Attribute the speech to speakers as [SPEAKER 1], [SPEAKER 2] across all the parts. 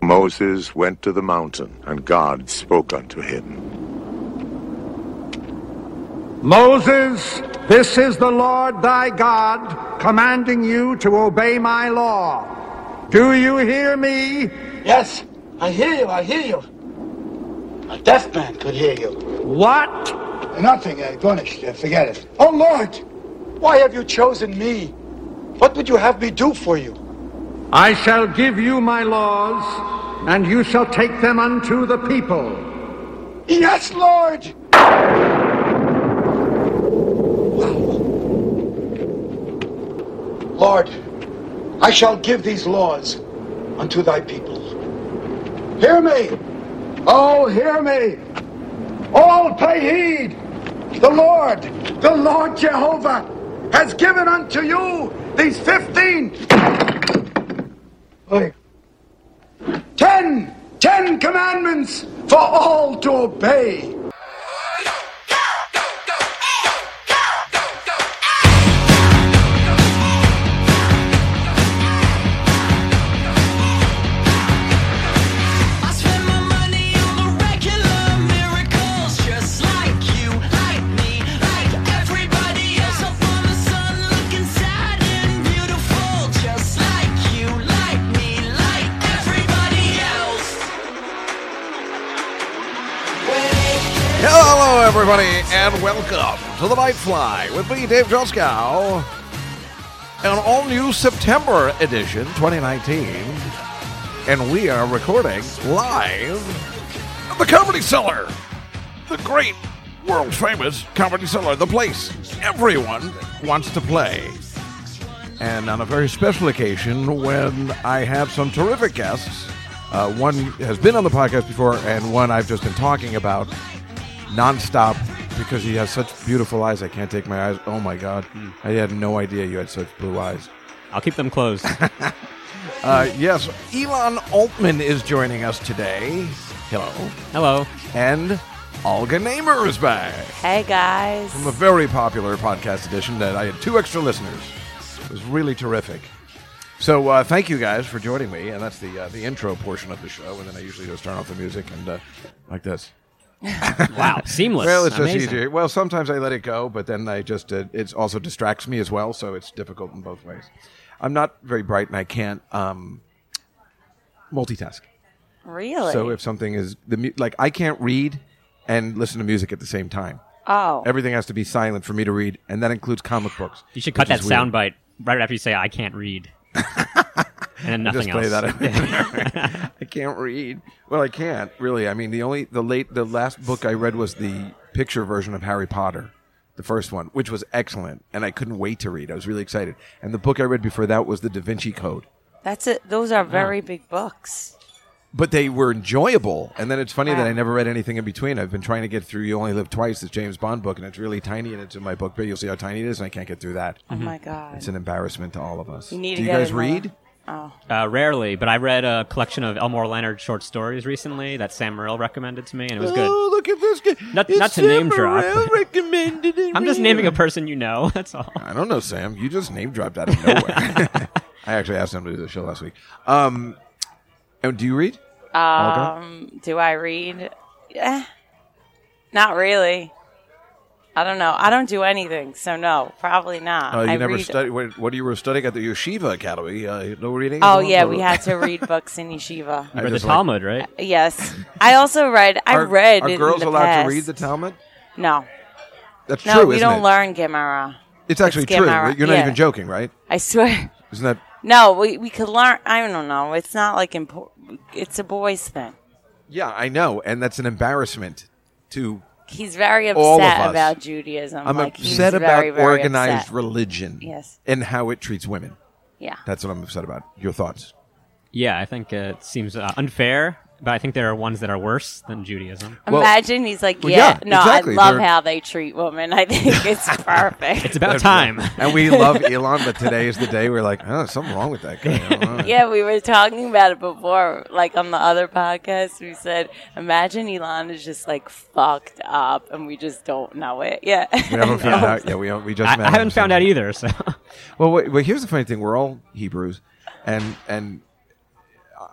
[SPEAKER 1] Moses went to the mountain, and God spoke unto him.
[SPEAKER 2] Moses, this is the Lord thy God commanding you to obey my law. Do you hear me?
[SPEAKER 3] Yes, I hear you, I hear you. A deaf man could hear you.
[SPEAKER 2] What?
[SPEAKER 3] Nothing, I punished you, forget it. Oh, Lord, why have you chosen me? What would you have me do for you?
[SPEAKER 2] I shall give you my laws, and you shall take them unto the people.
[SPEAKER 3] Yes, Lord! Lord, I shall give these laws unto thy people. Hear me! Oh, hear me!
[SPEAKER 2] All pay heed. The Lord, the Lord Jehovah, has given unto you these fifteen
[SPEAKER 3] Hey,
[SPEAKER 2] Ten, ten commandments for all to obey.
[SPEAKER 4] I spend my money on the regular miracles, just like you, like me, like everybody else. Up on the sun, looking sad and beautiful, just like you, like me, like everybody else.
[SPEAKER 5] Hello, everybody, and welcome to the Nightfly with me, Dave Joskow, an all new September edition 2019. And we are recording live at the Comedy Cellar, the great, world famous Comedy Cellar, the place everyone wants to play. And on a very special occasion, when I have some terrific guests, uh, one has been on the podcast before, and one I've just been talking about nonstop because he has such beautiful eyes. I can't take my eyes. Oh my god, I had no idea you had such blue eyes.
[SPEAKER 6] I'll keep them closed.
[SPEAKER 5] Uh, yes, Elon Altman is joining us today. Hello,
[SPEAKER 6] Hello.
[SPEAKER 5] and Olga Namer is back
[SPEAKER 7] Hey guys.
[SPEAKER 5] from a very popular podcast edition that I had two extra listeners. It was really terrific. So uh, thank you guys for joining me, and that's the uh, the intro portion of the show, and then I usually just turn off the music and uh, like this.
[SPEAKER 6] Wow. Seamless.
[SPEAKER 5] Well, it's
[SPEAKER 6] Amazing.
[SPEAKER 5] just easier. Well, sometimes I let it go, but then I just uh, it also distracts me as well, so it's difficult in both ways. I'm not very bright, and I can't um, multitask.
[SPEAKER 7] Really?
[SPEAKER 5] So if something is the mu- like, I can't read and listen to music at the same time.
[SPEAKER 7] oh.
[SPEAKER 5] Everything has to be silent for me to read, and that includes comic books.
[SPEAKER 6] You should cut
[SPEAKER 5] which
[SPEAKER 6] that
[SPEAKER 5] is weird.
[SPEAKER 6] sound bite right after you say, I can't read. and then nothing
[SPEAKER 5] Just play
[SPEAKER 6] else.
[SPEAKER 5] that. in. I can't read. Well, I can't really. I mean, the only the late the last book I read was the picture version of Harry Potter, the first one, which was excellent, and I couldn't wait to read. I was really excited. And the book I read before that was the Da Vinci Code.
[SPEAKER 7] That's it. Those are very big books.
[SPEAKER 5] But they were enjoyable. And then it's funny that
[SPEAKER 7] Wow.
[SPEAKER 5] I never read anything in between. I've been trying to get through You Only Live Twice, the James Bond book, and it's really tiny and it's in my book, but you'll see how tiny it is, and I can't get through that.
[SPEAKER 7] Oh my god.
[SPEAKER 5] It's an embarrassment to all of us.
[SPEAKER 7] You
[SPEAKER 5] Do
[SPEAKER 7] need to
[SPEAKER 5] you
[SPEAKER 7] get
[SPEAKER 5] guys
[SPEAKER 7] another-
[SPEAKER 5] read?
[SPEAKER 6] Uh, rarely, but I read a collection of Elmore Leonard short stories recently that Sam Morrill recommended to me, and it was good.
[SPEAKER 5] Oh, look at this guy.
[SPEAKER 6] Not-
[SPEAKER 5] It's
[SPEAKER 6] not to name
[SPEAKER 5] Sam
[SPEAKER 6] drop.
[SPEAKER 5] Morril recommended it
[SPEAKER 6] I'm just
[SPEAKER 5] real.
[SPEAKER 6] naming a person you know. That's all.
[SPEAKER 5] I don't know, Sam. You just name dropped out of nowhere. I actually asked him to do the show last week. Um, and do you read? Olga?
[SPEAKER 7] Um, do I read? Eh, not really. I don't know. I don't do anything, so no, probably not.
[SPEAKER 5] Uh, you
[SPEAKER 7] I
[SPEAKER 5] never
[SPEAKER 7] read-
[SPEAKER 5] studied. What, what you were studying at the Yeshiva Academy? Uh, no reading.
[SPEAKER 7] Oh yeah, we had to read books in yeshiva.
[SPEAKER 6] You read the
[SPEAKER 5] just like-
[SPEAKER 6] Talmud, right?
[SPEAKER 7] Yes, I also read. I
[SPEAKER 5] Are,
[SPEAKER 7] read.
[SPEAKER 5] Are
[SPEAKER 7] in
[SPEAKER 5] girls
[SPEAKER 7] the
[SPEAKER 5] allowed
[SPEAKER 7] past.
[SPEAKER 5] to read the Talmud?
[SPEAKER 7] No,
[SPEAKER 5] That's
[SPEAKER 7] no,
[SPEAKER 5] true.
[SPEAKER 7] we
[SPEAKER 5] isn't
[SPEAKER 7] don't
[SPEAKER 5] it?
[SPEAKER 7] learn Gemara.
[SPEAKER 5] It's actually
[SPEAKER 7] It's
[SPEAKER 5] true.
[SPEAKER 7] Gemara,
[SPEAKER 5] You're not
[SPEAKER 7] yeah.
[SPEAKER 5] even joking, right?
[SPEAKER 7] I swear.
[SPEAKER 5] Isn't that?
[SPEAKER 7] No, we we could learn. I don't know. It's not like important. It's a boys thing.
[SPEAKER 5] Yeah, I know, and that's an embarrassment to.
[SPEAKER 7] He's very
[SPEAKER 5] All of us.
[SPEAKER 7] upset about Judaism.
[SPEAKER 5] I'm
[SPEAKER 7] like, he's
[SPEAKER 5] upset about
[SPEAKER 7] very, very
[SPEAKER 5] organized
[SPEAKER 7] upset.
[SPEAKER 5] religion
[SPEAKER 7] Yes.
[SPEAKER 5] and how it treats women.
[SPEAKER 7] yeah.
[SPEAKER 5] That's what I'm upset about. Your thoughts?
[SPEAKER 6] Yeah, I think uh, it seems uh, unfair, but I think there are ones that are worse than Judaism.
[SPEAKER 5] Well-
[SPEAKER 7] Imagine he's like,
[SPEAKER 5] Well,
[SPEAKER 7] yeah,
[SPEAKER 5] yeah,
[SPEAKER 7] no,
[SPEAKER 5] exactly.
[SPEAKER 7] I love
[SPEAKER 5] They're-
[SPEAKER 7] how they treat women. I think it's perfect.
[SPEAKER 6] It's about time.
[SPEAKER 5] And we love Elon, but today is the day we're like, oh, something wrong with that guy. I don't know.
[SPEAKER 7] yeah, we were talking about it before, like on the other podcast. We said, imagine Elon is just like fucked up, and we just don't know it. Yeah,
[SPEAKER 5] We haven't found out. Yeah, we, we just.
[SPEAKER 6] I,
[SPEAKER 5] met
[SPEAKER 6] I
[SPEAKER 5] him,
[SPEAKER 6] haven't e-
[SPEAKER 5] so-
[SPEAKER 6] found out either, so.
[SPEAKER 5] Well, wait, well, here's the funny thing: we're all Hebrews, and and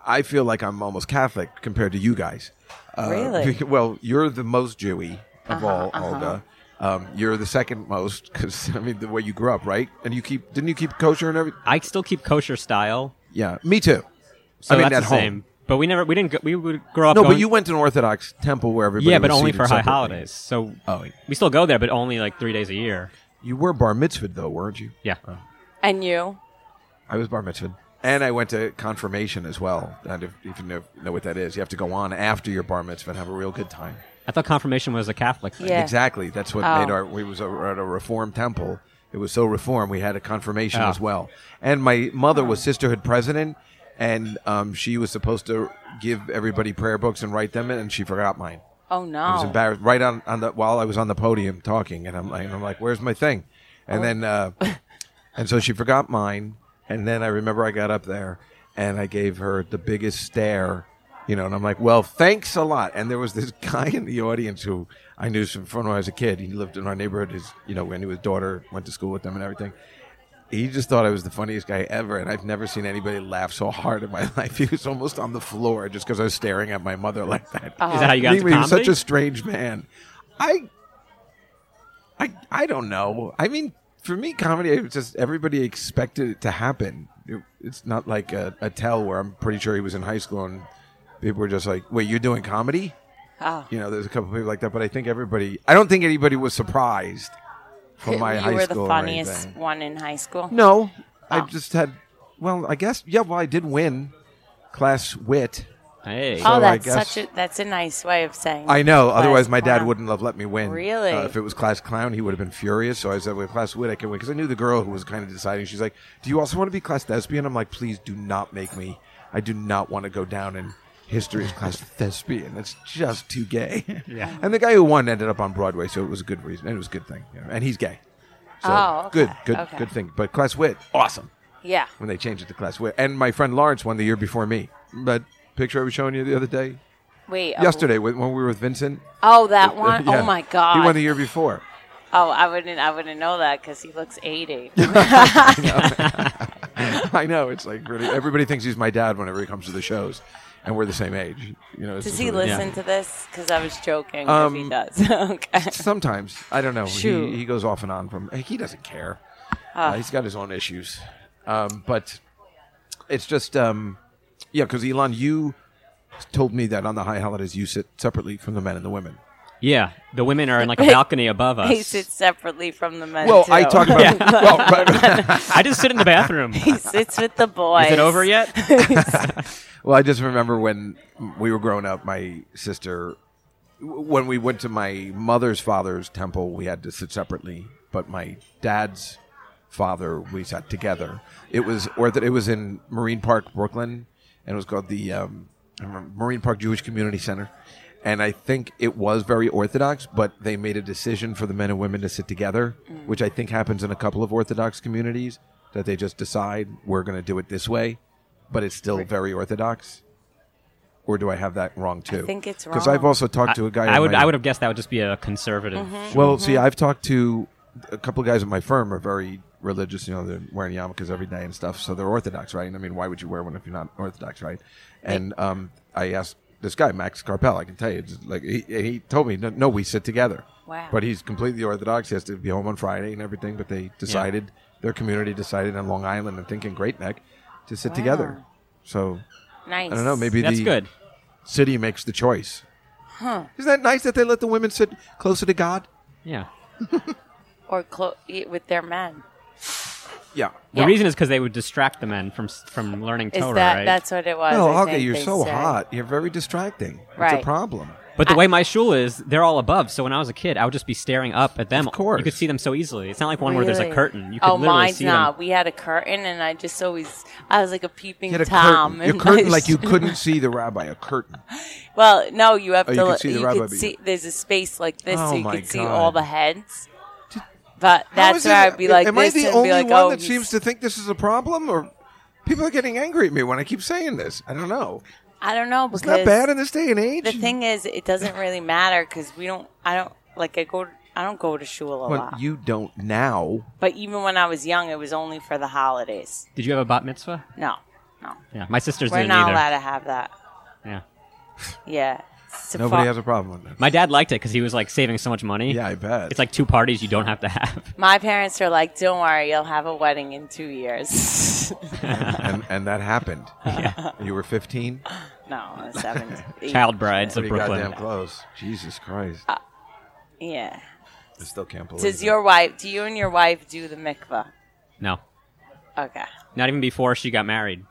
[SPEAKER 5] I feel like I'm almost Catholic compared to you guys. Uh,
[SPEAKER 7] Really?
[SPEAKER 5] bec- well, you're the most Jewy of
[SPEAKER 6] Uh-huh,
[SPEAKER 5] all, Olga. Um, you're the second most because I mean the way you grew up, right? And you keep didn't you keep kosher and everything?
[SPEAKER 6] I still keep kosher style.
[SPEAKER 5] Yeah, me too.
[SPEAKER 6] So
[SPEAKER 5] I mean
[SPEAKER 6] that's
[SPEAKER 5] at
[SPEAKER 6] the
[SPEAKER 5] home.
[SPEAKER 6] same. But we never we didn't go, we would grow up.
[SPEAKER 5] No,
[SPEAKER 6] going-
[SPEAKER 5] but you went to an Orthodox temple where everybody
[SPEAKER 6] yeah, but
[SPEAKER 5] was
[SPEAKER 6] only
[SPEAKER 5] seated
[SPEAKER 6] for high
[SPEAKER 5] separately.
[SPEAKER 6] holidays. So
[SPEAKER 5] Oh, yeah.
[SPEAKER 6] we still go there, but only like three days a year.
[SPEAKER 5] You were bar mitzvahed though, weren't you?
[SPEAKER 6] Yeah.
[SPEAKER 7] And you?
[SPEAKER 5] I was bar mitzvahed. And I went to confirmation as well. And if, if you know, know what that is, you have to go on after your bar mitzvah and have a real good time.
[SPEAKER 6] I thought confirmation was a Catholic thing.
[SPEAKER 7] Yeah.
[SPEAKER 5] Exactly. That's what
[SPEAKER 7] Oh.
[SPEAKER 5] made our. We was over at a reform temple. It was so reform. We had a confirmation
[SPEAKER 6] Oh.
[SPEAKER 5] as well. And my mother was sisterhood president, and um, she was supposed to give everybody prayer books and write them, and she forgot mine.
[SPEAKER 7] Oh
[SPEAKER 5] I was
[SPEAKER 7] no.
[SPEAKER 5] embarrassed right on, on the while I was on the podium talking, and I'm like, I'm like, where's my thing? And then, uh, and so she forgot mine, and then I remember I got up there and I gave her the biggest stare, you know, and I'm like, well, thanks a lot. And there was this guy in the audience who I knew from from when I was a kid. He lived in our neighborhood. His, you know, I knew his daughter went to school with them and everything. He just thought I was the funniest guy ever, and I've never seen anybody laugh so hard in my life. He was almost on the floor just because I was staring at my mother like that.
[SPEAKER 6] Is that how you got
[SPEAKER 5] He-
[SPEAKER 6] into
[SPEAKER 5] he was
[SPEAKER 6] comedy?
[SPEAKER 5] such a strange man. I, I, I don't know. I mean, for me, comedy it was just everybody expected it to happen. It- it's not like a, a tell where I'm pretty sure he was in high school and people were just like, "Wait, you're doing comedy?"
[SPEAKER 7] Oh.
[SPEAKER 5] You know, there's a couple people like that, but I think everybody. I don't think anybody was surprised from my
[SPEAKER 7] you
[SPEAKER 5] high
[SPEAKER 7] were
[SPEAKER 5] school.
[SPEAKER 7] the
[SPEAKER 5] or
[SPEAKER 7] funniest
[SPEAKER 5] anything.
[SPEAKER 7] one in high school.
[SPEAKER 5] No, I
[SPEAKER 7] Oh.
[SPEAKER 5] just had. Well, I guess yeah. Well, I did win class wit.
[SPEAKER 6] Hey.
[SPEAKER 5] So I
[SPEAKER 7] oh, that's
[SPEAKER 5] guess-
[SPEAKER 7] such a that's a nice way of saying.
[SPEAKER 5] I know.
[SPEAKER 7] Class
[SPEAKER 5] Otherwise, my dad
[SPEAKER 7] clown.
[SPEAKER 5] wouldn't have let me win.
[SPEAKER 7] Really?
[SPEAKER 5] Uh, if it was class clown, he would have been furious. So I said, "With class wit, I can win." Because I knew the girl who was kind of deciding. She's like, "Do you also want to be class thespian?" I'm like, "Please do not make me. I do not want to go down in history as class thespian. That's just too gay." Yeah. And the guy who won ended up on Broadway, so it was a good reason. And it was a good thing. you know, And he's gay. So
[SPEAKER 7] Oh, okay,
[SPEAKER 5] good, good,
[SPEAKER 7] okay.
[SPEAKER 5] good thing. But class wit, awesome
[SPEAKER 7] Yeah.
[SPEAKER 5] when they changed it to class wit. And my friend Lawrence won the year before me. But picture I was showing you the other day,
[SPEAKER 7] Wait. oh,
[SPEAKER 5] yesterday when when we were with Vincent.
[SPEAKER 7] Oh, that one.
[SPEAKER 5] Yeah.
[SPEAKER 7] Oh my god.
[SPEAKER 5] He won the year before.
[SPEAKER 7] oh, I wouldn't. I wouldn't know that because he looks eighty.
[SPEAKER 5] I know it's like really everybody thinks he's my dad whenever he comes to the shows, and we're the same age. You know, it's
[SPEAKER 7] does
[SPEAKER 5] just
[SPEAKER 7] he
[SPEAKER 5] really-
[SPEAKER 7] listen to this? Because I was joking. if
[SPEAKER 5] Um,
[SPEAKER 7] he does. okay.
[SPEAKER 5] Sometimes I don't know. He,
[SPEAKER 7] Shoot. Ah.
[SPEAKER 5] he goes off and on from. He doesn't care. Uh, he's got his own issues, um, but it's just um, yeah. Because Elon, you told me that on the high holidays you sit separately from the men and the women.
[SPEAKER 6] Yeah. The women are in like a balcony above us.
[SPEAKER 7] He sits separately from the men.
[SPEAKER 5] Well, I
[SPEAKER 7] too.
[SPEAKER 5] talk about well, right-
[SPEAKER 6] I just sit in the bathroom. Is
[SPEAKER 7] he sits with the boys.
[SPEAKER 6] it over yet?
[SPEAKER 5] Well, I just remember when we were growing up, my sister, when we went to my mother's father's temple, we had to sit separately, but my dad's father, we sat together. It was or that it was in Marine Park, Brooklyn, and it was called the um, I remember, Marine Park Jewish Community Center. And I think it was very Orthodox, but they made a decision for the men and women to sit together,
[SPEAKER 7] Mm.
[SPEAKER 5] which I think happens in a couple of Orthodox communities that they just decide we're going to do it this way but it's still very orthodox. Or do I have that wrong too?
[SPEAKER 7] think it's
[SPEAKER 5] because I've
[SPEAKER 7] wrong.
[SPEAKER 5] also talked to a guy.
[SPEAKER 6] I
[SPEAKER 5] in
[SPEAKER 6] would
[SPEAKER 5] my-
[SPEAKER 6] I would have guessed that would just be a conservative.
[SPEAKER 7] Mm-hmm.
[SPEAKER 5] Well, see, I've talked to a couple of guys at my firm are very religious. You know, they're wearing yarmulkes every day and stuff, so they're orthodox, right? And I mean, why would you wear one if you're not orthodox, right? And um, I asked this guy Max Carpel. I can tell you, it's like he, he told me, no, no, we sit together.
[SPEAKER 7] Wow.
[SPEAKER 5] But he's completely orthodox. He has to be home on Friday and everything. But they decided their community decided on Long Island, I think, in Great Neck, to sit together. So
[SPEAKER 7] Nice.
[SPEAKER 5] I don't know. Maybe
[SPEAKER 6] That's
[SPEAKER 5] the
[SPEAKER 6] good.
[SPEAKER 5] city makes the choice. Isn't that nice that they let the women sit closer to God?
[SPEAKER 6] Yeah.
[SPEAKER 7] or clo- eat with their men.
[SPEAKER 5] Yeah.
[SPEAKER 6] The
[SPEAKER 7] Yeah.
[SPEAKER 6] reason is because they would distract the men from s- from learning
[SPEAKER 7] Is
[SPEAKER 6] Torah,
[SPEAKER 7] that
[SPEAKER 6] right?
[SPEAKER 7] that's what it was?
[SPEAKER 5] No,
[SPEAKER 7] I
[SPEAKER 5] Olga,
[SPEAKER 7] think
[SPEAKER 5] you're
[SPEAKER 7] they
[SPEAKER 5] so
[SPEAKER 7] said.
[SPEAKER 5] hot. You're very distracting. It's a
[SPEAKER 7] Right.
[SPEAKER 5] problem.
[SPEAKER 6] But the way my shul is, they're all above. So when I was a kid, I would just be staring up at them.
[SPEAKER 5] Of course.
[SPEAKER 6] you could see them so easily. It's not like one where there's a
[SPEAKER 7] Really?
[SPEAKER 6] curtain. You could
[SPEAKER 7] oh,
[SPEAKER 6] literally
[SPEAKER 7] mine's
[SPEAKER 6] see
[SPEAKER 7] not.
[SPEAKER 6] them.
[SPEAKER 7] We had a curtain, and I just always I was like a peeping
[SPEAKER 5] You had a
[SPEAKER 7] tom.
[SPEAKER 5] curtain. Your
[SPEAKER 7] in
[SPEAKER 5] curtain
[SPEAKER 7] my
[SPEAKER 5] like you
[SPEAKER 7] sh-
[SPEAKER 5] couldn't see the rabbi. A curtain.
[SPEAKER 7] Well, no, you have
[SPEAKER 5] Oh, you
[SPEAKER 7] to.
[SPEAKER 5] could
[SPEAKER 7] look-
[SPEAKER 5] see the
[SPEAKER 7] you
[SPEAKER 5] rabbi,
[SPEAKER 7] could
[SPEAKER 5] but you-
[SPEAKER 7] see- There's a space like this,
[SPEAKER 5] Oh
[SPEAKER 7] so you
[SPEAKER 5] my
[SPEAKER 7] could see
[SPEAKER 5] God.
[SPEAKER 7] all the heads. But
[SPEAKER 5] How
[SPEAKER 7] that's
[SPEAKER 5] is it-
[SPEAKER 7] where I'd be like,
[SPEAKER 5] Am
[SPEAKER 7] this
[SPEAKER 5] I the
[SPEAKER 7] and
[SPEAKER 5] only
[SPEAKER 7] be like,
[SPEAKER 5] one
[SPEAKER 7] oh,
[SPEAKER 5] that
[SPEAKER 7] he's-
[SPEAKER 5] seems to think this is a problem, or people are getting angry at me when I keep saying this? I don't know.
[SPEAKER 7] I don't know
[SPEAKER 5] It's not
[SPEAKER 7] because
[SPEAKER 5] bad in this day and age.
[SPEAKER 7] the thing is, it doesn't really matter because we don't. I don't like. I go. I don't go to shul a
[SPEAKER 5] well,
[SPEAKER 7] lot.
[SPEAKER 5] you don't now.
[SPEAKER 7] but even when I was young, it was only for the holidays.
[SPEAKER 6] Did you have a bat mitzvah?
[SPEAKER 7] No. No.
[SPEAKER 6] Yeah, my sisters
[SPEAKER 7] We're
[SPEAKER 6] didn't
[SPEAKER 7] not
[SPEAKER 6] either.
[SPEAKER 7] allowed to have that.
[SPEAKER 6] Yeah,
[SPEAKER 7] Yeah. It's a
[SPEAKER 5] Nobody
[SPEAKER 7] fu-
[SPEAKER 5] has a problem with it.
[SPEAKER 6] my dad liked it because he was like saving so much money.
[SPEAKER 5] Yeah, I bet.
[SPEAKER 6] it's like two parties you don't have to have.
[SPEAKER 7] My parents are like, don't worry, you'll have a wedding in two years.
[SPEAKER 5] and, and that happened. You were 15.
[SPEAKER 7] no, seven. eight.
[SPEAKER 6] Child brides of
[SPEAKER 5] Pretty
[SPEAKER 6] Brooklyn.
[SPEAKER 5] goddamn close. Jesus Christ!
[SPEAKER 7] Yeah.
[SPEAKER 5] I still can't believe.
[SPEAKER 7] Uh, Does
[SPEAKER 5] it.
[SPEAKER 7] your wife, do you and your wife do the mikvah?
[SPEAKER 6] No,
[SPEAKER 7] Okay.
[SPEAKER 6] not even before she got married.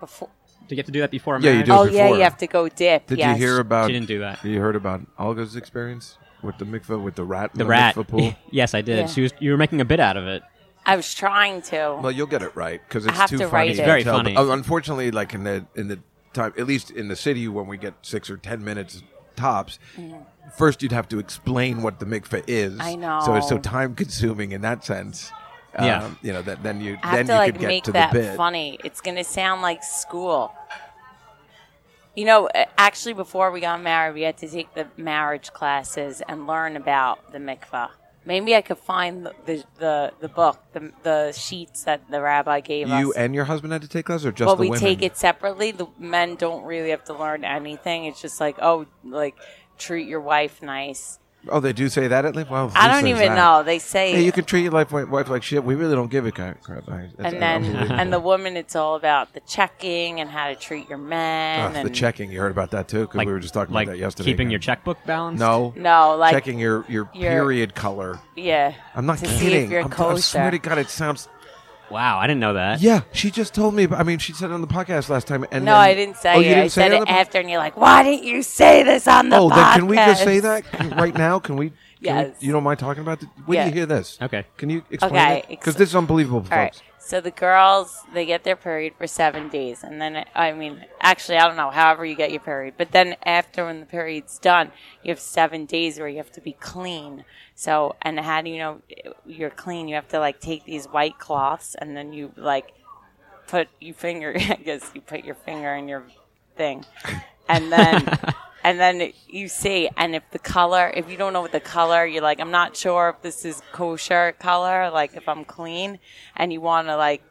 [SPEAKER 7] Before,
[SPEAKER 6] Do you have to do that before?
[SPEAKER 5] Yeah, you
[SPEAKER 6] marriage?
[SPEAKER 5] do.
[SPEAKER 7] oh,
[SPEAKER 5] it
[SPEAKER 7] yeah,
[SPEAKER 5] before.
[SPEAKER 7] you have to go dip.
[SPEAKER 5] Did
[SPEAKER 7] yes.
[SPEAKER 5] you hear about?
[SPEAKER 6] She didn't do that.
[SPEAKER 5] You heard about Olga's experience with the mikvah with the rat. in
[SPEAKER 6] The rat.
[SPEAKER 5] mikvah pool.
[SPEAKER 6] yes, I did.
[SPEAKER 7] Yeah.
[SPEAKER 6] She was. You were making a bit out of it.
[SPEAKER 7] I was trying to.
[SPEAKER 5] Well, you'll get it right because it's
[SPEAKER 7] have
[SPEAKER 5] too
[SPEAKER 7] to
[SPEAKER 5] funny.
[SPEAKER 7] write it. It's
[SPEAKER 5] to
[SPEAKER 6] very
[SPEAKER 5] tell,
[SPEAKER 6] funny.
[SPEAKER 5] but, uh, unfortunately, like in the in the time, at least in the city, when we get six or ten minutes tops, first you'd have to explain what the mikvah is.
[SPEAKER 7] I
[SPEAKER 5] So it's so
[SPEAKER 7] know.
[SPEAKER 5] time consuming in that sense.
[SPEAKER 6] Yeah.
[SPEAKER 5] Um, you know that then you
[SPEAKER 7] I have
[SPEAKER 5] then
[SPEAKER 7] to
[SPEAKER 5] you
[SPEAKER 7] like
[SPEAKER 5] could get
[SPEAKER 7] make
[SPEAKER 5] to
[SPEAKER 7] that
[SPEAKER 5] the bit.
[SPEAKER 7] funny. It's gonna sound like school. You know, a- actually, before we got married, we had to take the marriage classes and learn about the mikvah. Maybe I could find the the, the, the book, the, the sheets that the rabbi gave us.
[SPEAKER 5] You and your husband had to take those, or just
[SPEAKER 7] but
[SPEAKER 5] the
[SPEAKER 7] we
[SPEAKER 5] women?
[SPEAKER 7] take it separately. The men don't really have to learn anything. It's just like, oh, like treat your wife nice.
[SPEAKER 5] Oh, they do say that at least. Well,
[SPEAKER 7] I
[SPEAKER 5] who
[SPEAKER 7] don't
[SPEAKER 5] says that?
[SPEAKER 7] even know. They say
[SPEAKER 5] Yeah, you can treat your life, wife like shit. We really don't give a crap. crap. I- it's
[SPEAKER 7] and then
[SPEAKER 5] unbelievable.
[SPEAKER 7] and the woman it's all about the checking and how to treat your men
[SPEAKER 5] Ugh, the
[SPEAKER 7] and
[SPEAKER 5] checking. You heard about that too, because we were just talking
[SPEAKER 6] like
[SPEAKER 5] about that yesterday.
[SPEAKER 6] Keeping your checkbook balance.
[SPEAKER 5] no,
[SPEAKER 7] No, like-
[SPEAKER 5] checking your, your
[SPEAKER 7] your-
[SPEAKER 5] period color.
[SPEAKER 7] yeah
[SPEAKER 5] I'm not
[SPEAKER 7] to
[SPEAKER 5] kidding.
[SPEAKER 7] see if you're
[SPEAKER 5] I'm, I
[SPEAKER 7] kosher
[SPEAKER 5] swear to God, it sounds.
[SPEAKER 6] Wow, I didn't know that.
[SPEAKER 5] Yeah, she just told me. About, I mean, she said it on the podcast last time. And
[SPEAKER 7] no
[SPEAKER 5] then-
[SPEAKER 7] i didn't say
[SPEAKER 5] oh,
[SPEAKER 7] it
[SPEAKER 5] You didn't
[SPEAKER 7] i
[SPEAKER 5] say
[SPEAKER 7] said
[SPEAKER 5] on
[SPEAKER 7] it
[SPEAKER 5] the po-
[SPEAKER 7] after and you're like why didn't you say this on the
[SPEAKER 5] Oh, then can we just say
[SPEAKER 7] podcast?"
[SPEAKER 5] that right now? Can we? can we-
[SPEAKER 7] Yes.
[SPEAKER 5] you don't mind talking about it? When do
[SPEAKER 7] Yeah.
[SPEAKER 5] you hear this?
[SPEAKER 6] Okay.
[SPEAKER 5] Can you explain
[SPEAKER 7] Okay,
[SPEAKER 5] Because
[SPEAKER 7] ex-
[SPEAKER 5] this is unbelievable, folks.
[SPEAKER 7] all right so the girls they get their period for seven days and then i mean actually i don't know however you get your period but then after when the period's done you have seven days where you have to be clean so and how do you know you're clean you have to like take these white cloths and then you like put your finger I guess you put your finger in your thing. And then and then you see and if the color if you don't know what the color you're like I'm not sure if this is kosher color like if I'm clean and you want to like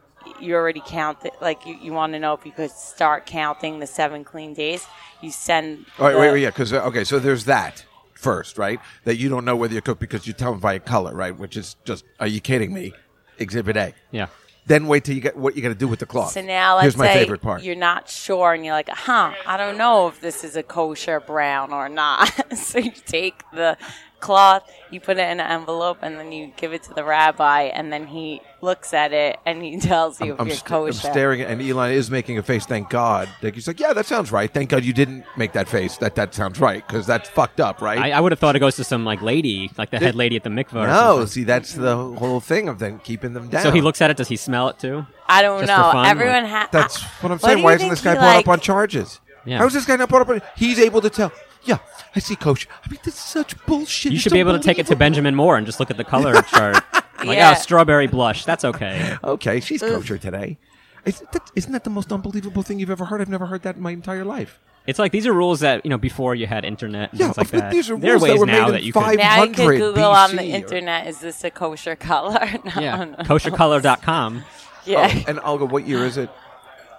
[SPEAKER 7] you already count it like you, you want to know if you could start counting the seven clean days you send
[SPEAKER 5] All right,
[SPEAKER 7] the-
[SPEAKER 5] wait, wait, yeah, because okay, so there's that first, right? That you don't know whether you're cooked because you tell them by color, right? Which is just, are you kidding me? Exhibit A.
[SPEAKER 6] Yeah.
[SPEAKER 5] Then wait till you get what you got to do with the cloth.
[SPEAKER 7] So now let's
[SPEAKER 5] here's my
[SPEAKER 7] say
[SPEAKER 5] favorite part.
[SPEAKER 7] you're not sure and you're like, huh, I don't know if this is a kosher brown or not. so you take the cloth, you put it in an envelope, and then you give it to the rabbi, and then he looks at it and he tells you if
[SPEAKER 5] I'm,
[SPEAKER 7] you're
[SPEAKER 5] st- I'm
[SPEAKER 7] kosher.
[SPEAKER 5] staring, at, and Elon is making a face. Thank God. Like, he's like, yeah, that sounds right. Thank God you didn't make that face. That that sounds right because that's fucked up, right?
[SPEAKER 6] I, I would have thought it goes to some like lady, like the head lady at the mikvah. or
[SPEAKER 5] no,
[SPEAKER 6] something.
[SPEAKER 5] see, that's the whole thing of them keeping them down.
[SPEAKER 6] So he looks at it. Does he smell it too?
[SPEAKER 7] I don't
[SPEAKER 6] Just for
[SPEAKER 7] know.
[SPEAKER 6] fun,
[SPEAKER 7] Everyone
[SPEAKER 6] or-
[SPEAKER 7] has.
[SPEAKER 5] That's what I'm saying. Why isn't this guy brought up on charges?
[SPEAKER 6] Yeah.
[SPEAKER 5] How is this guy not brought up on? He's able to tell. Yeah, I see, Coach. I mean, this is such bullshit.
[SPEAKER 6] You
[SPEAKER 5] It's
[SPEAKER 6] should be able to take it to
[SPEAKER 5] unbelievable.
[SPEAKER 6] Benjamin Moore and just look at the color chart. Like,
[SPEAKER 7] Yeah.
[SPEAKER 6] oh, strawberry blush. That's okay.
[SPEAKER 5] Okay, she's kosher today. Is that, isn't that the most unbelievable thing you've ever heard? I've never heard that in my entire life.
[SPEAKER 6] It's like these are rules that you know before you had internet. And
[SPEAKER 5] Yeah,
[SPEAKER 6] things like
[SPEAKER 5] but
[SPEAKER 6] that.
[SPEAKER 5] these are
[SPEAKER 6] there
[SPEAKER 5] rules
[SPEAKER 6] ways
[SPEAKER 5] that were made
[SPEAKER 6] now
[SPEAKER 5] in
[SPEAKER 6] that you
[SPEAKER 5] five-
[SPEAKER 6] can.
[SPEAKER 7] now you can
[SPEAKER 5] 100
[SPEAKER 7] Google on the
[SPEAKER 5] BC or-
[SPEAKER 7] internet, is this a kosher color? no,
[SPEAKER 6] Yeah,
[SPEAKER 7] no.
[SPEAKER 6] koshercolor.com.
[SPEAKER 7] Yeah.
[SPEAKER 5] And Olga, what year is it?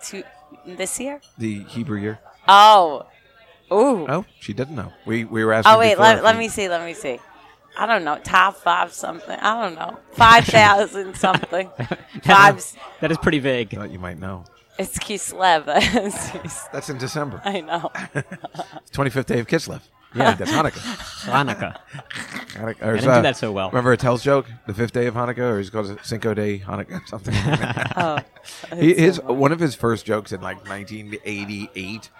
[SPEAKER 7] Two- this year?
[SPEAKER 5] The Hebrew year?
[SPEAKER 7] Oh. Ooh.
[SPEAKER 5] Oh, she doesn't know. We we were asking.
[SPEAKER 7] Oh wait,
[SPEAKER 5] before
[SPEAKER 7] let,
[SPEAKER 5] if
[SPEAKER 7] let
[SPEAKER 5] we-
[SPEAKER 7] me see, let me see. I don't know, top five something. I don't know, five thousand something. Five.
[SPEAKER 6] That is pretty vague.
[SPEAKER 5] Thought you might know.
[SPEAKER 7] It's Kislev. It's Kis-
[SPEAKER 5] That's in December,
[SPEAKER 7] I know.
[SPEAKER 5] twenty fifth day of Kislev. Yeah, that's Hanukkah.
[SPEAKER 6] Hanukkah.
[SPEAKER 5] Hanukkah or,
[SPEAKER 6] didn't
[SPEAKER 5] uh,
[SPEAKER 6] do that so well.
[SPEAKER 5] Remember Attell's joke? The fifth day of Hanukkah, or he calls it Cinco de Hanukkah, something. like that.
[SPEAKER 7] Oh,
[SPEAKER 5] he,
[SPEAKER 7] it's so
[SPEAKER 5] his
[SPEAKER 7] funny.
[SPEAKER 5] one of his first jokes in like 1988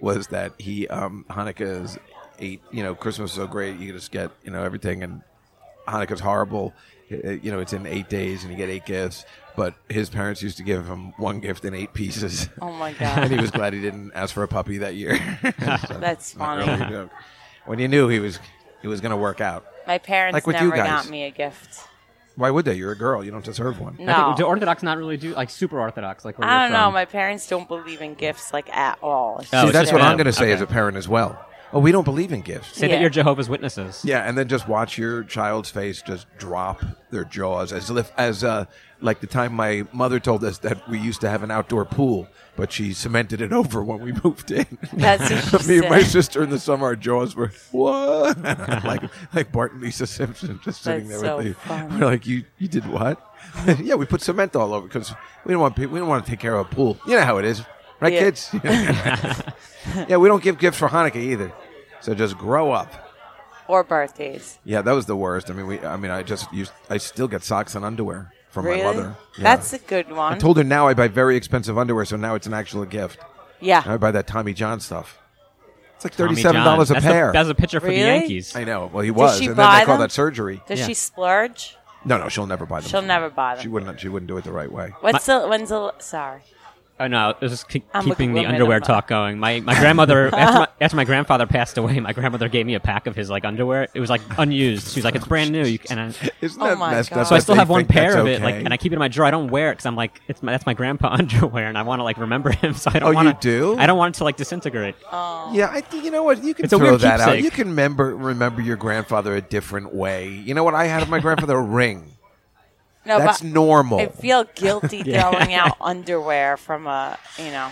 [SPEAKER 5] was that he um Hanukkah is eight you know Christmas is so great you just get you know everything and Hanukkah's horrible Uh, you know it's in eight days and you get eight gifts but his parents used to give him one gift in eight pieces
[SPEAKER 7] oh my
[SPEAKER 5] and he
[SPEAKER 7] god,
[SPEAKER 5] was glad he didn't ask for a puppy that year
[SPEAKER 7] that's
[SPEAKER 5] Early
[SPEAKER 7] funny.
[SPEAKER 5] joke. when you knew he was he was going to work out
[SPEAKER 7] My parents
[SPEAKER 5] Like with you
[SPEAKER 7] never
[SPEAKER 5] guys.
[SPEAKER 7] got me a gift.
[SPEAKER 5] why would they you're a girl you don't deserve one
[SPEAKER 6] I think, do
[SPEAKER 7] No.
[SPEAKER 6] Orthodox not really do like super Orthodox like where
[SPEAKER 7] I
[SPEAKER 6] you're
[SPEAKER 7] don't know.
[SPEAKER 6] from?
[SPEAKER 7] My parents don't believe in gifts like at all. It's
[SPEAKER 5] See,
[SPEAKER 6] Oh, it's
[SPEAKER 5] that's
[SPEAKER 7] just
[SPEAKER 6] just
[SPEAKER 5] what
[SPEAKER 7] their-
[SPEAKER 5] I'm
[SPEAKER 6] them.
[SPEAKER 5] going to say as
[SPEAKER 6] Okay.
[SPEAKER 5] a parent as well. oh, we don't believe in gifts.
[SPEAKER 6] Say that
[SPEAKER 7] Yeah.
[SPEAKER 6] you're Jehovah's Witnesses.
[SPEAKER 5] Yeah, and then just watch your child's face just drop their jaws as if as uh, like the time my mother told us that we used to have an outdoor pool, but she cemented it over when we moved in.
[SPEAKER 7] That's what she
[SPEAKER 5] Me and my
[SPEAKER 7] said.
[SPEAKER 5] sister in the summer, our jaws were what? like like Bart and Lisa Simpson just sitting
[SPEAKER 7] That's
[SPEAKER 5] there
[SPEAKER 7] so
[SPEAKER 5] with me.
[SPEAKER 7] funny.
[SPEAKER 5] We're like, you you did what? yeah, we put cement all over because we don't want people, we don't want to take care of a pool. You know how it is, right,
[SPEAKER 7] Yeah.
[SPEAKER 5] kids? yeah, we don't give gifts for Hanukkah either. So just grow up.
[SPEAKER 7] Or birthdays.
[SPEAKER 5] Yeah, that was the worst. I mean, we I mean, I just used I still get socks and underwear from
[SPEAKER 7] Really?
[SPEAKER 5] my mother. Yeah.
[SPEAKER 7] That's a good one.
[SPEAKER 5] I told her now I buy very expensive underwear, so now it's an actual gift.
[SPEAKER 7] yeah.
[SPEAKER 5] I buy that Tommy John stuff. It's like
[SPEAKER 6] Tommy
[SPEAKER 5] thirty-seven dollars
[SPEAKER 6] John.
[SPEAKER 5] a
[SPEAKER 6] that's
[SPEAKER 5] pair.
[SPEAKER 6] A, that's a picture for
[SPEAKER 7] Really?
[SPEAKER 6] the Yankees.
[SPEAKER 5] I know. Well, he was,
[SPEAKER 7] she
[SPEAKER 5] and then
[SPEAKER 7] buy
[SPEAKER 5] they call
[SPEAKER 7] them?
[SPEAKER 5] that surgery.
[SPEAKER 7] Does
[SPEAKER 6] Yeah.
[SPEAKER 7] she splurge?
[SPEAKER 5] No, no, she'll never buy them.
[SPEAKER 7] She'll never buy them.
[SPEAKER 5] She wouldn't. She wouldn't do it the right way.
[SPEAKER 7] What's the when's the sorry?
[SPEAKER 6] Oh no, it was just keep,
[SPEAKER 7] I'm
[SPEAKER 6] keeping
[SPEAKER 7] looking
[SPEAKER 6] the
[SPEAKER 7] women
[SPEAKER 6] underwear
[SPEAKER 7] up.
[SPEAKER 6] talk going. My my grandmother after, my, after my grandfather passed away, my grandmother gave me a pack of his like underwear. It was like unused. She was like, "It's brand new," you, and I, so
[SPEAKER 5] Isn't
[SPEAKER 7] Oh
[SPEAKER 5] that
[SPEAKER 7] my
[SPEAKER 5] messed
[SPEAKER 7] God.
[SPEAKER 5] up?
[SPEAKER 7] So
[SPEAKER 6] I
[SPEAKER 5] that
[SPEAKER 6] still
[SPEAKER 5] they
[SPEAKER 6] have one
[SPEAKER 5] think that's
[SPEAKER 6] pair of it, like,
[SPEAKER 5] okay?
[SPEAKER 6] and I keep it in my drawer. I don't wear it because I'm like, it's my, that's my grandpa underwear, and I want to like remember him. So I don't.
[SPEAKER 5] Oh, you
[SPEAKER 6] wanna,
[SPEAKER 5] do?
[SPEAKER 6] I don't want it to like disintegrate.
[SPEAKER 7] Oh.
[SPEAKER 5] Yeah, I think you know what you can
[SPEAKER 6] It's a
[SPEAKER 5] throw
[SPEAKER 6] weird
[SPEAKER 5] that out.
[SPEAKER 6] keepsake.
[SPEAKER 5] You can remember remember your grandfather a different way. You know what? I had my grandfather a ring.
[SPEAKER 7] No,
[SPEAKER 5] That's
[SPEAKER 7] but
[SPEAKER 5] normal.
[SPEAKER 7] I feel guilty throwing out underwear from a you know.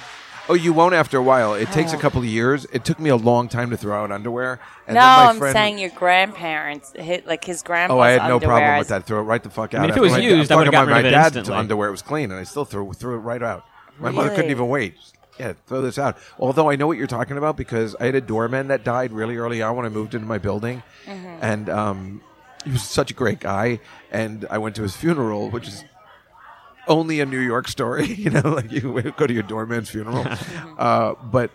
[SPEAKER 5] Oh, you won't after a while. It takes
[SPEAKER 7] Oh.
[SPEAKER 5] a couple of years. It took me a long time to throw out underwear. And
[SPEAKER 7] no,
[SPEAKER 5] then my
[SPEAKER 7] I'm
[SPEAKER 5] friend,
[SPEAKER 7] saying your grandparents hit like his grandpa's
[SPEAKER 5] Oh, I had no
[SPEAKER 7] underwear
[SPEAKER 5] problem with
[SPEAKER 7] is-
[SPEAKER 5] that. Throw it right the fuck out.
[SPEAKER 6] mean, if it
[SPEAKER 5] After
[SPEAKER 6] was
[SPEAKER 5] my- I'm
[SPEAKER 6] used, I
[SPEAKER 5] talking
[SPEAKER 6] would've gotten
[SPEAKER 5] about
[SPEAKER 6] rid of
[SPEAKER 5] my
[SPEAKER 6] it
[SPEAKER 5] dad's
[SPEAKER 6] instantly.
[SPEAKER 5] underwear was clean, and I still threw threw it right out. My mother couldn't
[SPEAKER 7] Really?
[SPEAKER 5] even wait. Yeah, throw this out. Although I know what you're talking about because I had a doorman that died really early on when I moved into my building,
[SPEAKER 7] Mm-hmm.
[SPEAKER 5] and um, he was such a great guy. And I went to his funeral, which is only a New York story, you know, like you go to your doorman's funeral.
[SPEAKER 7] Mm-hmm.
[SPEAKER 5] uh, but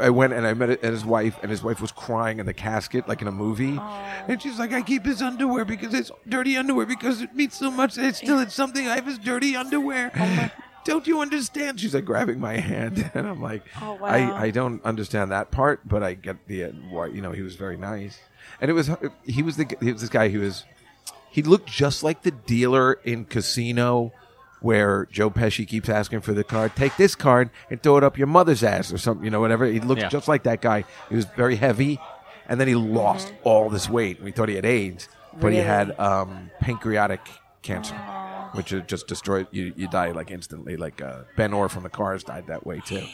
[SPEAKER 5] I went and I met and his wife, and his wife was crying in the casket, like in a movie. And she's like, "I keep his underwear because it's dirty underwear because it means so much. It's still it's something I have his dirty underwear."
[SPEAKER 7] Oh
[SPEAKER 5] Don't you understand? She's like grabbing my hand, and I'm like,
[SPEAKER 7] Oh, wow.
[SPEAKER 5] I, I don't understand that part, but I get the uh, why. You know, he was very nice, and it was he was the g- he was this guy who was he looked just like the dealer in Casino where Joe Pesci keeps asking for the card. Take this card and throw it up your mother's ass or something, you know, whatever. He looked
[SPEAKER 6] Yeah.
[SPEAKER 5] just like that guy. He was very heavy, and then he
[SPEAKER 7] Mm-hmm.
[SPEAKER 5] lost all this weight. We thought he had AIDS, but he
[SPEAKER 7] Really?
[SPEAKER 5] had um, pancreatic cancer, which it just destroyed. You, you die like instantly. Like uh, Ben Orr from the Cars died that way too.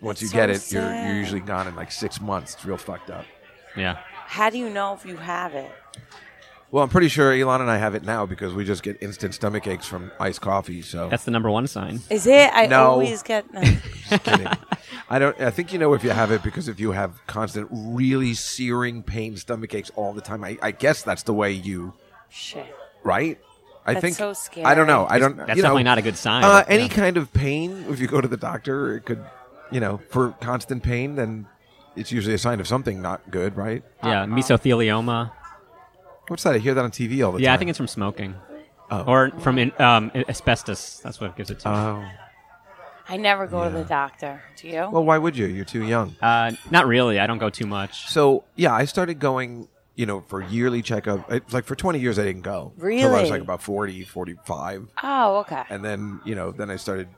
[SPEAKER 5] Once you
[SPEAKER 7] so
[SPEAKER 5] get it, you're,
[SPEAKER 7] sad.
[SPEAKER 5] you're usually gone in like six months. It's real fucked up.
[SPEAKER 6] Yeah.
[SPEAKER 7] How do you know if you have it?
[SPEAKER 5] Well, I'm pretty sure Elon and I have it now because we just get instant stomach aches from iced coffee. So
[SPEAKER 6] That's the number one sign.
[SPEAKER 5] Uh,
[SPEAKER 7] Is it? I
[SPEAKER 5] No.
[SPEAKER 7] always get. No.
[SPEAKER 5] Just kidding. I don't. I think you know if you have it because if you have constant, really searing pain, stomach aches all the time. I, I guess that's the way you
[SPEAKER 7] Shit.
[SPEAKER 5] right. I
[SPEAKER 7] That's
[SPEAKER 5] think
[SPEAKER 7] so
[SPEAKER 5] I don't know. I
[SPEAKER 7] scary.
[SPEAKER 5] don't.
[SPEAKER 6] That's
[SPEAKER 5] you know,
[SPEAKER 6] definitely not a good sign.
[SPEAKER 5] Uh, any
[SPEAKER 6] Yeah.
[SPEAKER 5] kind of pain, if you go to the doctor, it could, you know, for constant pain, then it's usually a sign of something not good, right?
[SPEAKER 6] Yeah, mesothelioma.
[SPEAKER 5] What's that? I hear that on TV all the
[SPEAKER 6] Yeah, I
[SPEAKER 5] time.
[SPEAKER 6] think it's from smoking. Or from in, um, asbestos. That's what it gives it to.
[SPEAKER 5] Oh
[SPEAKER 7] I never go to the doctor. Do you?
[SPEAKER 5] well, why would you? You're too young.
[SPEAKER 6] Uh, not really. I don't go too much.
[SPEAKER 5] So yeah, I started going, you know, for yearly checkup. It, like for 20 years, I didn't go. Until I was
[SPEAKER 7] Really?
[SPEAKER 5] like about 40, 45.
[SPEAKER 7] oh, okay.
[SPEAKER 5] And then, you know, then I started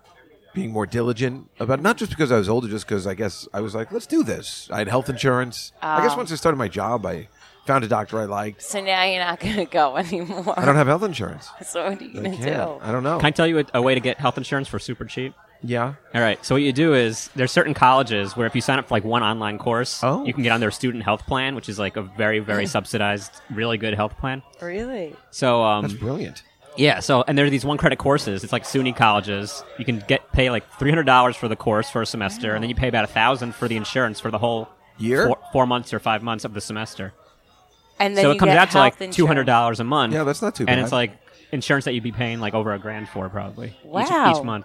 [SPEAKER 5] being more diligent about not just because I was older, just because I guess I was like, let's do this. I had health insurance. I guess once I started my job, I found a doctor I liked.
[SPEAKER 7] So now you're not gonna go anymore.
[SPEAKER 5] I don't have health insurance.
[SPEAKER 7] so what are you
[SPEAKER 5] I
[SPEAKER 7] gonna
[SPEAKER 5] can't.
[SPEAKER 7] do?
[SPEAKER 5] I don't know.
[SPEAKER 6] Can I tell you a, a way to get health insurance for super cheap?
[SPEAKER 5] yeah.
[SPEAKER 6] All right. So what you do is there's certain colleges where if you sign up for like one online course,
[SPEAKER 5] Oh.
[SPEAKER 6] you can get on their student health plan, which is like a very very subsidized, really good health plan.
[SPEAKER 7] Really?
[SPEAKER 6] So um,
[SPEAKER 5] That's brilliant.
[SPEAKER 6] Yeah, so and there are these one credit courses. It's like SUNY colleges. You can get pay like three hundred dollars for the course for a semester, and then you pay about a thousand for the insurance for the whole
[SPEAKER 5] Year?
[SPEAKER 6] four, four months or five months of the semester.
[SPEAKER 7] And then
[SPEAKER 6] so
[SPEAKER 7] you
[SPEAKER 6] it comes
[SPEAKER 7] get
[SPEAKER 6] out to like
[SPEAKER 7] health
[SPEAKER 6] two hundred
[SPEAKER 7] insurance.
[SPEAKER 6] dollars a month.
[SPEAKER 5] Yeah, that's not too
[SPEAKER 6] and
[SPEAKER 5] bad.
[SPEAKER 6] it's like insurance that you'd be paying like over a grand for probably each-
[SPEAKER 7] Wow.
[SPEAKER 6] each, month.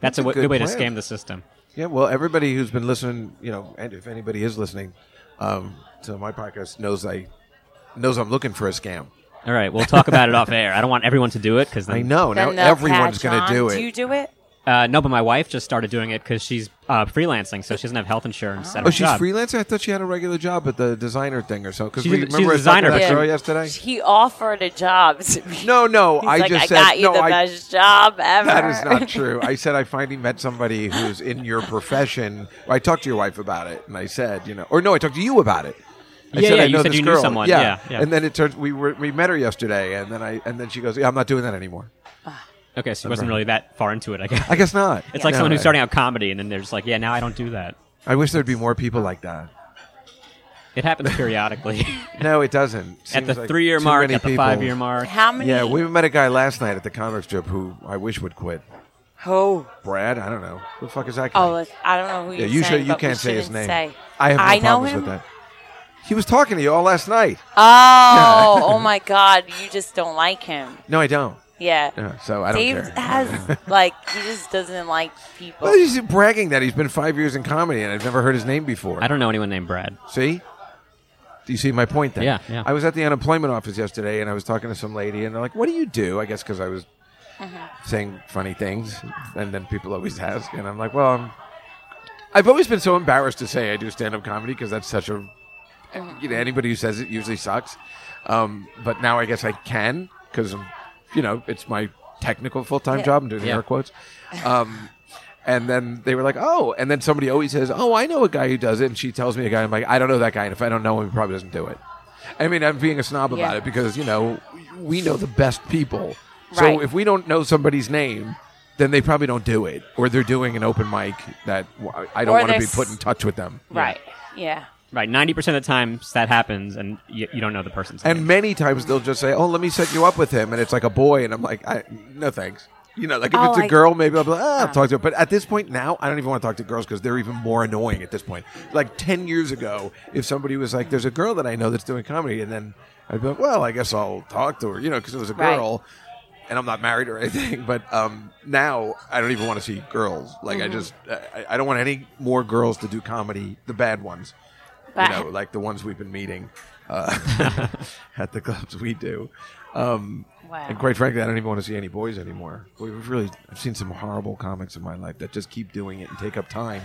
[SPEAKER 6] That's, a,
[SPEAKER 5] a
[SPEAKER 6] w-
[SPEAKER 5] good
[SPEAKER 6] good way to
[SPEAKER 5] plan.
[SPEAKER 6] scam the system.
[SPEAKER 5] Yeah, well, everybody who's been listening, you know, and if anybody is listening um, to my podcast, knows I knows I'm looking for a scam.
[SPEAKER 6] All right, we'll talk about it off air. I don't want everyone to do it because
[SPEAKER 5] I know now
[SPEAKER 7] Then they'll
[SPEAKER 5] everyone's
[SPEAKER 7] catch
[SPEAKER 5] going
[SPEAKER 7] on.
[SPEAKER 5] to do it.
[SPEAKER 7] Do you do it?
[SPEAKER 6] Uh, no, but my wife just started doing it because she's uh, freelancing, so she doesn't have health insurance. at
[SPEAKER 5] Oh,
[SPEAKER 6] her
[SPEAKER 5] she's
[SPEAKER 6] job.
[SPEAKER 5] freelancing. I thought she had a regular job at the designer thing or so. Because
[SPEAKER 6] She's
[SPEAKER 5] we
[SPEAKER 6] a-
[SPEAKER 5] remember
[SPEAKER 6] she's a
[SPEAKER 5] I talked to
[SPEAKER 6] designer,
[SPEAKER 5] that
[SPEAKER 6] but
[SPEAKER 5] girl
[SPEAKER 6] she-
[SPEAKER 5] yesterday.
[SPEAKER 7] He offered a job. to me.
[SPEAKER 5] No, no,
[SPEAKER 7] He's
[SPEAKER 5] I
[SPEAKER 7] like,
[SPEAKER 5] just
[SPEAKER 7] I
[SPEAKER 5] said
[SPEAKER 7] got you
[SPEAKER 5] no.
[SPEAKER 7] the
[SPEAKER 5] I,
[SPEAKER 7] best job ever.
[SPEAKER 5] that is not true. I said I finally met somebody who's in your profession. I talked to your wife about it, and I said, you know, or no, I talked to you about it. I
[SPEAKER 6] Yeah,
[SPEAKER 5] said
[SPEAKER 6] yeah,
[SPEAKER 5] I
[SPEAKER 6] you
[SPEAKER 5] know
[SPEAKER 6] said
[SPEAKER 5] this
[SPEAKER 6] you knew
[SPEAKER 5] girl.
[SPEAKER 6] someone. Yeah, yeah.
[SPEAKER 5] and then it turns we were we met her yesterday, and then I and then she goes, yeah, I'm not doing that anymore.
[SPEAKER 6] Okay, so she wasn't really that far into it, I guess.
[SPEAKER 5] I guess not.
[SPEAKER 6] It's like
[SPEAKER 5] No,
[SPEAKER 6] someone who's
[SPEAKER 5] I-
[SPEAKER 6] starting out comedy, and then they're just like, yeah, now I don't do that.
[SPEAKER 5] I wish there'd be more people like that.
[SPEAKER 6] It happens periodically.
[SPEAKER 5] No, it doesn't.
[SPEAKER 6] at
[SPEAKER 5] Seems
[SPEAKER 6] the
[SPEAKER 5] like
[SPEAKER 6] three-year
[SPEAKER 5] too
[SPEAKER 6] mark,
[SPEAKER 5] many
[SPEAKER 6] at the
[SPEAKER 5] people-
[SPEAKER 6] five-year mark.
[SPEAKER 7] How many?
[SPEAKER 5] Yeah, we met a guy last night at the comic strip who I wish would quit.
[SPEAKER 7] Who?
[SPEAKER 5] Brad, I don't know. Who the fuck is that guy?
[SPEAKER 7] Oh, look, I don't know who
[SPEAKER 5] yeah,
[SPEAKER 7] you're
[SPEAKER 5] you
[SPEAKER 7] saying,
[SPEAKER 5] should, you
[SPEAKER 7] but we
[SPEAKER 5] can't say his name.
[SPEAKER 7] shouldn't say.
[SPEAKER 5] I have no
[SPEAKER 7] I know
[SPEAKER 5] problems
[SPEAKER 7] him.
[SPEAKER 5] with that. He was talking to you all last night.
[SPEAKER 7] Oh, oh my God! You just don't like him.
[SPEAKER 5] No, I don't.
[SPEAKER 7] Yeah.
[SPEAKER 5] Yeah, so I don't
[SPEAKER 7] Dave
[SPEAKER 5] care.
[SPEAKER 7] has like he just doesn't like people.
[SPEAKER 5] Well, he's bragging that he's been five years in comedy and I've never heard his name before.
[SPEAKER 6] I don't know anyone named Brad.
[SPEAKER 5] See? Do you see my point there?
[SPEAKER 6] Yeah, yeah.
[SPEAKER 5] I was at the unemployment office yesterday and I was talking to some lady and they're like, what do you do? I guess because I was
[SPEAKER 7] Uh-huh.
[SPEAKER 5] saying funny things and then people always ask. And I'm like, well, I'm, I've always been so embarrassed to say I do stand up comedy because that's such a, you
[SPEAKER 7] Mm-hmm.
[SPEAKER 5] know, anybody who says it usually sucks. Um, but now I guess I can because, you know, it's my technical full time job. I'm doing
[SPEAKER 6] Yeah.
[SPEAKER 5] air quotes. Um, and then they were like, oh. And then somebody always says, oh, I know a guy who does it. And she tells me a guy, I'm like, I don't know that guy. And if I don't know him, he probably doesn't do it. I mean, I'm being a snob about
[SPEAKER 7] Yeah.
[SPEAKER 5] it because, you know, we know the best people. So
[SPEAKER 7] Right.
[SPEAKER 5] if we don't know somebody's name, then they probably don't do it. Or they're doing an open mic that w- I don't
[SPEAKER 7] Or
[SPEAKER 5] want to
[SPEAKER 7] they're
[SPEAKER 5] be put
[SPEAKER 7] s-
[SPEAKER 5] in touch with them.
[SPEAKER 7] right. Yeah.
[SPEAKER 6] Right, 90% of the times that happens, and you, you don't know the person's name.
[SPEAKER 5] And many times they'll just say, oh, let me set you up with him. And it's like a boy. And I'm like, I, no thanks. You know, like if
[SPEAKER 7] Oh,
[SPEAKER 5] it's a
[SPEAKER 7] I-
[SPEAKER 5] girl, maybe I'll be like, ah, I'll talk to her. But at this point now, I don't even want to talk to girls because they're even more annoying at this point. Like 10 years ago, if somebody was like, there's a girl that I know that's doing comedy, and then I'd be like, well, I guess I'll talk to her, you know, because it was a
[SPEAKER 7] Right.
[SPEAKER 5] girl and I'm not married or anything. But um, now I don't even want to see girls. Like
[SPEAKER 7] Mm-hmm.
[SPEAKER 5] I just, I, I don't want any more girls to do comedy, the bad ones
[SPEAKER 7] But-
[SPEAKER 5] you know, like the ones we've been meeting uh, at the clubs we do. Um,
[SPEAKER 7] Wow.
[SPEAKER 5] And quite frankly, I don't even want to see any boys anymore. We've really, I've seen some horrible comics in my life that just keep doing it and take up time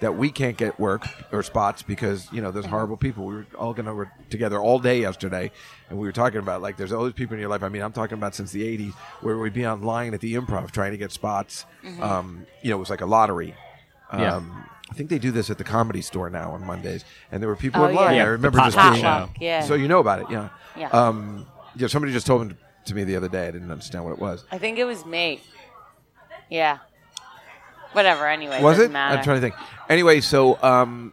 [SPEAKER 5] that we can't get work or spots because you know there's horrible people. We were all gonna were together all day yesterday, and we were talking about like there's always people in your life. I mean, I'm talking about since the '80s where we'd be online at the improv trying to get spots. Um, you know, it was like a lottery. Um,
[SPEAKER 6] Yeah.
[SPEAKER 5] I think they do this at the comedy store now on Mondays, and there were people
[SPEAKER 7] Oh,
[SPEAKER 5] in line.
[SPEAKER 7] yeah.
[SPEAKER 5] I
[SPEAKER 7] Yeah, the
[SPEAKER 5] remember just
[SPEAKER 7] potluck
[SPEAKER 5] being
[SPEAKER 7] show. Yeah.
[SPEAKER 5] So you know about it, yeah.
[SPEAKER 7] Yeah.
[SPEAKER 5] Um, yeah. Somebody just told me to me the other day. I didn't understand what it was.
[SPEAKER 7] I think it was me. Yeah. Whatever. Anyway,
[SPEAKER 5] was
[SPEAKER 7] doesn't
[SPEAKER 5] it?
[SPEAKER 7] Matter.
[SPEAKER 5] I'm trying to think. Anyway, so um,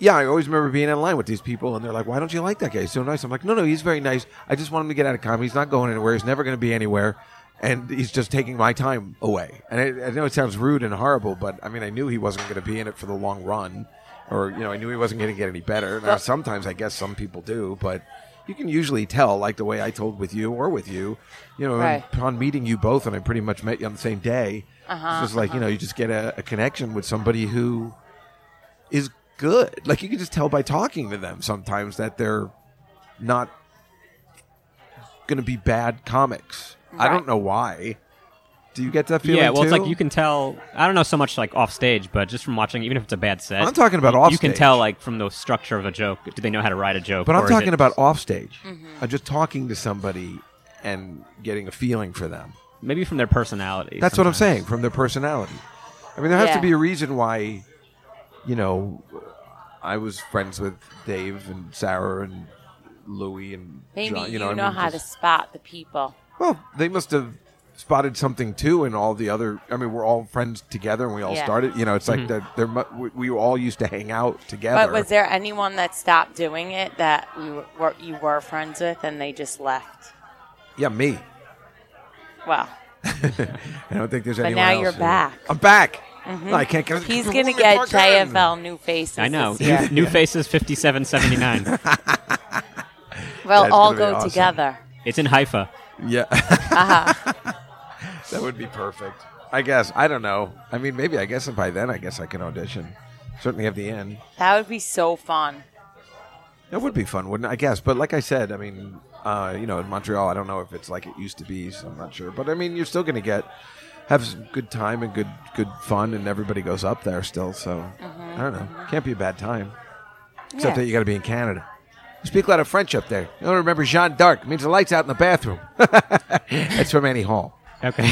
[SPEAKER 5] yeah, I always remember being in line with these people, and they're like, "Why don't you like that guy? He's so nice." I'm like, "No, no, he's very nice. I just want him to get out of comedy. He's not going anywhere. He's never going to be anywhere." And he's just taking my time away. And I, I know it sounds rude and horrible, but I mean, I knew he wasn't going to be in it for the long run, or you know, I knew he wasn't going to get any better. Now, sometimes I guess some people do, but you can usually tell, like the way I told with you or with you, you know,
[SPEAKER 7] Right.
[SPEAKER 5] upon meeting you both, and I pretty much met you on the same day. it's just like you know, you just get a, a connection with somebody who is good. Like you can just tell by talking to them sometimes that they're not going to be bad comics. I don't know why. Do you get that feeling?
[SPEAKER 6] yeah, well, it's
[SPEAKER 5] too?
[SPEAKER 6] like you can tell. I don't know so much like off stage, but just from watching, even if it's a bad set,
[SPEAKER 5] I'm talking about
[SPEAKER 6] you, You can
[SPEAKER 5] offstage.
[SPEAKER 6] tell like from the structure of a joke. Do they know how to write a joke?
[SPEAKER 5] But
[SPEAKER 6] or
[SPEAKER 5] I'm
[SPEAKER 6] is
[SPEAKER 5] talking
[SPEAKER 6] it-
[SPEAKER 5] about offstage.
[SPEAKER 7] Mm-hmm.
[SPEAKER 5] I'm just talking to somebody and getting a feeling for them.
[SPEAKER 6] maybe from their personality.
[SPEAKER 5] That's what I'm
[SPEAKER 6] sometimes.
[SPEAKER 5] saying from their personality. I mean, there has
[SPEAKER 7] Yeah.
[SPEAKER 5] to be a reason why, you know, I was friends with Dave and Sarah and Louie and
[SPEAKER 7] Maybe
[SPEAKER 5] John,
[SPEAKER 7] you
[SPEAKER 5] know,
[SPEAKER 7] know,
[SPEAKER 5] I mean,
[SPEAKER 7] how
[SPEAKER 5] just-
[SPEAKER 7] to spot the people.
[SPEAKER 5] Well, they must have spotted something too, and all the other. I mean, we're all friends together, and we all
[SPEAKER 7] Yeah.
[SPEAKER 5] started. You know, it's like that. There, mu- we- we all used to hang out together.
[SPEAKER 7] But was there anyone that stopped doing it that you were you were friends with and they just left?
[SPEAKER 5] yeah, me.
[SPEAKER 7] Well,
[SPEAKER 5] I don't think there's
[SPEAKER 7] But
[SPEAKER 5] anyone.
[SPEAKER 7] now
[SPEAKER 5] else
[SPEAKER 7] you're
[SPEAKER 5] who-
[SPEAKER 7] back. Mm-hmm.
[SPEAKER 5] I'm back. No, I can't.
[SPEAKER 7] he's gonna get JFL new faces.
[SPEAKER 6] I know.
[SPEAKER 7] this year.
[SPEAKER 6] New, new faces, fifty-seven seventy-nine.
[SPEAKER 7] We'll
[SPEAKER 5] That's gonna
[SPEAKER 7] all
[SPEAKER 5] be
[SPEAKER 7] go
[SPEAKER 5] awesome.
[SPEAKER 7] together.
[SPEAKER 6] it's in Haifa.
[SPEAKER 5] Yeah.
[SPEAKER 7] Uh-huh.
[SPEAKER 5] that would be perfect. I guess. I don't know. I mean, maybe. I guess by then, I guess I can audition. Certainly have the end.
[SPEAKER 7] That would be so fun.
[SPEAKER 5] That would be fun, wouldn't it? I guess. But like I said, I mean, uh, you know, in Montreal, I don't know if it's like it used to be, so I'm not sure. But I mean, you're still going to get have s- good time and good good fun, and everybody goes up there still. So I don't know. Can't be a bad time. Except
[SPEAKER 7] Yeah.
[SPEAKER 5] that you got to be in Canada. You speak a lot of French up there. You don't remember Jeanne d'Arc. Means the lights out in the bathroom. That's from Annie Hall.
[SPEAKER 6] Okay.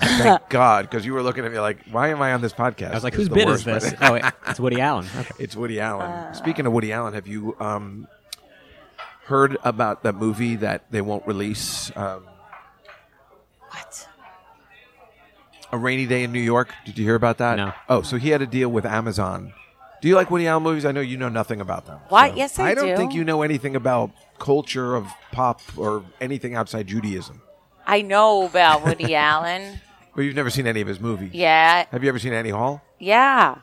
[SPEAKER 5] Thank God, because you were looking at me like, why am I on this podcast?
[SPEAKER 6] I was like,
[SPEAKER 5] This
[SPEAKER 6] whose
[SPEAKER 5] the
[SPEAKER 6] bid is
[SPEAKER 5] worst, but-
[SPEAKER 6] this? oh, wait, it's Woody Allen. Okay.
[SPEAKER 5] It's Woody Allen.
[SPEAKER 7] Uh.
[SPEAKER 5] Speaking of Woody Allen, have you um, heard about the movie that they won't release? Um,
[SPEAKER 7] What?
[SPEAKER 5] a rainy day in New York. Did you hear about that?
[SPEAKER 6] No.
[SPEAKER 5] Oh, so he had a deal with Amazon. Do you like Woody Allen movies? I know you know nothing about them.
[SPEAKER 7] What?
[SPEAKER 5] so-
[SPEAKER 7] Yes, I
[SPEAKER 5] I don't
[SPEAKER 7] do.
[SPEAKER 5] think you know anything about culture of pop or anything outside Judaism.
[SPEAKER 7] I know about Woody Allen.
[SPEAKER 5] But you've never seen any of his movies.
[SPEAKER 7] Yeah,
[SPEAKER 5] Have you ever seen Annie Hall?
[SPEAKER 7] yeah,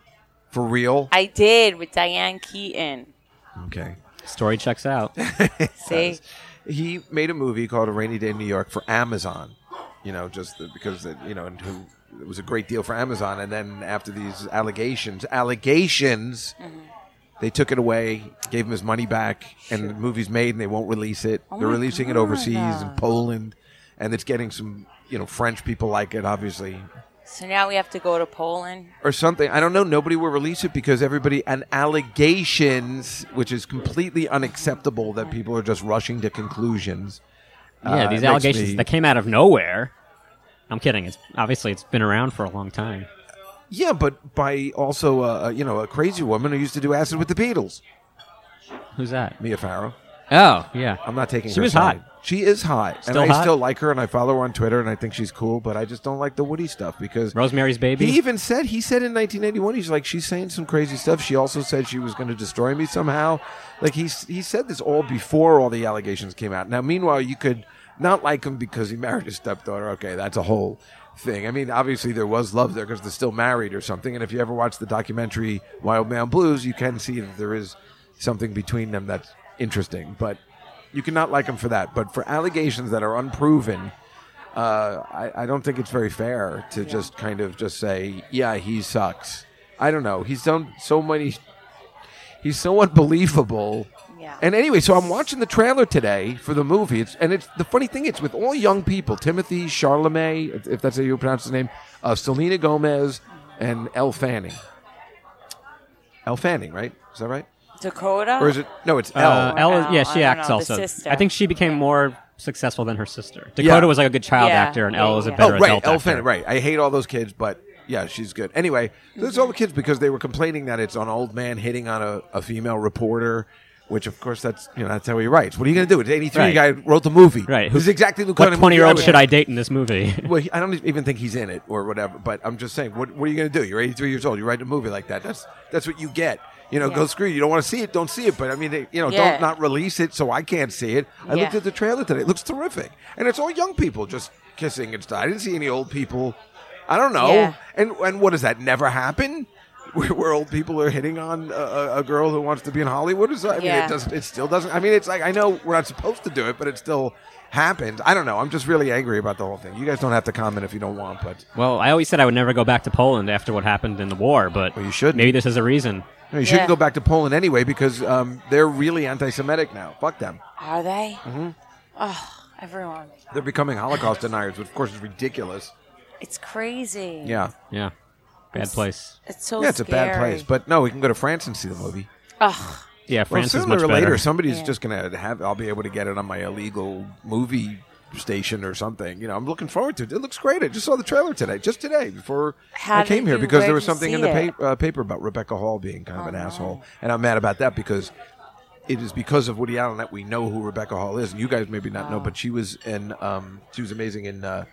[SPEAKER 5] For real?
[SPEAKER 7] I did with Diane Keaton.
[SPEAKER 5] okay.
[SPEAKER 6] Story checks out.
[SPEAKER 5] Uh,
[SPEAKER 7] See,
[SPEAKER 5] he made a movie called A Rainy Day in New York for Amazon. You know, just the, because it, you know, and who it was a great deal for Amazon. And then after these allegations, allegations, they took it away, gave him his money back, and the movie's made, and they won't release it. They're releasing it overseas in Poland, and it's getting some. You know, French people like it, obviously,
[SPEAKER 7] so now we have to go to Poland.
[SPEAKER 5] or something. I don't know. Nobody will release it because everybody and allegations, which is completely unacceptable that people are just rushing to conclusions.
[SPEAKER 6] Yeah,
[SPEAKER 5] Uh, it
[SPEAKER 6] these
[SPEAKER 5] makes
[SPEAKER 6] allegations
[SPEAKER 5] me-
[SPEAKER 6] that came out of nowhere. I'm kidding. It's obviously it's been around for a long time.
[SPEAKER 5] Yeah, but by also uh, you know a crazy woman who used to do acid with the Beatles,
[SPEAKER 6] Who's that?
[SPEAKER 5] Mia Farrow.
[SPEAKER 6] Oh, yeah.
[SPEAKER 5] I'm not taking.
[SPEAKER 6] She
[SPEAKER 5] her
[SPEAKER 6] was
[SPEAKER 5] side.
[SPEAKER 6] hot.
[SPEAKER 5] She is hot,
[SPEAKER 6] Still
[SPEAKER 5] and I
[SPEAKER 6] hot?
[SPEAKER 5] still like her, and I follow her on Twitter, and I think she's cool. But I just don't like the Woody stuff because
[SPEAKER 6] Rosemary's Baby.
[SPEAKER 5] He even said he said in 1981 he's like she's saying some crazy stuff. She also said she was going to destroy me somehow. Like he s- he said this all before all the allegations came out. Now, meanwhile, you could not like him because he married his stepdaughter. Okay, that's a whole thing. I mean, obviously there was love there because they're still married or something. And if you ever watch the documentary Wild Man Blues, you can see that there is something between them that's interesting. But you cannot like him for that. But for allegations that are unproven uh, I, I don't think it's very fair to just kind of just say, yeah, he sucks. I don't know. He's done so many. He's so unbelievable.
[SPEAKER 7] Yeah.
[SPEAKER 5] And anyway, so I'm watching the trailer today for the movie. It's, and it's the funny thing. It's with all young people: Timothy Charlemagne, if- if that's how you pronounce his name, uh, Selena Gomez, and Elle Fanning. Elle Fanning, right? Is that right?
[SPEAKER 7] Dakota.
[SPEAKER 5] Or is it? No, it's Elle.
[SPEAKER 6] Uh, Elle is-
[SPEAKER 7] Wow,
[SPEAKER 6] yeah, she
[SPEAKER 7] I don't
[SPEAKER 6] acts
[SPEAKER 7] know, the
[SPEAKER 6] also.
[SPEAKER 7] sister.
[SPEAKER 6] I think she became more successful than her sister. Dakota was like a good child
[SPEAKER 7] Yeah.
[SPEAKER 6] actor, and Elle
[SPEAKER 7] Yeah,
[SPEAKER 6] is a
[SPEAKER 7] yeah.
[SPEAKER 6] better
[SPEAKER 5] oh, right,
[SPEAKER 6] adult
[SPEAKER 5] Elle
[SPEAKER 6] actor.
[SPEAKER 5] Fanning, right. I hate all those kids, but yeah, she's good. Anyway, there's all the kids because they were complaining that it's an old man hitting on a, a female reporter, which of course that's you know that's how he writes. What are you going to do? It's 83
[SPEAKER 6] Right.
[SPEAKER 5] guy wrote the movie.
[SPEAKER 6] Right.
[SPEAKER 5] This is exactly the kind
[SPEAKER 6] What
[SPEAKER 5] of
[SPEAKER 6] twenty year old
[SPEAKER 5] movie I
[SPEAKER 6] should
[SPEAKER 5] would-
[SPEAKER 6] I date in this movie?
[SPEAKER 5] Well, he- I don't e-, even think he's in it or whatever. But I'm just saying, what, what are you going to do? You're 83 years old. You write a movie like that. That's that's what you get. You know, go screw. You You don't want to see it. Don't see it. But I mean, they, you know,
[SPEAKER 7] Yeah.
[SPEAKER 5] don't not release it so I can't see it. I looked
[SPEAKER 7] Yeah.
[SPEAKER 5] at the trailer today. It looks terrific, and it's all young people just kissing and stuff. I didn't see any old people. I don't know.
[SPEAKER 7] Yeah.
[SPEAKER 5] And and what does that never happen? Where, where old people are hitting on a- a, a girl who wants to be in Hollywood or something. I mean,
[SPEAKER 7] Yeah.
[SPEAKER 5] it doesn't. It still doesn't. I mean, it's like I know we're not supposed to do it, but it still happens. I don't know. I'm just really angry about the whole thing. You guys don't have to comment if you don't want, but
[SPEAKER 6] well, I always said I would never go back to Poland after what happened in the war, but
[SPEAKER 5] Well, you shouldn't.
[SPEAKER 6] Maybe this is a reason.
[SPEAKER 5] No, you shouldn't
[SPEAKER 7] Yeah.
[SPEAKER 5] go back to Poland anyway because um, they're really anti-Semitic now. Fuck them.
[SPEAKER 7] Are they? Mm-hmm. Oh, everyone.
[SPEAKER 5] They're becoming Holocaust deniers, which of course is ridiculous.
[SPEAKER 7] It's crazy.
[SPEAKER 5] Yeah,
[SPEAKER 6] Yeah, bad place.
[SPEAKER 7] It's so
[SPEAKER 5] yeah, it's a bad
[SPEAKER 7] scary.
[SPEAKER 5] place. But no, we can go to France and see the movie.
[SPEAKER 7] Ugh.
[SPEAKER 6] Yeah, France
[SPEAKER 5] well,
[SPEAKER 6] is
[SPEAKER 5] sooner
[SPEAKER 6] much
[SPEAKER 5] or
[SPEAKER 6] better.
[SPEAKER 5] later, somebody's
[SPEAKER 7] Yeah.
[SPEAKER 5] just gonna have. I'll be able to get it on my illegal movie station or something. You know, I'm looking forward to it. It looks great. I just saw the trailer today, just today before
[SPEAKER 7] How
[SPEAKER 5] I came
[SPEAKER 7] did
[SPEAKER 5] here
[SPEAKER 7] you-
[SPEAKER 5] because
[SPEAKER 7] where
[SPEAKER 5] there was
[SPEAKER 7] did you
[SPEAKER 5] something in
[SPEAKER 7] see
[SPEAKER 5] the
[SPEAKER 7] it? Oh,
[SPEAKER 5] pa- uh, paper about Rebecca Hall being kind of an asshole, and I'm mad about that because. It is because of Woody Allen that we know who Rebecca Hall is, and you guys maybe not know,
[SPEAKER 7] Oh.
[SPEAKER 5] but she was in, um, she was amazing in, uh,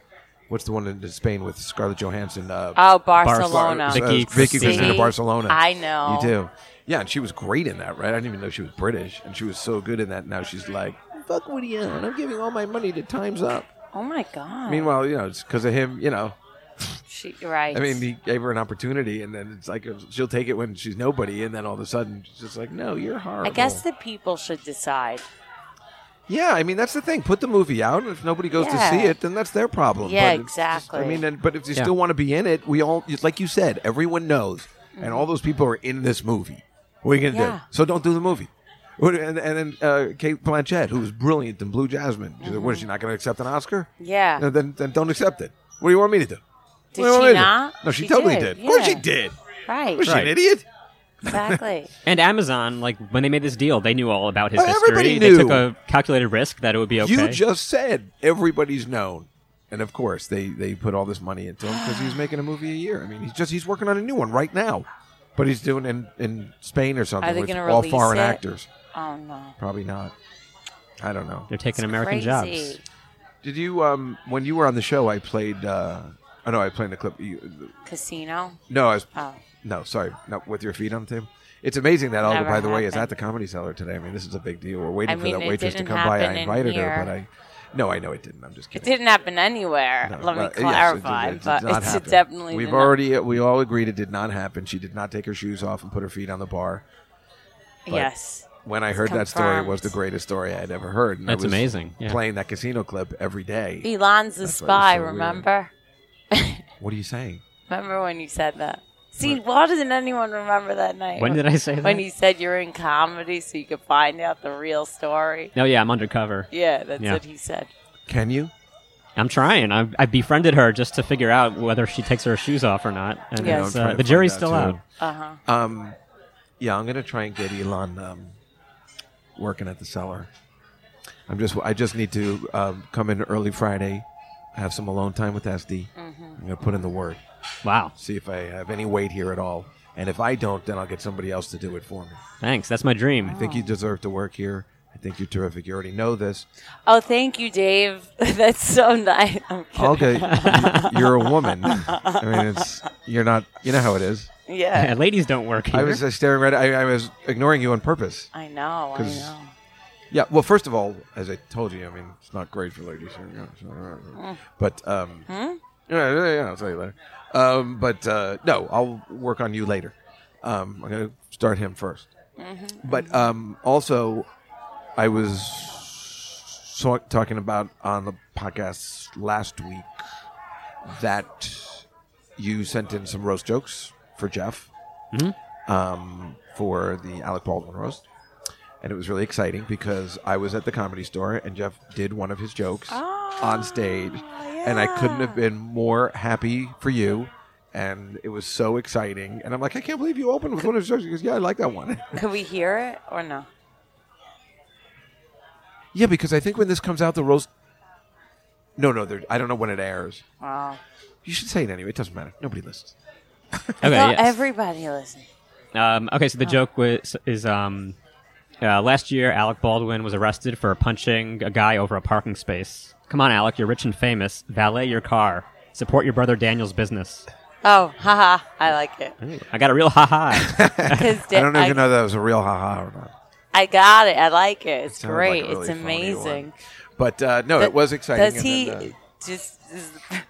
[SPEAKER 5] what's the one in Spain with Scarlett Johansson? Uh,
[SPEAKER 7] Oh, Barcelona.
[SPEAKER 5] Bar-
[SPEAKER 6] Vicky
[SPEAKER 5] uh, Vicky
[SPEAKER 6] Cristina.
[SPEAKER 5] Cristina
[SPEAKER 7] See?
[SPEAKER 5] Barcelona.
[SPEAKER 7] I know.
[SPEAKER 5] You do. Yeah, and she was great in that, right? I didn't even know she was British, and she was so good in that. Now she's like, fuck Woody Allen. I'm giving all my money to Time's Up.
[SPEAKER 7] Oh my god.
[SPEAKER 5] Meanwhile, you know, it's because of him, you know.
[SPEAKER 7] she, right.
[SPEAKER 5] I mean, he gave her an opportunity, and then it's like she'll take it when she's nobody, and then all of a sudden she's just like, no, you're horrible.
[SPEAKER 7] I guess the people should decide.
[SPEAKER 5] Yeah, I mean that's the thing. Put the movie out, and if nobody goes
[SPEAKER 7] Yeah.
[SPEAKER 5] to see it, then that's their problem.
[SPEAKER 7] Yeah,
[SPEAKER 5] But it's just- I
[SPEAKER 7] exactly.
[SPEAKER 5] mean, and, but if you
[SPEAKER 6] Yeah.
[SPEAKER 5] still want to be in it, we all, it's like you said, everyone knows, and all those people are in this movie. What are you going to
[SPEAKER 7] Mm-hmm. Yeah.
[SPEAKER 5] do? So don't do the movie. What- And, and then uh, Kate Blanchett, who was brilliant in Blue Jasmine, she's like, what is she not going to accept an Oscar?
[SPEAKER 7] Mm-hmm. Yeah.
[SPEAKER 5] No, then then don't accept it. What do you want me to do?
[SPEAKER 7] Did
[SPEAKER 5] Well,
[SPEAKER 7] she
[SPEAKER 5] it-
[SPEAKER 7] not?
[SPEAKER 5] No, she, totally did. Of course she
[SPEAKER 7] Yeah.
[SPEAKER 5] did.
[SPEAKER 7] Right.
[SPEAKER 5] Was she an
[SPEAKER 6] Right.
[SPEAKER 5] idiot?
[SPEAKER 7] Exactly.
[SPEAKER 6] And Amazon, like when they made this deal, they knew all about his
[SPEAKER 5] Oh,
[SPEAKER 6] history.
[SPEAKER 5] everybody
[SPEAKER 6] They
[SPEAKER 5] knew.
[SPEAKER 6] took a calculated risk that it would be okay.
[SPEAKER 5] You just said everybody's known. And of course, they, they put all this money into him because he's making a movie a year. I mean, he's just he's working on a new one right now, but he's doing in in Spain or something
[SPEAKER 7] Are they
[SPEAKER 5] with
[SPEAKER 7] gonna
[SPEAKER 5] all
[SPEAKER 7] release
[SPEAKER 5] foreign
[SPEAKER 7] it?
[SPEAKER 5] actors.
[SPEAKER 7] oh no.
[SPEAKER 5] Probably not. I don't know.
[SPEAKER 6] They're taking American
[SPEAKER 7] Crazy.
[SPEAKER 6] jobs.
[SPEAKER 5] Did you um when you were on the show? I played. uh Oh no, I played in the clip. You,
[SPEAKER 7] Casino.
[SPEAKER 5] no, I was.
[SPEAKER 7] Oh.
[SPEAKER 5] No, sorry, not with your feet on the table. It's amazing that Alda,
[SPEAKER 7] Never
[SPEAKER 5] by the way, is at
[SPEAKER 7] happened.
[SPEAKER 5] the Comedy Cellar today. I mean, this is a big deal. We're waiting
[SPEAKER 7] I mean,
[SPEAKER 5] for that
[SPEAKER 7] it
[SPEAKER 5] waitress to
[SPEAKER 7] didn't
[SPEAKER 5] come by. I
[SPEAKER 7] happen in
[SPEAKER 5] invited her,
[SPEAKER 7] here.
[SPEAKER 5] but I. No, I know it didn't. I'm just
[SPEAKER 7] It
[SPEAKER 5] kidding.
[SPEAKER 7] didn't happen anywhere.
[SPEAKER 5] No,
[SPEAKER 7] Let me
[SPEAKER 5] well, yes, it did-
[SPEAKER 7] clarify.
[SPEAKER 5] it did
[SPEAKER 7] but
[SPEAKER 5] not
[SPEAKER 7] it's
[SPEAKER 5] happen.
[SPEAKER 7] it definitely.
[SPEAKER 5] We've
[SPEAKER 7] did not-
[SPEAKER 5] already. We all agreed it did not happen. She did not take her shoes off and put her feet on the bar. but-
[SPEAKER 7] yes.
[SPEAKER 5] When I heard that story, it was
[SPEAKER 7] confirmed.
[SPEAKER 5] the greatest story I had ever heard. And I
[SPEAKER 6] That's
[SPEAKER 5] was
[SPEAKER 6] amazing, yeah.
[SPEAKER 5] Playing that casino clip every day.
[SPEAKER 7] Elon's
[SPEAKER 5] why it
[SPEAKER 7] the
[SPEAKER 5] was
[SPEAKER 7] spy.
[SPEAKER 5] so weird.
[SPEAKER 7] remember?
[SPEAKER 5] What are you saying?
[SPEAKER 7] Remember when you said that? See, why doesn't anyone remember that night?
[SPEAKER 6] When did I say
[SPEAKER 7] When
[SPEAKER 6] that?
[SPEAKER 7] you said you're in comedy, so you could find out the real story.
[SPEAKER 6] No, yeah, I'm undercover.
[SPEAKER 7] Yeah, that's
[SPEAKER 6] Yeah.
[SPEAKER 7] what he said.
[SPEAKER 5] Can you?
[SPEAKER 6] I'm trying. I've, I befriended her just to figure out whether she takes her shoes off or not. And
[SPEAKER 7] Yeah,
[SPEAKER 6] it's,
[SPEAKER 5] I'm trying
[SPEAKER 6] uh,
[SPEAKER 5] to
[SPEAKER 6] the
[SPEAKER 5] find
[SPEAKER 6] jury's
[SPEAKER 5] out,
[SPEAKER 6] still
[SPEAKER 5] too.
[SPEAKER 6] out.
[SPEAKER 5] Um, yeah, I'm gonna try and get Elon um, working at the cellar. I'm just I just need to um, come in early Friday, have some alone time with SD.
[SPEAKER 7] Mm-hmm.
[SPEAKER 5] I'm gonna put in the word,
[SPEAKER 6] Wow.
[SPEAKER 5] see if I have any weight here at all, and if I don't, then I'll get somebody else to do it for me.
[SPEAKER 6] Thanks. That's my dream.
[SPEAKER 5] I think you deserve to work here. I think you're terrific. You already know this.
[SPEAKER 7] Oh, thank you, Dave. that's so nice. I'm kidding.
[SPEAKER 5] Okay, you- you're a woman. I mean, it's you're not. You know how it is.
[SPEAKER 7] Yeah,
[SPEAKER 6] Ladies don't work here.
[SPEAKER 5] I was uh, staring right. I, I was ignoring you on purpose.
[SPEAKER 7] I know. I
[SPEAKER 5] 'Cause-
[SPEAKER 7] know.
[SPEAKER 5] Yeah. Well, first of all, as I told you, I mean, it's not great for ladies. Here. Yeah, it's not- But um, yeah, yeah, yeah, I'll tell you later. Um, but uh, no, I'll work on you later. Um, I'm gonna start him 1st But um, also, I was so- talking about on the podcast last week that you sent in some roast jokes for Jeff um, for the Alec Baldwin roast and it was really exciting because I was at the comedy store and Jeff did one of his jokes on stage, and I couldn't have been more happy for you. And it was so exciting, and I'm like, I can't believe you opened with one of his jokes. He goes, Yeah, I like that one.
[SPEAKER 7] Could we hear it or no?
[SPEAKER 5] yeah, because I think when this comes out, the roast. No, no, there- I don't know when it airs.
[SPEAKER 7] Wow.
[SPEAKER 5] You should say it anyway. It doesn't matter. Nobody listens.
[SPEAKER 6] okay,
[SPEAKER 7] Well, Oh.
[SPEAKER 6] yes.
[SPEAKER 7] everybody listen.
[SPEAKER 6] Um, okay, so the joke was, is um, uh, last year Alec Baldwin was arrested for punching a guy over a parking space. Come on, Alec, you're rich and famous. Valet your car. Support your brother Daniel's business.
[SPEAKER 7] Oh, haha! I like it
[SPEAKER 6] I got a real ha ha.
[SPEAKER 7] because
[SPEAKER 5] I don't know if you know that was a real haha or not.
[SPEAKER 7] I got it. I like it. It's
[SPEAKER 5] Sounded like
[SPEAKER 7] great.
[SPEAKER 5] a really
[SPEAKER 7] it's
[SPEAKER 5] phony
[SPEAKER 7] amazing.
[SPEAKER 5] one. But uh, no, it was exciting.
[SPEAKER 7] Does
[SPEAKER 5] and
[SPEAKER 7] he
[SPEAKER 5] then, uh,
[SPEAKER 7] just? Does,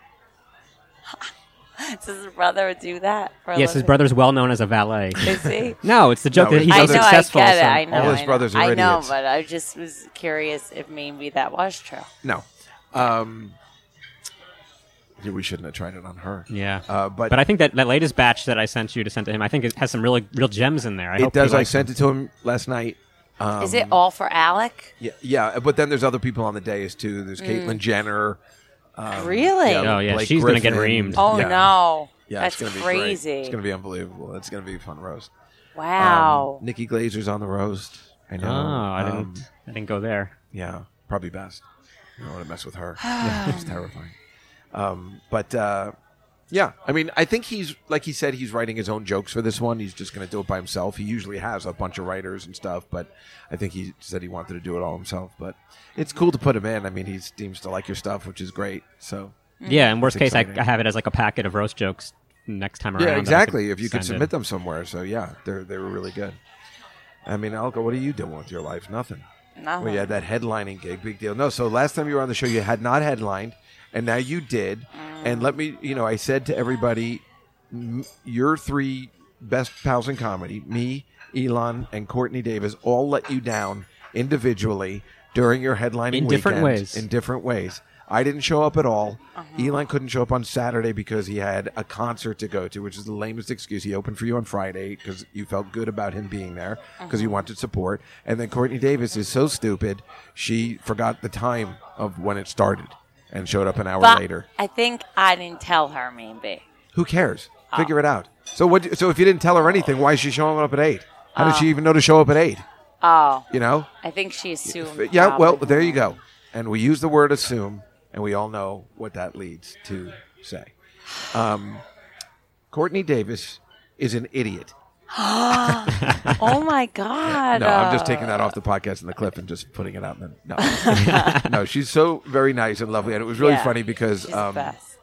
[SPEAKER 7] does his brother do that? for a
[SPEAKER 6] yes, his
[SPEAKER 7] living?
[SPEAKER 6] brother's well known as a valet.
[SPEAKER 7] Is he?
[SPEAKER 6] No, it's the joke
[SPEAKER 5] No,
[SPEAKER 6] that he's
[SPEAKER 5] it's-
[SPEAKER 7] I
[SPEAKER 5] so
[SPEAKER 7] know. I
[SPEAKER 6] successful.
[SPEAKER 7] get it.
[SPEAKER 6] so-
[SPEAKER 7] I know.
[SPEAKER 5] All his
[SPEAKER 7] I know.
[SPEAKER 5] brothers are
[SPEAKER 7] I know,
[SPEAKER 5] idiots.
[SPEAKER 7] but I just was curious if maybe that was true.
[SPEAKER 5] uh, No. Um, yeah, we shouldn't have tried it on her.
[SPEAKER 6] Yeah,
[SPEAKER 5] Uh, but,
[SPEAKER 6] I think that that latest batch that I sent you to send to him, I think it has some really real gems in there. I
[SPEAKER 5] it
[SPEAKER 6] hope he
[SPEAKER 5] does. I
[SPEAKER 6] likes
[SPEAKER 5] sent it to him last night. Um,
[SPEAKER 7] Is it all for Alec?
[SPEAKER 5] Yeah, yeah. But then there's other people on the days too. There's Caitlyn Jenner.
[SPEAKER 7] really?
[SPEAKER 5] um, yeah,
[SPEAKER 6] Oh, yeah,
[SPEAKER 5] Blake
[SPEAKER 6] she's gonna get
[SPEAKER 5] Griffin.
[SPEAKER 6] reamed.
[SPEAKER 7] Oh
[SPEAKER 5] Yeah.
[SPEAKER 7] no!
[SPEAKER 5] Yeah,
[SPEAKER 7] that's
[SPEAKER 5] it's gonna be great.
[SPEAKER 7] crazy.
[SPEAKER 5] It's gonna be unbelievable. It's gonna be a fun roast. Um,
[SPEAKER 7] wow.
[SPEAKER 5] Nikki Glazer's on the roast. I know.
[SPEAKER 6] Oh, I didn't.
[SPEAKER 5] Um,
[SPEAKER 6] I didn't go there.
[SPEAKER 5] Yeah, probably best. You don't want to mess with her. Yeah, it's terrifying. Um, but uh, yeah, I mean, I think he's like he said, he's writing his own jokes for this one. He's just going to do it by himself. He usually has a bunch of writers and stuff, but I think he said he wanted to do it all himself. But it's cool to put him in. I mean, he seems to like your stuff, which is great. So
[SPEAKER 7] Mm.
[SPEAKER 6] Yeah, in worst
[SPEAKER 5] It's
[SPEAKER 6] case, I,
[SPEAKER 5] exciting.
[SPEAKER 6] I have it as like a packet of roast jokes next time around.
[SPEAKER 5] yeah,
[SPEAKER 6] that I
[SPEAKER 5] exactly. If you could
[SPEAKER 6] send
[SPEAKER 5] submit
[SPEAKER 6] in.
[SPEAKER 5] them somewhere, so yeah, they're they were really good. I mean, Alka, what are you doing with your life? Nothing.
[SPEAKER 7] Nothing.
[SPEAKER 5] Well, you had that headlining gig, big deal. No, so last time you were on the show, you had not headlined, and now you did. And let me, you know, I said to everybody, m- your three best pals in comedy, me, Elon, and Courtney Davis, all let you down individually during your headlining
[SPEAKER 6] In different
[SPEAKER 5] weekend,
[SPEAKER 6] ways.
[SPEAKER 5] In different ways. I didn't show up at all.
[SPEAKER 7] Uh-huh.
[SPEAKER 5] Elon couldn't show up on Saturday because he had a concert to go to, which is the lamest excuse. He opened for you on Friday because you felt good about him being there because
[SPEAKER 7] Uh-huh.
[SPEAKER 5] you wanted support. And then Courtney Davis is so stupid, she forgot the time of when it started. and showed up an hour
[SPEAKER 7] But
[SPEAKER 5] later.
[SPEAKER 7] I think I didn't tell her maybe.
[SPEAKER 5] Who cares?
[SPEAKER 7] Uh.
[SPEAKER 5] Figure it out. So what? So if you didn't tell her anything, why is she showing up at eight? How did she even know to show up at eight?
[SPEAKER 7] Uh. Oh,
[SPEAKER 5] You know?
[SPEAKER 7] I think she assumed.
[SPEAKER 5] Yeah. Well,
[SPEAKER 7] probably.
[SPEAKER 5] there you go. And we use the word assume, and we all know what that leads to say. Um, Courtney Davis is an idiot.
[SPEAKER 7] Oh my god.
[SPEAKER 5] No, I'm
[SPEAKER 7] uh,
[SPEAKER 5] just taking that off the podcast and the clip and just putting it out. And then, no, no, she's so very nice and lovely, and it was really
[SPEAKER 7] yeah.
[SPEAKER 5] funny because
[SPEAKER 7] She's the
[SPEAKER 5] um,
[SPEAKER 7] best.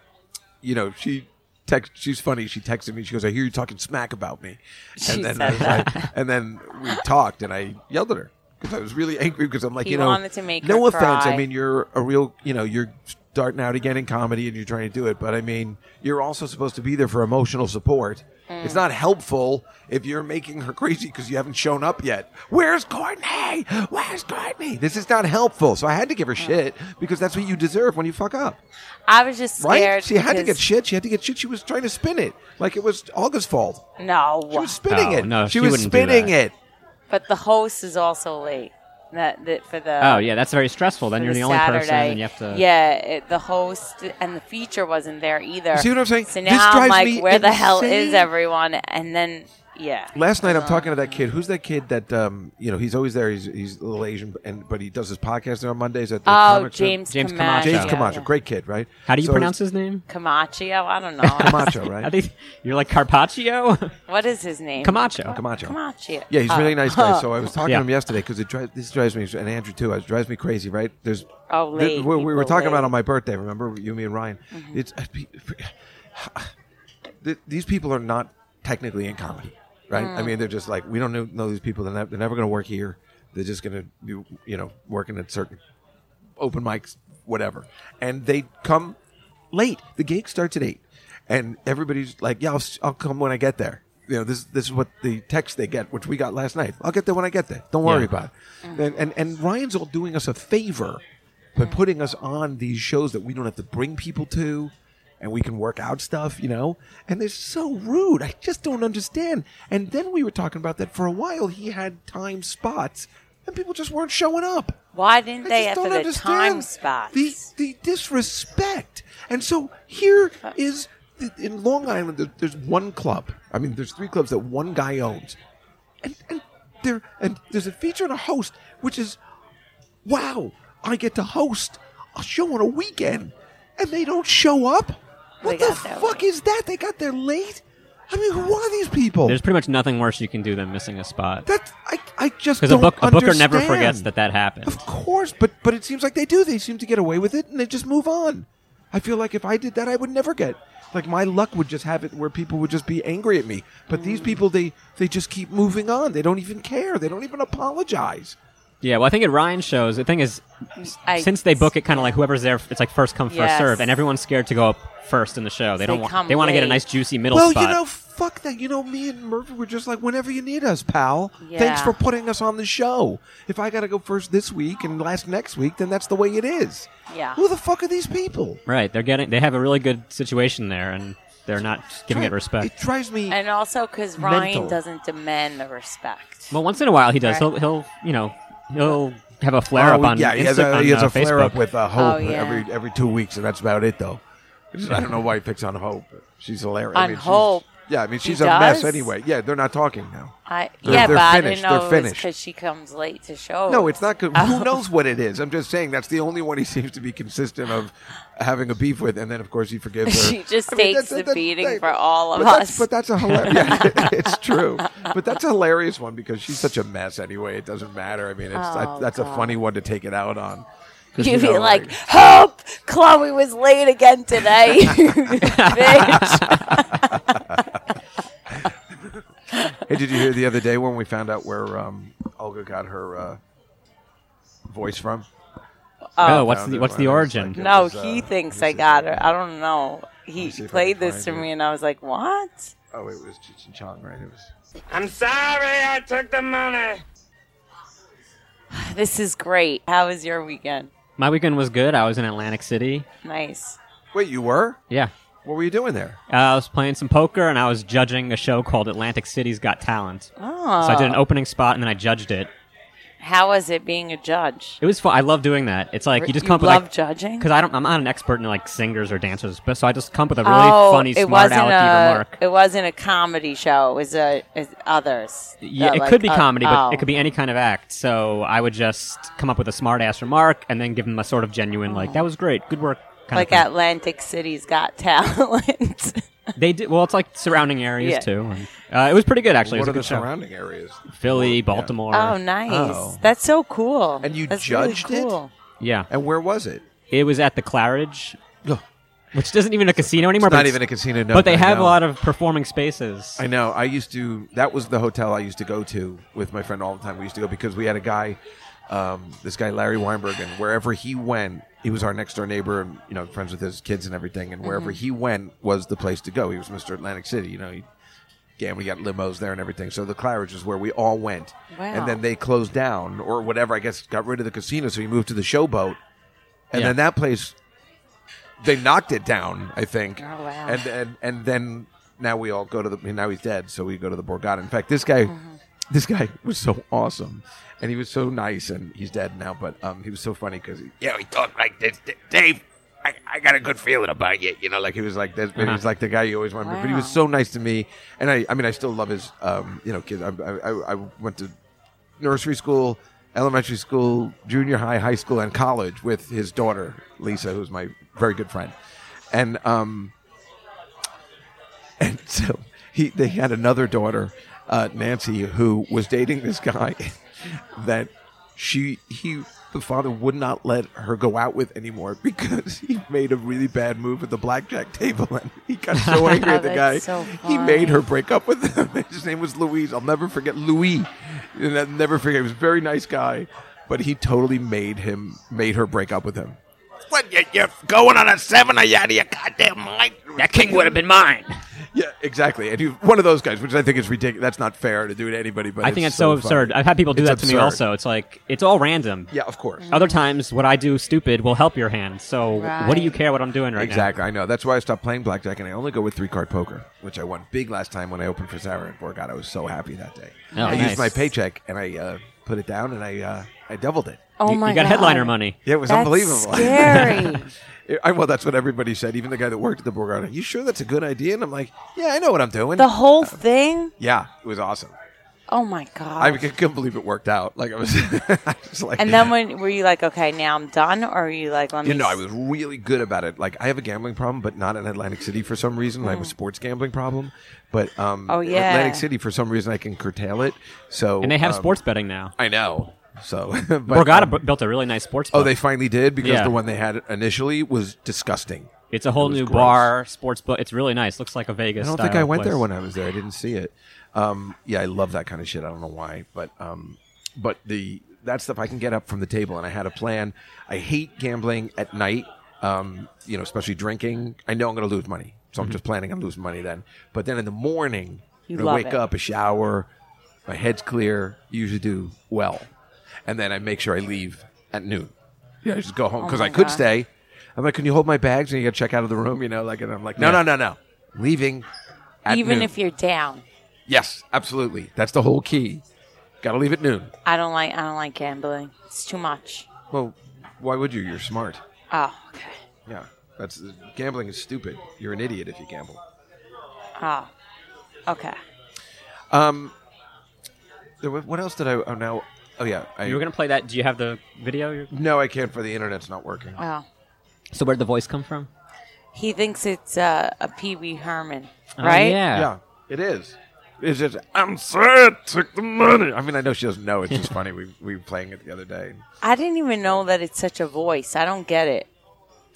[SPEAKER 5] you know, she text she's funny. She texted me. She goes, "I hear you talking smack about me."
[SPEAKER 7] She
[SPEAKER 5] then
[SPEAKER 7] said
[SPEAKER 5] I was like- and then we talked, and I yelled at her because I was really angry because I'm like,
[SPEAKER 7] You
[SPEAKER 5] you, know,
[SPEAKER 7] wanted to make
[SPEAKER 5] no
[SPEAKER 7] her
[SPEAKER 5] offense. I
[SPEAKER 7] cry.
[SPEAKER 5] mean, you're a real, you know, you're starting out again in comedy and you're trying to do it, but I mean, you're also supposed to be there for emotional support.
[SPEAKER 7] Mm.
[SPEAKER 5] It's not helpful if you're making her crazy because you haven't shown up yet. Where's Courtney? Where's Courtney? This is not helpful. So I had to give her shit because that's what you deserve when you fuck up
[SPEAKER 7] I was just
[SPEAKER 5] right?
[SPEAKER 7] scared.
[SPEAKER 5] She had to
[SPEAKER 7] because-
[SPEAKER 5] get shit. She had to get shit. She was trying to spin it like it was Olga's fault.
[SPEAKER 7] No,
[SPEAKER 5] She was spinning
[SPEAKER 6] No,
[SPEAKER 5] it.
[SPEAKER 6] Oh, no,
[SPEAKER 5] she,
[SPEAKER 6] she
[SPEAKER 5] was
[SPEAKER 6] wouldn't do
[SPEAKER 5] spinning
[SPEAKER 6] that.
[SPEAKER 5] it.
[SPEAKER 7] but the host is also late. That, that for the
[SPEAKER 6] Oh yeah, that's very stressful.
[SPEAKER 7] for
[SPEAKER 6] Then you're the, only
[SPEAKER 7] Saturday.
[SPEAKER 6] person, and you have to.
[SPEAKER 7] Yeah, it, the host and the feature wasn't there either.
[SPEAKER 5] You see what I'm saying?
[SPEAKER 7] So
[SPEAKER 5] This
[SPEAKER 7] now I'm
[SPEAKER 5] drives
[SPEAKER 7] like,
[SPEAKER 5] me
[SPEAKER 7] where the hell is
[SPEAKER 5] insane.
[SPEAKER 7] everyone? And then yeah,
[SPEAKER 5] Last night, I'm talking to that kid. Who's that kid that um, you know? He's always there. He's he's a little Asian, and but he does his podcast there on Mondays at the
[SPEAKER 7] oh
[SPEAKER 5] comic shop.
[SPEAKER 7] James
[SPEAKER 6] James
[SPEAKER 7] Camacho.
[SPEAKER 6] Camacho.
[SPEAKER 5] James
[SPEAKER 6] Yeah,
[SPEAKER 5] Camacho, great kid, right?
[SPEAKER 6] How do you
[SPEAKER 5] So
[SPEAKER 6] pronounce
[SPEAKER 5] it's-
[SPEAKER 6] his name?
[SPEAKER 7] Camacho. I don't know.
[SPEAKER 5] Camacho,
[SPEAKER 6] I
[SPEAKER 5] right?
[SPEAKER 6] think you're like Carpaccio,
[SPEAKER 7] what is his name?
[SPEAKER 6] Camacho.
[SPEAKER 5] Camacho.
[SPEAKER 7] Camacho.
[SPEAKER 5] Yeah, he's a really nice guy. So I was talking
[SPEAKER 6] Yeah.
[SPEAKER 5] to him yesterday because it drives this drives me and Andrew too. It drives me crazy, right? There's
[SPEAKER 7] Oh, late
[SPEAKER 5] we, we were
[SPEAKER 7] people,
[SPEAKER 5] talking about
[SPEAKER 7] late.
[SPEAKER 5] on my birthday. Remember you, me, and Ryan. It's uh, th- these people are not technically in comedy, right? I mean, they're just like we don't know, know these people. They're, not, they're never going to work here. They're just going to be you know working at certain open mics, whatever. And they come late. The gig starts at eight, and everybody's like, "Yeah, I'll, s- I'll come when I get there." You know, this this is what the text they get, which we got last night. I'll get there when I get there. Don't worry
[SPEAKER 6] Yeah.
[SPEAKER 5] about it. And, and and Ryan's all doing us a favor by putting us on these shows that we don't have to bring people to. And we can work out stuff, you know? And they're so rude. I just don't understand. And then we were talking about that for a while. He had time spots, and people just weren't showing up.
[SPEAKER 7] Why didn't
[SPEAKER 5] I
[SPEAKER 7] they
[SPEAKER 5] just
[SPEAKER 7] after
[SPEAKER 5] don't
[SPEAKER 7] the
[SPEAKER 5] understand
[SPEAKER 7] time spots?
[SPEAKER 5] The, the disrespect. And so here is in Long Island, there- there's one club. I mean, there's three clubs that one guy owns, and and there and there's a feature and a host, which is wow. I get to host a show on a weekend, and they don't show up. What
[SPEAKER 7] They
[SPEAKER 5] the
[SPEAKER 7] got there
[SPEAKER 5] fuck is that? They got there late. I mean, who are these people?
[SPEAKER 6] There's pretty much nothing worse you can do than missing a spot.
[SPEAKER 5] That's I, I just
[SPEAKER 6] Because a,
[SPEAKER 5] don't
[SPEAKER 6] book, a booker never
[SPEAKER 5] understand.
[SPEAKER 6] forgets that that happened.
[SPEAKER 5] Of course, but but it seems like they do. They seem to get away with it, and they just move on. I feel like if I did that, I would never get. Like my luck would just have it where people would just be angry at me. But these people, they they just keep moving on. They don't even care. They don't even apologize.
[SPEAKER 6] Yeah, well, I think at Ryan shows, the thing is,
[SPEAKER 7] I-
[SPEAKER 6] since they book it kind of like whoever's there, it's like first come, first
[SPEAKER 7] Yes.
[SPEAKER 6] serve, and everyone's scared to go up first in the show. They,
[SPEAKER 7] They
[SPEAKER 6] don't want,
[SPEAKER 7] come
[SPEAKER 6] they want to get a
[SPEAKER 7] late.
[SPEAKER 6] nice juicy middle
[SPEAKER 5] well,
[SPEAKER 6] spot.
[SPEAKER 5] you know, fuck that. You know, me and Murphy were just like, whenever you need us, pal. Thanks
[SPEAKER 7] Yeah.
[SPEAKER 5] for putting us on the show. If I got to go first this week and last next week, then that's the way it is.
[SPEAKER 7] Yeah.
[SPEAKER 5] Who the fuck are these people?
[SPEAKER 6] right, they're getting, they have a really good situation there, and they're not giving it respect.
[SPEAKER 5] It drives me.
[SPEAKER 7] and also because Ryan
[SPEAKER 5] Mental.
[SPEAKER 7] doesn't demand the respect.
[SPEAKER 6] Well, once in a while he does.
[SPEAKER 7] Right.
[SPEAKER 6] He'll he'll you know he'll have a flare up
[SPEAKER 5] Oh,
[SPEAKER 6] on
[SPEAKER 5] yeah, he has a,
[SPEAKER 6] Insta- on,
[SPEAKER 5] he has
[SPEAKER 6] uh,
[SPEAKER 5] a flare
[SPEAKER 6] Facebook.
[SPEAKER 5] up with uh, Hope
[SPEAKER 7] Oh, yeah.
[SPEAKER 5] every every two weeks, and that's about it, though. I don't know why he picks on Hope. She's hilarious. I
[SPEAKER 7] On
[SPEAKER 5] mean, she's-
[SPEAKER 7] Hope?
[SPEAKER 5] yeah, I mean she's
[SPEAKER 7] He
[SPEAKER 5] a mess
[SPEAKER 7] does?
[SPEAKER 5] anyway. Yeah, they're not talking now.
[SPEAKER 7] I,
[SPEAKER 5] They're-
[SPEAKER 7] yeah,
[SPEAKER 5] they're
[SPEAKER 7] but
[SPEAKER 5] finished.
[SPEAKER 7] I didn't know
[SPEAKER 5] They're
[SPEAKER 7] it was
[SPEAKER 5] finished.
[SPEAKER 7] because she comes late to show.
[SPEAKER 5] No, it's not good.
[SPEAKER 7] Oh.
[SPEAKER 5] Who knows what it is? I'm just saying that's the only one he seems to be consistent of having a beef with, and then of course he forgives her.
[SPEAKER 7] She just
[SPEAKER 5] that's-
[SPEAKER 7] takes the
[SPEAKER 5] that's-
[SPEAKER 7] beating
[SPEAKER 5] hey,
[SPEAKER 7] for all of
[SPEAKER 5] but that's-
[SPEAKER 7] us.
[SPEAKER 5] but that's a hilarious. yeah, it's true. But that's a hilarious one because she's such a mess anyway. It doesn't matter. I mean, it's
[SPEAKER 7] Oh,
[SPEAKER 5] that's a
[SPEAKER 7] God.
[SPEAKER 5] funny one to take it out on. 'Cause,
[SPEAKER 7] You'd be
[SPEAKER 5] know,
[SPEAKER 7] like, Hope Chloe was late again today. Bitch.
[SPEAKER 5] Hey, did you hear the other day when we found out where um, Olga got her uh, voice from?
[SPEAKER 6] Oh, what's
[SPEAKER 5] Found
[SPEAKER 6] the
[SPEAKER 5] it
[SPEAKER 6] what's
[SPEAKER 5] when
[SPEAKER 6] the
[SPEAKER 5] I was
[SPEAKER 6] origin?
[SPEAKER 5] like-
[SPEAKER 7] No,
[SPEAKER 5] was, uh,
[SPEAKER 7] he thinks
[SPEAKER 5] let me
[SPEAKER 7] I
[SPEAKER 5] see
[SPEAKER 7] got
[SPEAKER 5] if I
[SPEAKER 7] her. I don't know. He
[SPEAKER 5] see if I
[SPEAKER 7] played
[SPEAKER 5] can
[SPEAKER 7] this to
[SPEAKER 5] find
[SPEAKER 7] me,
[SPEAKER 5] it.
[SPEAKER 7] and I was like, "What?"
[SPEAKER 5] Oh, it was Cheech and Chong, right? It was.
[SPEAKER 8] I'm sorry I took the money.
[SPEAKER 7] This is great. How was your weekend?
[SPEAKER 6] My weekend was good. I was in Atlantic City.
[SPEAKER 7] Nice.
[SPEAKER 5] Wait, you were?
[SPEAKER 6] Yeah,
[SPEAKER 5] What were you doing there?
[SPEAKER 6] uh, I was playing some poker and I was judging a show called Atlantic City's Got Talent. Oh. So I did an opening spot and then I judged it.
[SPEAKER 7] How was it being a judge?
[SPEAKER 6] It was fun. I love doing that. It's like you just
[SPEAKER 7] You
[SPEAKER 6] come up
[SPEAKER 7] love
[SPEAKER 6] with like,
[SPEAKER 7] judging?
[SPEAKER 6] because I don't. I'm not an expert in like singers or dancers, but so I just come up with a really
[SPEAKER 7] oh,
[SPEAKER 6] funny,
[SPEAKER 7] it
[SPEAKER 6] smart
[SPEAKER 7] wasn't
[SPEAKER 6] alecky
[SPEAKER 7] a,
[SPEAKER 6] remark.
[SPEAKER 7] It wasn't a comedy show. It was a it's others.
[SPEAKER 6] Yeah,
[SPEAKER 7] Uh,
[SPEAKER 6] it
[SPEAKER 7] like,
[SPEAKER 6] could be
[SPEAKER 7] uh,
[SPEAKER 6] comedy, but
[SPEAKER 7] oh.
[SPEAKER 6] it could be any kind of act. So I would just come up with a smart ass remark and then give them a sort of genuine like, "That was great, good work." Kind
[SPEAKER 7] oh. like
[SPEAKER 6] of thing.
[SPEAKER 7] Atlantic City's Got Talent.
[SPEAKER 6] They did well. It's like surrounding areas
[SPEAKER 7] Yeah.
[SPEAKER 6] too. And, uh, it was pretty good actually.
[SPEAKER 5] what
[SPEAKER 6] it
[SPEAKER 5] are
[SPEAKER 6] was a
[SPEAKER 5] the
[SPEAKER 6] good show.
[SPEAKER 5] surrounding areas?
[SPEAKER 6] Philly, Baltimore.
[SPEAKER 7] oh, nice.
[SPEAKER 5] Oh.
[SPEAKER 7] That's so cool.
[SPEAKER 5] And you
[SPEAKER 7] That's really
[SPEAKER 5] judged it?
[SPEAKER 7] cool.
[SPEAKER 6] Yeah,
[SPEAKER 5] And where was it?
[SPEAKER 6] it was at the Claridge,
[SPEAKER 5] Ugh,
[SPEAKER 6] which isn't even a casino anymore. but
[SPEAKER 5] not
[SPEAKER 6] it's-
[SPEAKER 5] even a casino. No,
[SPEAKER 6] but they
[SPEAKER 5] I
[SPEAKER 6] have a
[SPEAKER 5] know.
[SPEAKER 6] lot of performing spaces.
[SPEAKER 5] I know. I used to. That was the hotel I used to go to with my friend all the time. We used to go because we had a guy, um, this guy Larry Weinberg, and wherever he went, he was our next door neighbor, and you know, friends with his kids and everything. And wherever he went was the place to go. He was Mr. Atlantic City. You know, he, yeah, we got limos there and everything. So the Claridge is where we all went.
[SPEAKER 7] Wow.
[SPEAKER 5] And then they closed down or whatever. I guess got rid of the casino, so he moved to the showboat, and
[SPEAKER 6] Yeah.
[SPEAKER 5] then that place they knocked it down, I think.
[SPEAKER 7] Oh, wow.
[SPEAKER 5] And and and then now we all go to the now he's dead, so we go to the Borgata. In fact, this guy
[SPEAKER 7] Mm-hmm.
[SPEAKER 5] this guy was so awesome, and he was so nice, and he's dead now. But um, he was so funny because yeah, he talked like this, D- Dave. I, I got a good feeling about you, you know. Like he was like this, but he was like the guy you always wanted. to be. But he was
[SPEAKER 7] Wow.
[SPEAKER 5] so nice to me, and I, I mean, I still love his, um, you know, kids. I, I, I- I went to nursery school, elementary school, junior high, high school, and college with his daughter Lisa, who's my very good friend, and um, and so he they had another daughter, uh, Nancy, who was dating this guy that she he the father would not let her go out with anymore because he made a really bad move at the blackjack table and he got so angry
[SPEAKER 7] Oh,
[SPEAKER 5] at the
[SPEAKER 7] that's
[SPEAKER 5] guy
[SPEAKER 7] so
[SPEAKER 5] he made
[SPEAKER 7] funny.
[SPEAKER 5] her break up with him. His name was Louise. I'll never forget Louis. And I'll never forget. He was a very nice guy, but he totally made him made her break up with him. What you, you're going on a seven? Are you out of your goddamn mind?
[SPEAKER 9] That king would have been mine.
[SPEAKER 5] Yeah, exactly. And he, one of those guys, which I think is ridiculous. That's not fair to do to anybody. But
[SPEAKER 6] I think it's so,
[SPEAKER 5] funny.
[SPEAKER 6] absurd. I've had people do
[SPEAKER 5] It's
[SPEAKER 6] that to me
[SPEAKER 5] absurd.
[SPEAKER 6] also. It's like it's all random.
[SPEAKER 5] Yeah, of course.
[SPEAKER 6] Other times, what I do stupid will help your hand. So what do you
[SPEAKER 7] Right.
[SPEAKER 6] care what I'm doing right
[SPEAKER 5] Exactly, I know. That's why I stopped playing blackjack, and I only go with three card poker, which I won big last time when I opened for Sarah at Borgata. I was so happy that day.
[SPEAKER 6] Oh,
[SPEAKER 5] I
[SPEAKER 6] nice.
[SPEAKER 5] used my paycheck and I uh, put it down and I uh, I doubled it.
[SPEAKER 7] Oh
[SPEAKER 6] now? You-
[SPEAKER 7] my
[SPEAKER 6] you got
[SPEAKER 7] God.
[SPEAKER 6] headliner money.
[SPEAKER 5] Yeah, it was
[SPEAKER 7] That's
[SPEAKER 5] unbelievable.
[SPEAKER 7] Scary.
[SPEAKER 5] It- I, well, that's what everybody said. Even the guy that worked at the Borgata. You sure that's a good idea? And I'm like, yeah, I know what I'm doing.
[SPEAKER 7] the whole thing.
[SPEAKER 5] yeah, it was awesome.
[SPEAKER 7] Oh my god.
[SPEAKER 5] I c- couldn't believe it worked out. Like I was, I was like,
[SPEAKER 7] and then when were you like, okay, now I'm done, or were you like, let me?
[SPEAKER 5] you know, I
[SPEAKER 7] s-
[SPEAKER 5] was really good about it. Like I have a gambling problem, but not in Atlantic City for some reason. I have a sports gambling problem, but um,
[SPEAKER 7] Mm. Oh, yeah.
[SPEAKER 5] Atlantic City for some reason I can curtail it. So
[SPEAKER 6] And they have
[SPEAKER 5] um,
[SPEAKER 6] sports betting now.
[SPEAKER 5] I know. So but,
[SPEAKER 6] Borgata
[SPEAKER 5] um,
[SPEAKER 6] bu- built a really nice sports.
[SPEAKER 5] oh,
[SPEAKER 6] book.
[SPEAKER 5] they finally did because
[SPEAKER 6] Yeah.
[SPEAKER 5] the one they had initially was disgusting.
[SPEAKER 6] It's a whole
[SPEAKER 5] It was
[SPEAKER 6] new
[SPEAKER 5] gross.
[SPEAKER 6] bar sports book. It's really nice. Looks like a Vegas.
[SPEAKER 5] I don't think
[SPEAKER 6] style
[SPEAKER 5] I went there
[SPEAKER 6] place.
[SPEAKER 5] when I was there. I didn't see it. Um, yeah, I love that kind of shit. I don't know why, but um, but the that stuff I can get up from the table, and I had a plan. I hate gambling at night. Um, you know, especially drinking. I know I'm going to lose money, so I'm just planning on losing money then. But then in the morning,
[SPEAKER 7] You
[SPEAKER 5] I
[SPEAKER 7] love
[SPEAKER 5] wake
[SPEAKER 7] it.
[SPEAKER 5] up, a shower, my head's clear. Usually do well, and then I make sure I leave at noon. Yeah, I just go home because
[SPEAKER 7] Oh my
[SPEAKER 5] I could
[SPEAKER 7] God.
[SPEAKER 5] stay. I'm like, can you hold my bags? And you got to check out of the room, you know, like, and I'm like, no, no, no, no, leaving. At
[SPEAKER 7] even
[SPEAKER 5] noon.
[SPEAKER 7] if you're down.
[SPEAKER 5] Yes, absolutely. That's the whole key. Got to leave at noon.
[SPEAKER 7] I don't like. I don't like gambling. It's too much.
[SPEAKER 5] Well, why would you? You're smart.
[SPEAKER 7] Oh, okay.
[SPEAKER 5] Yeah, that's gambling is stupid. You're an idiot if you gamble.
[SPEAKER 7] Oh, okay.
[SPEAKER 5] Um, What else did I? Oh now, oh yeah. I,
[SPEAKER 6] You were gonna play that. Do you have the video? You're-
[SPEAKER 5] no, I can't for the internet's not working.
[SPEAKER 7] Well,
[SPEAKER 6] So where did the voice come from?
[SPEAKER 7] he thinks it's uh, a Pee Wee Herman, right?
[SPEAKER 6] Oh, yeah.
[SPEAKER 5] yeah, it is. It's just I'm sorry, I took the money. I mean, I know she doesn't know. It's just funny. We we were playing it the other day.
[SPEAKER 7] I didn't even know that it's such a voice. I don't get it.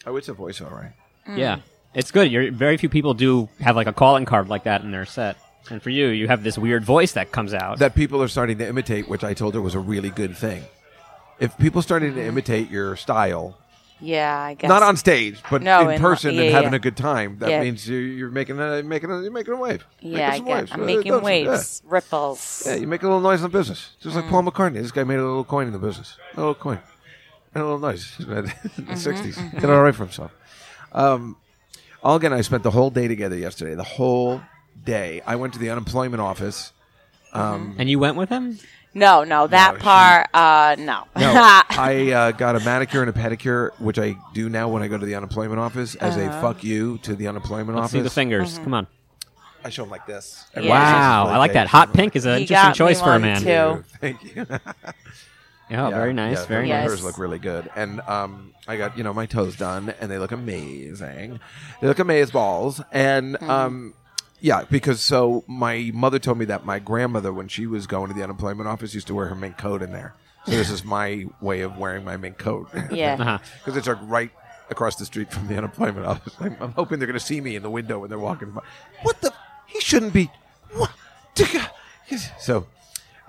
[SPEAKER 5] Oh, it's a voice, all right.
[SPEAKER 7] Mm.
[SPEAKER 6] Yeah. It's good. You're, very few people do have like a calling card like that in their set. And for you, you have this weird voice that comes out.
[SPEAKER 5] that people are starting to imitate, which I told her was a really good thing. If people starting to imitate your style,
[SPEAKER 7] Yeah, I guess.
[SPEAKER 5] not on stage, but
[SPEAKER 7] No,
[SPEAKER 5] in
[SPEAKER 7] in-
[SPEAKER 5] person
[SPEAKER 7] yeah,
[SPEAKER 5] and having
[SPEAKER 7] yeah.
[SPEAKER 5] a good time, that
[SPEAKER 7] Yeah.
[SPEAKER 5] means you're, you're making a making a, you're making a wave.
[SPEAKER 7] Yeah, I
[SPEAKER 5] Making some
[SPEAKER 7] get.
[SPEAKER 5] waves.
[SPEAKER 7] I'm
[SPEAKER 5] Uh,
[SPEAKER 7] making
[SPEAKER 5] those-
[SPEAKER 7] waves, Mm. ripples.
[SPEAKER 5] Yeah. yeah, you make a little noise in the business, just like Paul McCartney. This guy made a little coin in the business, a little coin, and a little noise in the
[SPEAKER 7] Mm-hmm,
[SPEAKER 5] '60s. Did all right for himself. Um, Olga and I spent the whole day together yesterday. The whole day. I went to the unemployment office
[SPEAKER 6] And you went with him?
[SPEAKER 7] No, no, that
[SPEAKER 5] she-
[SPEAKER 7] part, uh, no.
[SPEAKER 5] No, I uh, got a manicure and a pedicure, which I do now when I go to the unemployment office as
[SPEAKER 7] Uh-huh.
[SPEAKER 5] a fuck you to the unemployment
[SPEAKER 6] Let's
[SPEAKER 5] office.
[SPEAKER 6] see the fingers.
[SPEAKER 7] Mm-hmm.
[SPEAKER 6] Come on.
[SPEAKER 5] I show them like this.
[SPEAKER 7] Yeah.
[SPEAKER 6] Wow, I like that. Hot pink is an
[SPEAKER 7] He
[SPEAKER 6] interesting
[SPEAKER 7] got
[SPEAKER 6] choice
[SPEAKER 7] me
[SPEAKER 6] for a
[SPEAKER 7] one,
[SPEAKER 6] man.
[SPEAKER 7] too.
[SPEAKER 6] Oh,
[SPEAKER 7] Ew.
[SPEAKER 5] Thank you.
[SPEAKER 6] very nice. very
[SPEAKER 7] yeah.
[SPEAKER 6] nice.
[SPEAKER 5] Hers look really good, and um, I got you know my toes done, and they look amazing. They look amazing balls, and
[SPEAKER 7] Hmm.
[SPEAKER 5] um, yeah, because so my mother told me that my grandmother, when she was going to the unemployment office, used to wear her mink coat in there. So this is my way of wearing my mink coat.
[SPEAKER 7] Yeah.
[SPEAKER 6] Uh-huh.
[SPEAKER 5] because it's like right across the street from the unemployment office. I'm, I'm hoping they're going to see me in the window when they're walking by. What the? He shouldn't be. What? So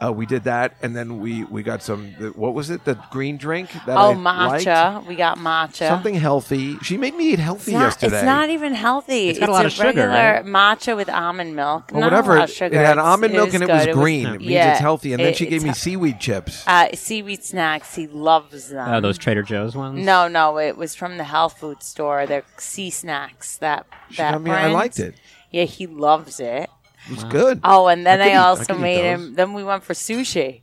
[SPEAKER 5] uh, we did that, and then we we got some. What was it? The green drink. That
[SPEAKER 7] Oh,
[SPEAKER 5] I liked?
[SPEAKER 7] matcha. We got matcha.
[SPEAKER 5] Something healthy. She made me eat healthy
[SPEAKER 7] it's not,
[SPEAKER 5] yesterday.
[SPEAKER 7] It's not even healthy.
[SPEAKER 6] It's got a lot of sugar,
[SPEAKER 7] regular
[SPEAKER 6] right?
[SPEAKER 7] matcha with almond milk.
[SPEAKER 5] Well,
[SPEAKER 7] Not a
[SPEAKER 5] whatever.
[SPEAKER 7] lot of
[SPEAKER 5] It-
[SPEAKER 7] sugar.
[SPEAKER 5] It had
[SPEAKER 7] It's-
[SPEAKER 5] almond milk and it was
[SPEAKER 7] good.
[SPEAKER 5] green. It means
[SPEAKER 7] yeah.
[SPEAKER 5] it's healthy. And then
[SPEAKER 7] It-
[SPEAKER 5] she gave
[SPEAKER 7] it's
[SPEAKER 5] me
[SPEAKER 7] hea-
[SPEAKER 5] seaweed chips.
[SPEAKER 7] uh, seaweed snacks. He loves them.
[SPEAKER 6] Oh, those Trader Joe's ones?
[SPEAKER 7] No, no, it was from the health food store. They're sea snacks. That that
[SPEAKER 5] I mean, I
[SPEAKER 7] brand.
[SPEAKER 5] liked it.
[SPEAKER 7] Yeah, he loves it.
[SPEAKER 5] It was good.
[SPEAKER 7] Oh, and then
[SPEAKER 5] I could
[SPEAKER 7] I,
[SPEAKER 5] eat- I
[SPEAKER 7] also
[SPEAKER 5] could eat
[SPEAKER 7] made
[SPEAKER 5] those.
[SPEAKER 7] him. Then we went for sushi.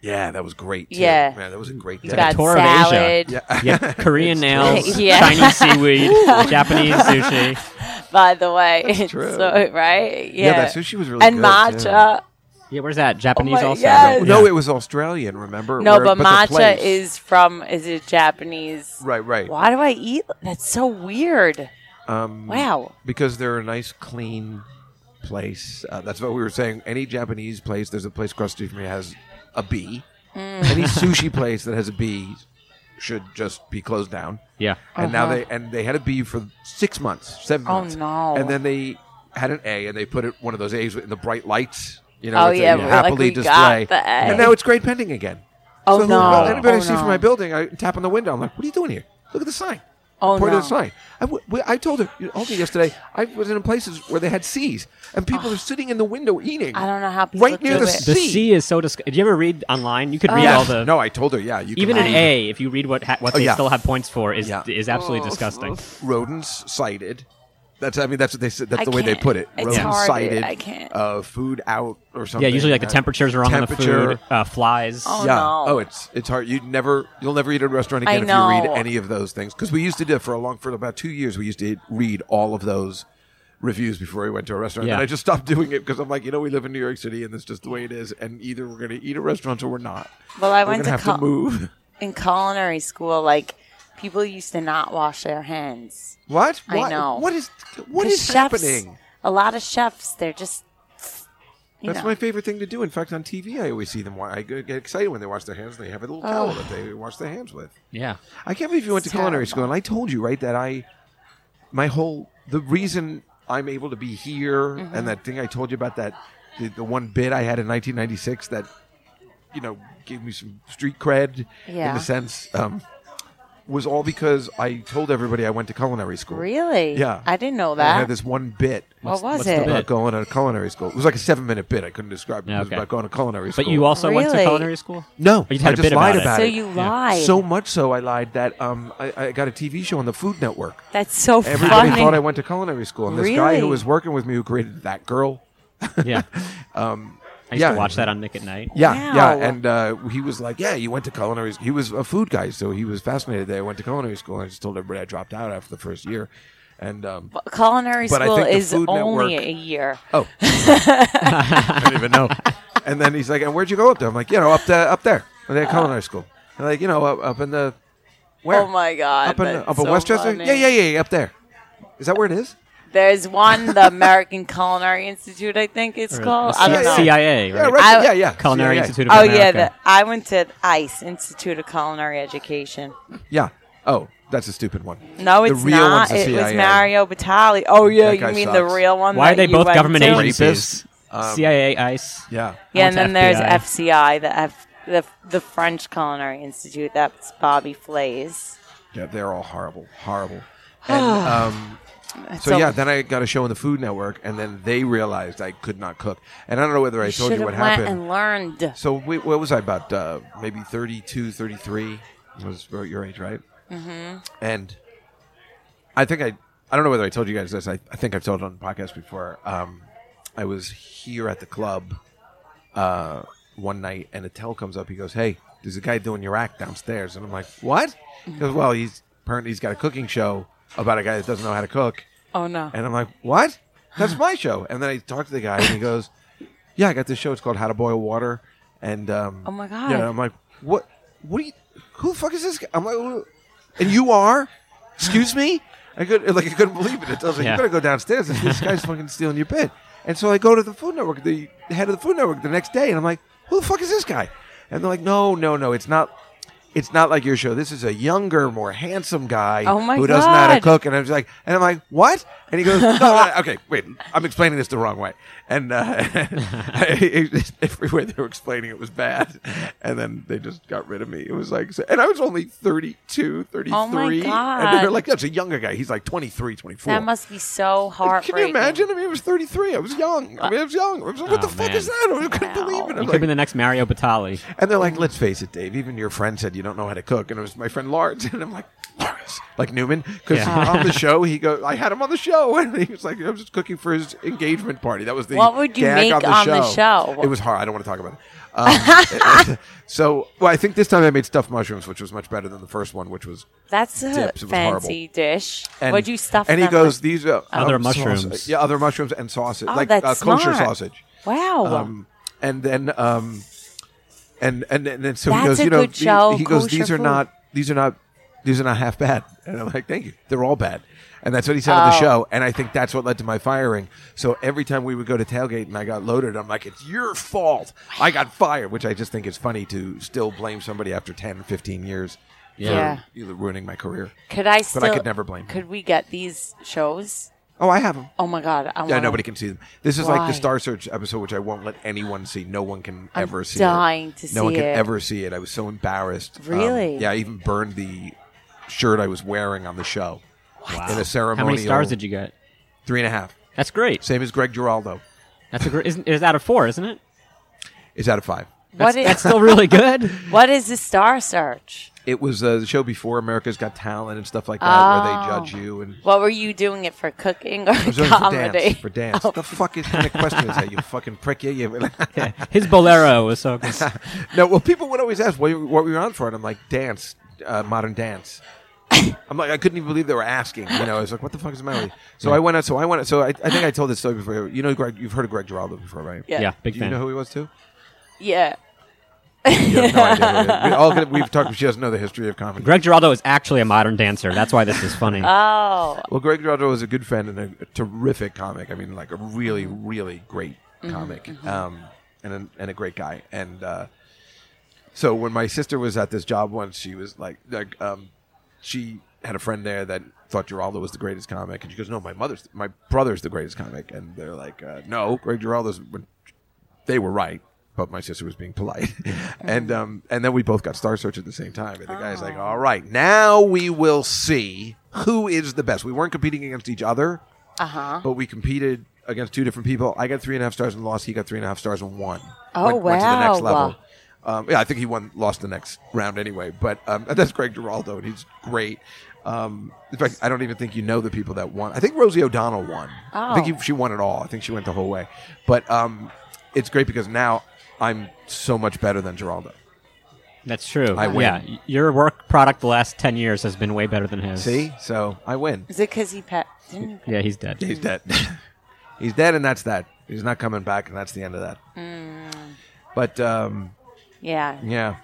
[SPEAKER 5] Yeah, that was great. Too.
[SPEAKER 7] Yeah.
[SPEAKER 5] man, that was a great
[SPEAKER 7] You
[SPEAKER 5] day.
[SPEAKER 7] got
[SPEAKER 6] tour of Asia.
[SPEAKER 7] salad,
[SPEAKER 6] You have Korean nails,
[SPEAKER 7] Yeah.
[SPEAKER 6] Chinese seaweed, Japanese sushi.
[SPEAKER 7] by the way. It's
[SPEAKER 5] true.
[SPEAKER 7] So, right? Yeah.
[SPEAKER 5] that sushi was really
[SPEAKER 7] and
[SPEAKER 5] good,
[SPEAKER 7] matcha.
[SPEAKER 5] yeah.
[SPEAKER 6] Yeah, where's that? Japanese
[SPEAKER 7] Oh my-
[SPEAKER 6] also.
[SPEAKER 7] yes.
[SPEAKER 6] right?
[SPEAKER 5] No,
[SPEAKER 6] Yeah.
[SPEAKER 5] it was Australian. Remember?
[SPEAKER 7] No,
[SPEAKER 5] Where-
[SPEAKER 7] but,
[SPEAKER 5] the
[SPEAKER 7] matcha
[SPEAKER 5] place-
[SPEAKER 7] is from is it Japanese?
[SPEAKER 5] right, right.
[SPEAKER 7] Why do I eat? That's so weird.
[SPEAKER 5] Um,
[SPEAKER 7] Wow.
[SPEAKER 5] because they're a nice, clean place. Uh, that's what we were saying. Any Japanese place, there's a place across the street from me that has a B.
[SPEAKER 7] Mm.
[SPEAKER 5] Any sushi place that has a B should just be closed down.
[SPEAKER 6] yeah.
[SPEAKER 5] And now they and they had a B for six months, seven
[SPEAKER 7] Uh-huh. Oh,
[SPEAKER 5] months.
[SPEAKER 7] no.
[SPEAKER 5] And then they had an A, and they put it one of those A's in the bright lights. You know,
[SPEAKER 7] Oh,
[SPEAKER 5] it's a
[SPEAKER 7] yeah, we're like,
[SPEAKER 5] happily
[SPEAKER 7] we got
[SPEAKER 5] display.
[SPEAKER 7] the A.
[SPEAKER 5] And now it's grade pending again.
[SPEAKER 7] Oh,
[SPEAKER 5] so who-
[SPEAKER 7] no.
[SPEAKER 5] well, anybody I
[SPEAKER 7] Oh,
[SPEAKER 5] see from
[SPEAKER 7] no.
[SPEAKER 5] my building, I tap on the window. I'm like, "What are you doing here? Look at the sign."
[SPEAKER 7] Oh,
[SPEAKER 5] Point
[SPEAKER 7] no.
[SPEAKER 5] at the sign. I, w- we- I told her, you told me yesterday. I was in places where they had C's, and people are sitting in the window eating.
[SPEAKER 7] Ah. I don't know how people
[SPEAKER 5] right near
[SPEAKER 7] do
[SPEAKER 5] the
[SPEAKER 7] it.
[SPEAKER 5] C.
[SPEAKER 6] The C is so disgusting. Did you ever read online? You could read
[SPEAKER 5] Yeah.
[SPEAKER 6] all the.
[SPEAKER 5] no, I told her. Yeah, you
[SPEAKER 6] Even
[SPEAKER 5] can
[SPEAKER 6] an
[SPEAKER 5] read
[SPEAKER 6] A, if you read what ha- what
[SPEAKER 5] Oh,
[SPEAKER 6] they
[SPEAKER 5] yeah.
[SPEAKER 6] still have points for, is
[SPEAKER 5] Yeah.
[SPEAKER 6] is absolutely disgusting.
[SPEAKER 5] rodents cited. That's I mean that's what they said. That's
[SPEAKER 7] I
[SPEAKER 5] the way they
[SPEAKER 7] can't.
[SPEAKER 5] put it.
[SPEAKER 7] It's
[SPEAKER 5] rodents
[SPEAKER 7] hard.
[SPEAKER 5] cited.
[SPEAKER 7] I can't.
[SPEAKER 5] Uh, food out or something.
[SPEAKER 6] Yeah, usually like the
[SPEAKER 5] Uh,
[SPEAKER 6] temperatures are wrong on the
[SPEAKER 5] temperature.
[SPEAKER 6] food. Uh, flies.
[SPEAKER 7] Oh,
[SPEAKER 5] yeah.
[SPEAKER 7] no.
[SPEAKER 5] Oh, it's it's hard. You never you'll never eat at a restaurant
[SPEAKER 7] I
[SPEAKER 5] again if you read
[SPEAKER 7] know.
[SPEAKER 5] any of those things because we used to do for a long for about two years. We used to read all of those reviews before we went to a restaurant.
[SPEAKER 6] Yeah.
[SPEAKER 5] And I just stopped doing it because I'm like, you know, we live in New York City and that's just the way it is. And either we're going to eat at restaurants or we're not.
[SPEAKER 7] Well, I
[SPEAKER 5] we're
[SPEAKER 7] went
[SPEAKER 5] gonna have
[SPEAKER 7] to cul-
[SPEAKER 5] to move.
[SPEAKER 7] in culinary school, like people used to not wash their hands.
[SPEAKER 5] What?
[SPEAKER 7] I
[SPEAKER 5] Why-
[SPEAKER 7] know.
[SPEAKER 5] What is what
[SPEAKER 7] 'Cause
[SPEAKER 5] is
[SPEAKER 7] chefs-
[SPEAKER 5] happening?
[SPEAKER 7] A lot of chefs, they're just. You
[SPEAKER 5] That's
[SPEAKER 7] know.
[SPEAKER 5] my favorite thing to do. In fact, on TV, I always see them. wa- I get get excited when they wash their hands. and They have a little towel that they wash their hands with.
[SPEAKER 6] Yeah.
[SPEAKER 5] I can't believe you went to culinary
[SPEAKER 7] Terrible.
[SPEAKER 5] school, and I told you right that I, my whole the reason I'm able to be here,
[SPEAKER 7] Mm-hmm.
[SPEAKER 5] and that thing I told you about that, the, the one bit I had in 1996 that, you know, gave me some street cred in
[SPEAKER 7] Yeah.
[SPEAKER 5] the sense, um, was all because I told everybody I went to culinary school.
[SPEAKER 7] Really?
[SPEAKER 5] Yeah,
[SPEAKER 7] I didn't know
[SPEAKER 5] And I had
[SPEAKER 7] that.
[SPEAKER 5] this one bit.
[SPEAKER 7] What was
[SPEAKER 6] what's the
[SPEAKER 7] it?
[SPEAKER 6] bit?
[SPEAKER 5] About going to culinary school. It was like a seven minute bit. I couldn't describe it.
[SPEAKER 6] Yeah,
[SPEAKER 5] It was
[SPEAKER 6] okay.
[SPEAKER 5] about going to culinary school.
[SPEAKER 6] But you also went to
[SPEAKER 7] Really?
[SPEAKER 6] culinary school?
[SPEAKER 5] No,
[SPEAKER 6] You had
[SPEAKER 5] I
[SPEAKER 6] a
[SPEAKER 5] just
[SPEAKER 6] bit about
[SPEAKER 5] lied
[SPEAKER 6] it.
[SPEAKER 5] about
[SPEAKER 7] so
[SPEAKER 5] it.
[SPEAKER 7] you lied.
[SPEAKER 5] So much so, I lied that um, I, I got a TV show on the Food Network.
[SPEAKER 7] That's so
[SPEAKER 5] Everybody
[SPEAKER 7] funny.
[SPEAKER 5] thought I went to culinary school, and this guy who
[SPEAKER 7] Really?
[SPEAKER 5] was working with me who created that girl.
[SPEAKER 6] Yeah. I used
[SPEAKER 5] Um, yeah.
[SPEAKER 6] to watch that on Nick at Night.
[SPEAKER 5] Yeah,
[SPEAKER 7] Wow.
[SPEAKER 5] yeah, and uh, he was like, "Yeah, you went to culinary." He was a food guy, so he was fascinated that I went to culinary school. And I just told everybody I dropped out after the first year, and um,
[SPEAKER 7] But culinary
[SPEAKER 5] But I
[SPEAKER 7] school
[SPEAKER 5] think the
[SPEAKER 7] is
[SPEAKER 5] Food
[SPEAKER 7] only
[SPEAKER 5] Network-
[SPEAKER 7] a year.
[SPEAKER 5] oh, I didn't even know. And then he's like, "And where'd you go up there?" I'm like, "You know, up there, up there, at culinary school." And like, you know, up, up in the where?
[SPEAKER 7] Uh-huh. Oh my god!
[SPEAKER 5] up in
[SPEAKER 7] that's
[SPEAKER 5] up in
[SPEAKER 7] so
[SPEAKER 5] Westchester.
[SPEAKER 7] funny.
[SPEAKER 5] Yeah, yeah, yeah, yeah, up there. Is that where it is?
[SPEAKER 7] There's one, the American Culinary Institute, I think it's called. I
[SPEAKER 5] C-
[SPEAKER 7] don't know.
[SPEAKER 6] CIA,
[SPEAKER 5] Yeah,
[SPEAKER 6] right?
[SPEAKER 5] right.
[SPEAKER 7] I-
[SPEAKER 5] yeah, yeah.
[SPEAKER 6] Culinary
[SPEAKER 5] CIA.
[SPEAKER 6] Institute of
[SPEAKER 7] Oh
[SPEAKER 6] America.
[SPEAKER 7] yeah, the, I went to ICE Institute of Culinary Education.
[SPEAKER 5] Yeah. Oh, that's a stupid one.
[SPEAKER 7] No, it's
[SPEAKER 5] the real
[SPEAKER 7] not.
[SPEAKER 5] One's the
[SPEAKER 7] it was
[SPEAKER 5] CIA.
[SPEAKER 7] Mario Batali. Oh yeah,
[SPEAKER 5] That guy
[SPEAKER 7] you mean
[SPEAKER 5] sucks.
[SPEAKER 7] the real one?
[SPEAKER 6] Why are
[SPEAKER 7] that
[SPEAKER 6] they
[SPEAKER 7] you
[SPEAKER 6] both
[SPEAKER 7] went
[SPEAKER 6] government
[SPEAKER 7] to?
[SPEAKER 6] agencies?
[SPEAKER 5] Um,
[SPEAKER 6] CIA, ICE.
[SPEAKER 5] Yeah.
[SPEAKER 7] Yeah,
[SPEAKER 6] What's
[SPEAKER 7] and then there's
[SPEAKER 6] FBI?
[SPEAKER 7] FCI, the F, the the French Culinary Institute. That's Bobby Flay's.
[SPEAKER 5] Yeah, they're all horrible, horrible. And, um, so,
[SPEAKER 7] So-
[SPEAKER 5] yeah, then I got a show on the Food Network, and then they realized I could not cook. And I don't know whether I told
[SPEAKER 7] Should
[SPEAKER 5] you
[SPEAKER 7] have
[SPEAKER 5] what
[SPEAKER 7] went
[SPEAKER 5] happened.
[SPEAKER 7] and learned.
[SPEAKER 5] so we, what was I about? Uh, maybe 32, 33 was about your age, right? Mm-hmm. And I think I, I don't know whether I told you guys this. I, I think I've told it on the podcast before. Um, I was here at the club uh, one night, and Attell comes up. He goes, "Hey, there's a guy doing your act downstairs," and I'm like, "What?" He goes, "Well, he's apparently he's got a cooking show about a guy that doesn't know how to cook."
[SPEAKER 7] Oh no.
[SPEAKER 5] And I'm like, what? That's my show. And then I talk to the guy, and he goes, yeah, I got this show. It's called How to Boil Water. And um,
[SPEAKER 7] Oh, my
[SPEAKER 5] You
[SPEAKER 7] God.
[SPEAKER 5] know, I'm like, what? What do you? Who the fuck is this guy? I'm like, "Who-" and you are? Excuse me? I could like I couldn't believe it. I was like,
[SPEAKER 6] Yeah.
[SPEAKER 5] you gotta go downstairs. This- This guy's fucking stealing your bit. And so I go to the Food Network, the head of the Food Network, the next day, and I'm like, who the fuck is this guy? And they're like, no, no, no, it's not. It's not like your show. This is a younger, more handsome guy
[SPEAKER 7] Oh, my
[SPEAKER 5] who doesn't know how to
[SPEAKER 7] God.
[SPEAKER 5] cook. And I was like, and I'm like, what? And he goes, no, no, okay, wait, I'm explaining this the wrong way. And uh, everywhere they were explaining it was bad. And then they just got rid of me. It was like, so- and I was only 32, 33.
[SPEAKER 7] Oh, my
[SPEAKER 5] And they were
[SPEAKER 7] God.
[SPEAKER 5] like, that's a younger guy. He's like 23, 24.
[SPEAKER 7] That must be so
[SPEAKER 5] Can
[SPEAKER 7] heartbreaking.
[SPEAKER 5] you imagine? I mean, I was 33. I was young. I mean, I was young. I was like, what
[SPEAKER 6] Oh,
[SPEAKER 5] the fuck
[SPEAKER 6] man.
[SPEAKER 5] is that? I couldn't believe it.
[SPEAKER 6] You
[SPEAKER 5] I'm
[SPEAKER 6] could
[SPEAKER 5] like,
[SPEAKER 6] be the next Mario Batali.
[SPEAKER 5] and they're like, let's face it, Dave, even your friend said you don't know how to cook. And it was my friend Lawrence. And I'm like, Lawrence, like Newman, because
[SPEAKER 6] Yeah.
[SPEAKER 5] on the show, he goes, I had him on the show. And he was like, I was just cooking for his engagement party. That was the
[SPEAKER 7] What would you
[SPEAKER 5] gag
[SPEAKER 7] make
[SPEAKER 5] on, the,
[SPEAKER 7] on
[SPEAKER 5] show.
[SPEAKER 7] the show?
[SPEAKER 5] It was hard. I don't want to talk about it. Um, so, well, I think this time I made stuffed mushrooms, which was much better than the first one, which was
[SPEAKER 7] That's a
[SPEAKER 5] Dips, it was
[SPEAKER 7] fancy dish.
[SPEAKER 5] and,
[SPEAKER 7] What'd you stuff
[SPEAKER 5] And he
[SPEAKER 7] them
[SPEAKER 5] goes,
[SPEAKER 7] with?
[SPEAKER 5] these are
[SPEAKER 6] Other
[SPEAKER 5] um, sausage."
[SPEAKER 6] mushrooms.
[SPEAKER 5] Yeah, other mushrooms and sausage,
[SPEAKER 7] Oh,
[SPEAKER 5] like
[SPEAKER 7] that's
[SPEAKER 5] uh, kosher
[SPEAKER 7] smart.
[SPEAKER 5] sausage.
[SPEAKER 7] Wow.
[SPEAKER 5] Um, and then, um, and and and then so he
[SPEAKER 7] That's
[SPEAKER 5] goes,
[SPEAKER 7] a
[SPEAKER 5] you know,
[SPEAKER 7] good
[SPEAKER 5] the-
[SPEAKER 7] show,
[SPEAKER 5] he goes,
[SPEAKER 7] kosher
[SPEAKER 5] these are
[SPEAKER 7] food."
[SPEAKER 5] not, these are not, these are not half bad. And I'm like, thank you, they're all bad. And that's what he said on the
[SPEAKER 7] Oh.
[SPEAKER 5] show. And I think that's what led to my firing. So every time we would go to tailgate and I got loaded, I'm like, it's your fault. I got fired, which I just think is funny to still blame somebody after 10, 15 years. for
[SPEAKER 7] Yeah.
[SPEAKER 5] Either ruining my career.
[SPEAKER 7] could I still?
[SPEAKER 5] but I could never blame him.
[SPEAKER 7] Could we get these shows?
[SPEAKER 5] Oh, I have them.
[SPEAKER 7] Oh my god! I
[SPEAKER 5] Yeah,
[SPEAKER 7] wanna-
[SPEAKER 5] nobody can see them. This is like
[SPEAKER 7] Why?
[SPEAKER 5] the Star Search episode, which I won't let anyone see. No one can
[SPEAKER 7] I'm
[SPEAKER 5] ever see
[SPEAKER 7] dying
[SPEAKER 5] it.
[SPEAKER 7] to
[SPEAKER 5] No one
[SPEAKER 7] see
[SPEAKER 5] can
[SPEAKER 7] it.
[SPEAKER 5] ever see it. I was so embarrassed. Um,
[SPEAKER 7] Really?
[SPEAKER 5] yeah, I even burned the shirt I was wearing on the show.
[SPEAKER 6] Wow.
[SPEAKER 5] In a ceremonial.
[SPEAKER 6] How many stars did you get?
[SPEAKER 5] Three and a half.
[SPEAKER 6] That's great.
[SPEAKER 5] Same as Greg Giraldo.
[SPEAKER 6] That's a great. Isn't, is out of four, isn't it?
[SPEAKER 5] It's out of five.
[SPEAKER 7] What
[SPEAKER 6] That's
[SPEAKER 7] is
[SPEAKER 6] still really good.
[SPEAKER 7] what is the Star Search?
[SPEAKER 5] It was uh, the show before America's Got Talent and stuff like that,
[SPEAKER 7] Oh.
[SPEAKER 5] where they judge you and.
[SPEAKER 7] What were you doing it for? Cooking or
[SPEAKER 5] I was doing it for
[SPEAKER 7] comedy? Oh.
[SPEAKER 5] dance. For dance. The fuck is the question is that you fucking prick you? you
[SPEAKER 6] His bolero was so good.
[SPEAKER 5] No, well, people would always ask, what, what were you on for? And I'm like, dance, uh, modern dance. I'm like, I couldn't even believe they were asking. You know, I was like, what the fuck is the matter? with you? So I went out, so I went out, so I, I think I told this story before. You know, Greg, you've heard of Greg Giraldo before, right?
[SPEAKER 7] Yeah.
[SPEAKER 6] Yeah,
[SPEAKER 5] Do
[SPEAKER 6] big
[SPEAKER 5] you
[SPEAKER 6] fan.
[SPEAKER 5] know who he was too?
[SPEAKER 7] yeah.
[SPEAKER 5] You have no idea. who he is. We all could- we've talked, she doesn't know the history of comedy.
[SPEAKER 6] Greg Giraldo is actually a modern dancer. That's why this is funny.
[SPEAKER 7] Oh,
[SPEAKER 5] Well, Greg Giraldo was a good friend and a terrific comic. I mean, like a really, really great
[SPEAKER 6] Mm-hmm,
[SPEAKER 5] comic, um, and a, and a great guy. And uh, so when my sister was at this job once, she was like, like um, she had a friend there that thought Giraldo was the greatest comic, and she goes, "No, my mother's, my brother's the greatest comic." And they're like, uh, "No, Greg Giraldo's." When they were right. But my sister was being polite, and um, and then we both got Star Search at the same time. And the guy's
[SPEAKER 7] Oh.
[SPEAKER 5] like, "All right, now we will see who is the best." We weren't competing against each other, uh-huh. but we competed against two different people. I got three and a half stars and lost. He got three and a half stars and won.
[SPEAKER 7] Oh,
[SPEAKER 5] went, Went to the next
[SPEAKER 7] wow.
[SPEAKER 5] level. Um, yeah, I think he won, lost the next round anyway. But um, that's Greg Giraldo, and he's great. Um, in fact, I don't even think you know the people that won. I think Rosie O'Donnell won. I think
[SPEAKER 7] Oh.
[SPEAKER 5] you- she won it all. I think she went the whole way. But um, it's great because now I'm so much better than Giraldo.
[SPEAKER 6] That's true.
[SPEAKER 5] I win.
[SPEAKER 6] Yeah, y- your work product the last ten years has been way better than his.
[SPEAKER 5] See, so I win.
[SPEAKER 7] is it because he pet? Didn't he
[SPEAKER 6] Yeah, he's dead.
[SPEAKER 5] He's dead. He's dead, and that's that. He's not coming back, and that's the end of that. But um,
[SPEAKER 7] Yeah.
[SPEAKER 5] yeah.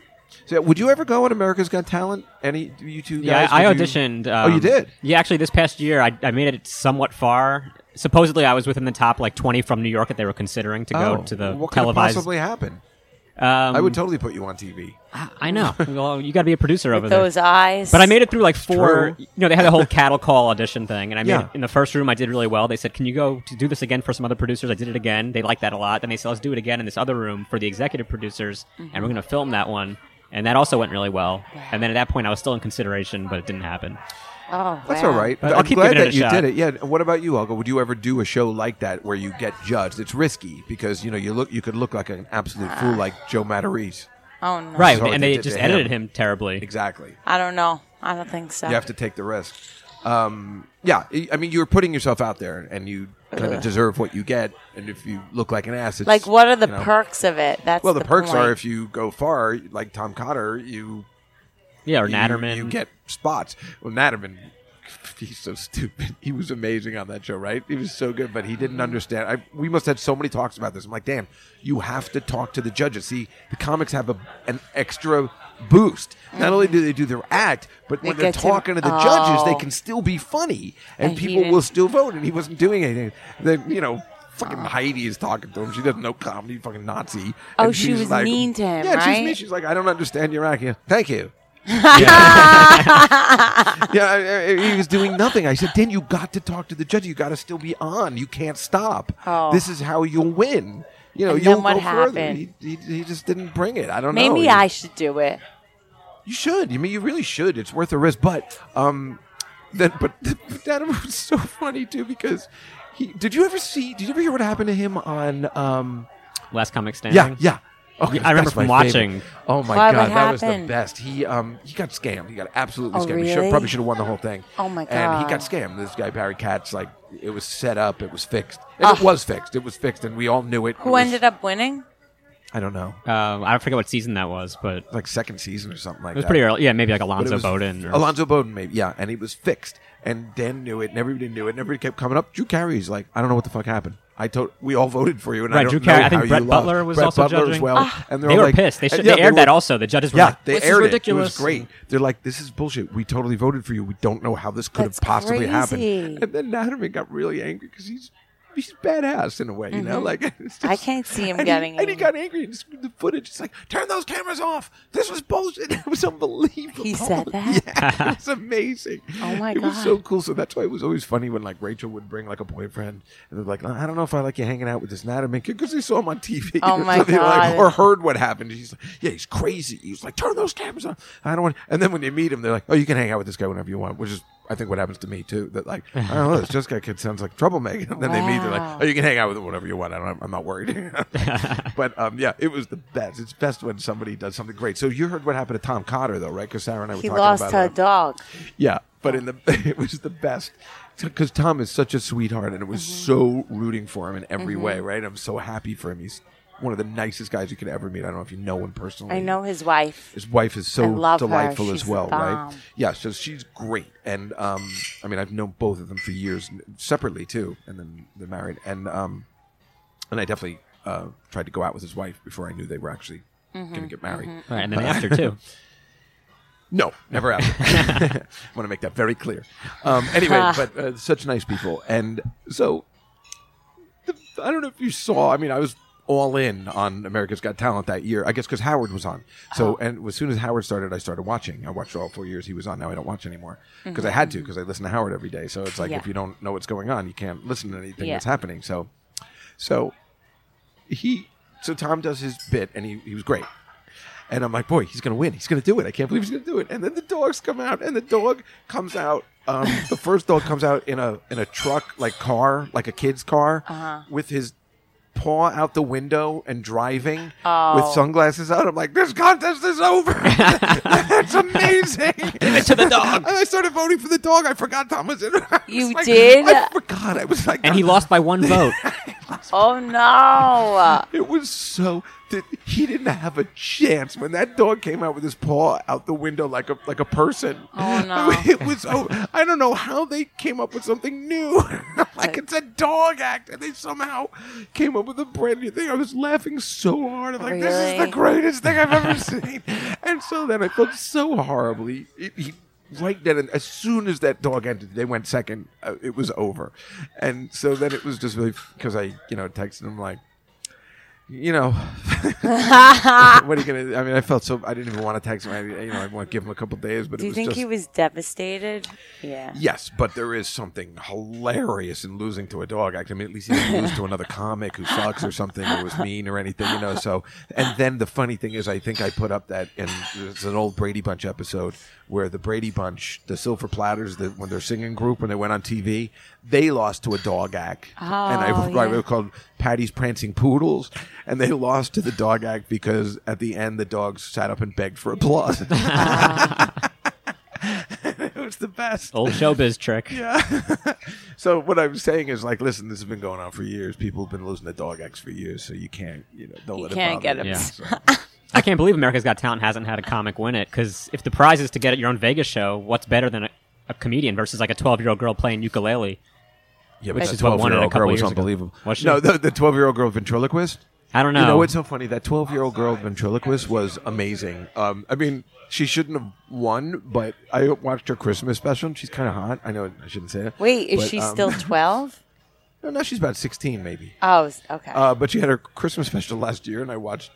[SPEAKER 5] So, would you ever go on America's Got Talent? Any you two
[SPEAKER 6] Yeah,
[SPEAKER 5] guys?
[SPEAKER 6] I
[SPEAKER 5] would you-
[SPEAKER 6] auditioned. um,
[SPEAKER 5] oh, you did.
[SPEAKER 6] Yeah, actually, this past year, I, I made it somewhat far. Supposedly, I was within the top like twenty from New York that they were considering to
[SPEAKER 5] oh,
[SPEAKER 6] go to the
[SPEAKER 5] what
[SPEAKER 6] televised.
[SPEAKER 5] Could possibly happen.
[SPEAKER 6] um,
[SPEAKER 5] I would totally put you on TV.
[SPEAKER 6] Ah, I know. Well, you got to be a producer over
[SPEAKER 7] With
[SPEAKER 6] there.
[SPEAKER 7] those eyes.
[SPEAKER 6] But I made it through like four.
[SPEAKER 5] True.
[SPEAKER 6] You know, they had a whole cattle call audition thing, and I made
[SPEAKER 5] Yeah.
[SPEAKER 6] it, in the first room. I did really well. They said, "Can you go to do this again for some other producers?" I did it again. They liked that a lot. Then they said, "Let's do it again in this other room for the executive producers,
[SPEAKER 7] Mm-hmm.
[SPEAKER 6] and we're going to film that one." And that also went really well. And then at that point, I was still in consideration, but it didn't happen.
[SPEAKER 7] Oh,
[SPEAKER 5] That's
[SPEAKER 7] wow.
[SPEAKER 5] all right.
[SPEAKER 6] But I'll
[SPEAKER 5] I'm
[SPEAKER 6] keep
[SPEAKER 5] glad
[SPEAKER 6] giving it
[SPEAKER 5] that
[SPEAKER 6] a
[SPEAKER 5] you
[SPEAKER 6] shot.
[SPEAKER 5] did it. Yeah. and What about you, Olga? Would you ever do a show like that where you get judged? It's risky because you know you look you could look like an absolute fool like Joe Matarese.
[SPEAKER 7] Oh no.
[SPEAKER 6] Right,
[SPEAKER 5] Sorry,
[SPEAKER 6] and
[SPEAKER 5] they
[SPEAKER 6] they,
[SPEAKER 5] did
[SPEAKER 6] just
[SPEAKER 5] to him.
[SPEAKER 6] edited him, terribly.
[SPEAKER 5] Exactly.
[SPEAKER 7] I don't know. I don't think so.
[SPEAKER 5] You have to take the risk. Um, yeah. I I mean, you're putting yourself out there, and you kind of deserve what you get. and if you look like an ass, it's,
[SPEAKER 7] Like, what are the
[SPEAKER 5] you know-
[SPEAKER 7] perks of it? That's
[SPEAKER 5] Well, the, perks
[SPEAKER 7] point.
[SPEAKER 5] are if you go far, like Tom Cotter, you
[SPEAKER 6] Yeah, or
[SPEAKER 5] you-
[SPEAKER 6] Natterman.
[SPEAKER 5] you get spots. Well, Natterman, he's so stupid. He was amazing on that show, right? He was so good, but he
[SPEAKER 7] Mm.
[SPEAKER 5] didn't understand. I, we must have had so many talks about this. I'm like, damn, you have to talk to the judges. See, the comics have a, an extra boost. Not only do they do their act, but when
[SPEAKER 7] They
[SPEAKER 5] they're
[SPEAKER 7] get to-
[SPEAKER 5] talking to the judges, they
[SPEAKER 7] Oh.
[SPEAKER 5] can still be funny, and,
[SPEAKER 7] And he
[SPEAKER 5] people will
[SPEAKER 7] didn't-
[SPEAKER 5] still vote. And he wasn't doing anything. Then you know. Fucking Heidi is talking to him. She doesn't know comedy. Fucking Nazi.
[SPEAKER 7] Oh,
[SPEAKER 5] And
[SPEAKER 7] she
[SPEAKER 5] she's
[SPEAKER 7] was mean to him,
[SPEAKER 5] Yeah, she's
[SPEAKER 7] right?
[SPEAKER 5] mean. She's like, I don't understand your act. Yeah, Thank you yeah, I, I, he was doing nothing. I said, Dan, you got to talk to the judge. You got to still be on. You can't stop.
[SPEAKER 7] Oh.
[SPEAKER 5] This is how you'll win. You know,
[SPEAKER 7] And
[SPEAKER 5] you'll
[SPEAKER 7] then what
[SPEAKER 5] go further.
[SPEAKER 7] happened?
[SPEAKER 5] He, he, he just didn't bring it. I don't know.
[SPEAKER 7] Maybe
[SPEAKER 5] He-
[SPEAKER 7] I should do it.
[SPEAKER 5] You should. You mean, you really should. It's worth a risk. But, um, then, but, but that was so funny too because he. Did you ever see? Did you ever hear what happened to him on? Um,
[SPEAKER 6] Last comic standing.
[SPEAKER 5] yeah, yeah. Oh,
[SPEAKER 6] Yeah, I remember
[SPEAKER 5] that's my
[SPEAKER 6] from
[SPEAKER 5] favorite.
[SPEAKER 6] watching.
[SPEAKER 5] Oh my
[SPEAKER 7] Why, what
[SPEAKER 5] god, that was the
[SPEAKER 7] happened?
[SPEAKER 5] best. He um he got scammed. He got absolutely
[SPEAKER 7] Oh,
[SPEAKER 5] scammed. He should,
[SPEAKER 7] really?
[SPEAKER 5] probably should have won the whole thing.
[SPEAKER 7] Oh, my
[SPEAKER 5] And he
[SPEAKER 7] God.
[SPEAKER 5] got scammed. This guy Barry Katz, like it was set up. It was fixed. And it was fixed. It was fixed, and we all knew it.
[SPEAKER 7] Ah. Who ended up winning?
[SPEAKER 5] I don't know,
[SPEAKER 6] Uh, I forget what season that was, but it
[SPEAKER 5] like second season or something like that.
[SPEAKER 6] was pretty early. Yeah, maybe like
[SPEAKER 5] But it
[SPEAKER 6] Alonzo
[SPEAKER 5] was-
[SPEAKER 6] Bowden. Or,
[SPEAKER 5] Alonzo Bowden, maybe. Yeah, and he was fixed. And Dan knew it, and everybody knew it, and everybody kept coming up. Drew Carey's like, I don't know what the fuck happened. I told we all voted for you, and I
[SPEAKER 6] Right,
[SPEAKER 5] don't
[SPEAKER 6] Drew
[SPEAKER 5] know
[SPEAKER 6] Carey. I
[SPEAKER 5] how
[SPEAKER 6] think
[SPEAKER 5] you
[SPEAKER 6] Brett
[SPEAKER 5] lost."
[SPEAKER 6] Butler was
[SPEAKER 5] Brett
[SPEAKER 6] also
[SPEAKER 5] Butler as
[SPEAKER 6] judging.
[SPEAKER 5] well.
[SPEAKER 6] Ah,
[SPEAKER 5] and
[SPEAKER 6] they
[SPEAKER 5] all
[SPEAKER 6] were
[SPEAKER 5] like-
[SPEAKER 6] pissed. They,
[SPEAKER 5] and
[SPEAKER 6] should,
[SPEAKER 5] yeah,
[SPEAKER 6] they aired
[SPEAKER 5] were-
[SPEAKER 6] that also. The judges were
[SPEAKER 5] yeah,
[SPEAKER 6] like,
[SPEAKER 5] they
[SPEAKER 6] "This is
[SPEAKER 5] aired it. It
[SPEAKER 6] ridiculous."
[SPEAKER 5] was great. They're like, "This is bullshit. We totally voted for you. We don't know how this could
[SPEAKER 7] That's
[SPEAKER 5] have possibly
[SPEAKER 7] crazy.
[SPEAKER 5] happened." And then Natterman got really angry because he's he's badass in a way, you know. Like it's
[SPEAKER 7] Mm-hmm. I can't see him
[SPEAKER 5] and
[SPEAKER 7] getting
[SPEAKER 5] He, and he
[SPEAKER 7] angry.
[SPEAKER 5] got angry and screwed the footage. It's like, "Turn those cameras off. This was bullshit. It was unbelievable."
[SPEAKER 7] He said that?
[SPEAKER 5] Yeah, it was amazing.
[SPEAKER 7] Oh, my
[SPEAKER 5] It was so
[SPEAKER 7] God.
[SPEAKER 5] cool. So that's why it was always funny when like Rachel would bring like a boyfriend and they're like, "I don't know if I like you hanging out with this Natterman kid because they saw him on TV."
[SPEAKER 7] Oh,
[SPEAKER 5] or
[SPEAKER 7] my
[SPEAKER 5] something Like,
[SPEAKER 7] God.
[SPEAKER 5] or heard what happened. He's like, yeah, he's crazy. He's like, turn those cameras on. I don't want. And then when you meet him, they're like, oh, you can hang out with this guy whenever you want, which is. I think what happens to me too, that like, I don't know, this Jessica kid sounds like troublemaker. And then they meet, they're
[SPEAKER 7] Wow.
[SPEAKER 5] like, oh, you can hang out with him whenever you want. I don't, I'm not worried. but um, yeah, it was the best. It's best when somebody does something great. So you heard what happened to Tom Cotter though, right? Because Sarah and I were
[SPEAKER 7] He
[SPEAKER 5] talking
[SPEAKER 7] lost
[SPEAKER 5] about uh,
[SPEAKER 7] her
[SPEAKER 5] it.
[SPEAKER 7] dog.
[SPEAKER 5] Yeah, but
[SPEAKER 7] Oh.
[SPEAKER 5] in the it was the best because Tom is such a sweetheart, and it was
[SPEAKER 7] Mm-hmm.
[SPEAKER 5] so rooting for him in every way. Right, I'm so happy for him. He's one of the nicest guys you could ever meet. I don't know if you know him personally.
[SPEAKER 7] I know his wife.
[SPEAKER 5] His wife is so
[SPEAKER 7] I love her.
[SPEAKER 5] delightful as
[SPEAKER 7] She's
[SPEAKER 5] well,
[SPEAKER 7] the
[SPEAKER 5] right?
[SPEAKER 7] bomb.
[SPEAKER 5] Yeah, so she's great, and um, I mean, I've known both of them for years n- separately too, and then they're married, and um, and I definitely uh, tried to go out with his wife before I knew they were actually
[SPEAKER 7] Mm-hmm.
[SPEAKER 5] going to get married.
[SPEAKER 6] Right, and then after too.
[SPEAKER 5] No, never after. I want to make that very clear. Um,
[SPEAKER 7] Ah.
[SPEAKER 5] anyway, but uh, such nice people, and so the, I don't know if you saw. I mean, I was all in on America's Got Talent that year. I guess because Howard was on. So,
[SPEAKER 7] Oh.
[SPEAKER 5] and as soon as Howard started, I started watching. I watched all four years he was on. Now I don't watch anymore because I had to because I listen to Howard every day. So it's like
[SPEAKER 7] Mm-hmm. Yeah.
[SPEAKER 5] if you don't know what's going on, you can't listen to anything
[SPEAKER 7] Yeah.
[SPEAKER 5] that's happening. So, so he so Tom does his bit and he, he was great. And I'm like, boy, he's gonna win. He's gonna do it. I can't believe he's gonna do it. And then the dogs come out, and the dog comes out. Um, the first dog comes out in a in a truck like car, like a kid's car, with his paw out the window and driving with sunglasses on. I'm like, this contest is over. That's amazing. Give it to the dog. and I started voting for the dog. I forgot Tom was in. it. I
[SPEAKER 7] You
[SPEAKER 5] was like-
[SPEAKER 7] did?
[SPEAKER 5] I forgot. I was like,
[SPEAKER 6] And he
[SPEAKER 5] "Oh,
[SPEAKER 6] lost by one vote.
[SPEAKER 7] Oh no!
[SPEAKER 5] it was so that he didn't have a chance when that dog came out with his paw out the window like a like a person.
[SPEAKER 7] Oh, no.
[SPEAKER 5] It was oh, I don't know how they came up with something new. like it's a dog act, and they somehow came up with a brand new thing. I was laughing so hard. I'm like, this is the
[SPEAKER 7] Really?
[SPEAKER 5] greatest thing I've ever seen. And so then I felt so horribly. It, he, right then, and as soon as that dog entered, they went second. Uh, it was over. And so then it was just really because I, you know, texted him like you know, what are you gonna? I mean, I felt so. I didn't even want to text him. I, you know, I want to give him a couple days, but
[SPEAKER 7] Do
[SPEAKER 5] it
[SPEAKER 7] you
[SPEAKER 5] was
[SPEAKER 7] think
[SPEAKER 5] just,
[SPEAKER 7] he was devastated? Yeah.
[SPEAKER 5] Yes, but there is something hilarious in losing to a dog act. I mean, at least he didn't lose to another comic who sucks or something or was mean or anything, you know. So, and then the funny thing is, I think I put up that, and it's an old Brady Bunch episode where the Brady Bunch, the Silver Platters, the, when their singing group, when they went on TV, they lost to a dog act. and I,
[SPEAKER 7] Oh,
[SPEAKER 5] I
[SPEAKER 7] yeah.
[SPEAKER 5] called Patty's Prancing Poodles, and they lost to the dog act because at the end the dogs sat up and begged for applause. it was the best.
[SPEAKER 6] Old showbiz trick.
[SPEAKER 5] So what I'm saying is like, listen, this has been going on for years. People have been losing their dog X for years, so you can't, you know, don't
[SPEAKER 7] You
[SPEAKER 5] let
[SPEAKER 7] can't
[SPEAKER 5] it bother
[SPEAKER 7] get
[SPEAKER 5] you.
[SPEAKER 7] upset.
[SPEAKER 5] So-
[SPEAKER 6] I can't believe America's Got Talent hasn't had a comic win it. Because if the prize is to get at your own Vegas show, what's better than a, a comedian versus like a 12 year old girl playing ukulele?
[SPEAKER 5] Yeah, but
[SPEAKER 6] Which
[SPEAKER 5] the
[SPEAKER 6] is what won it a
[SPEAKER 5] 12-year-old
[SPEAKER 6] couple
[SPEAKER 5] girl was
[SPEAKER 6] years ago.
[SPEAKER 5] unbelievable.
[SPEAKER 6] Was she?
[SPEAKER 5] No, the, the 12-year-old girl ventriloquist.
[SPEAKER 6] I don't know.
[SPEAKER 5] You know what's so funny? That 12-year-old girl ventriloquist was amazing. Um, I mean, she shouldn't have won, but I watched her Christmas special. and She's kind of hot. I know I shouldn't say that.
[SPEAKER 7] Wait, is
[SPEAKER 5] but,
[SPEAKER 7] she
[SPEAKER 5] um,
[SPEAKER 7] still 12?
[SPEAKER 5] No, now she's about 16 maybe.
[SPEAKER 7] Oh, s- okay.
[SPEAKER 5] Uh, but she had her Christmas special last year, and I watched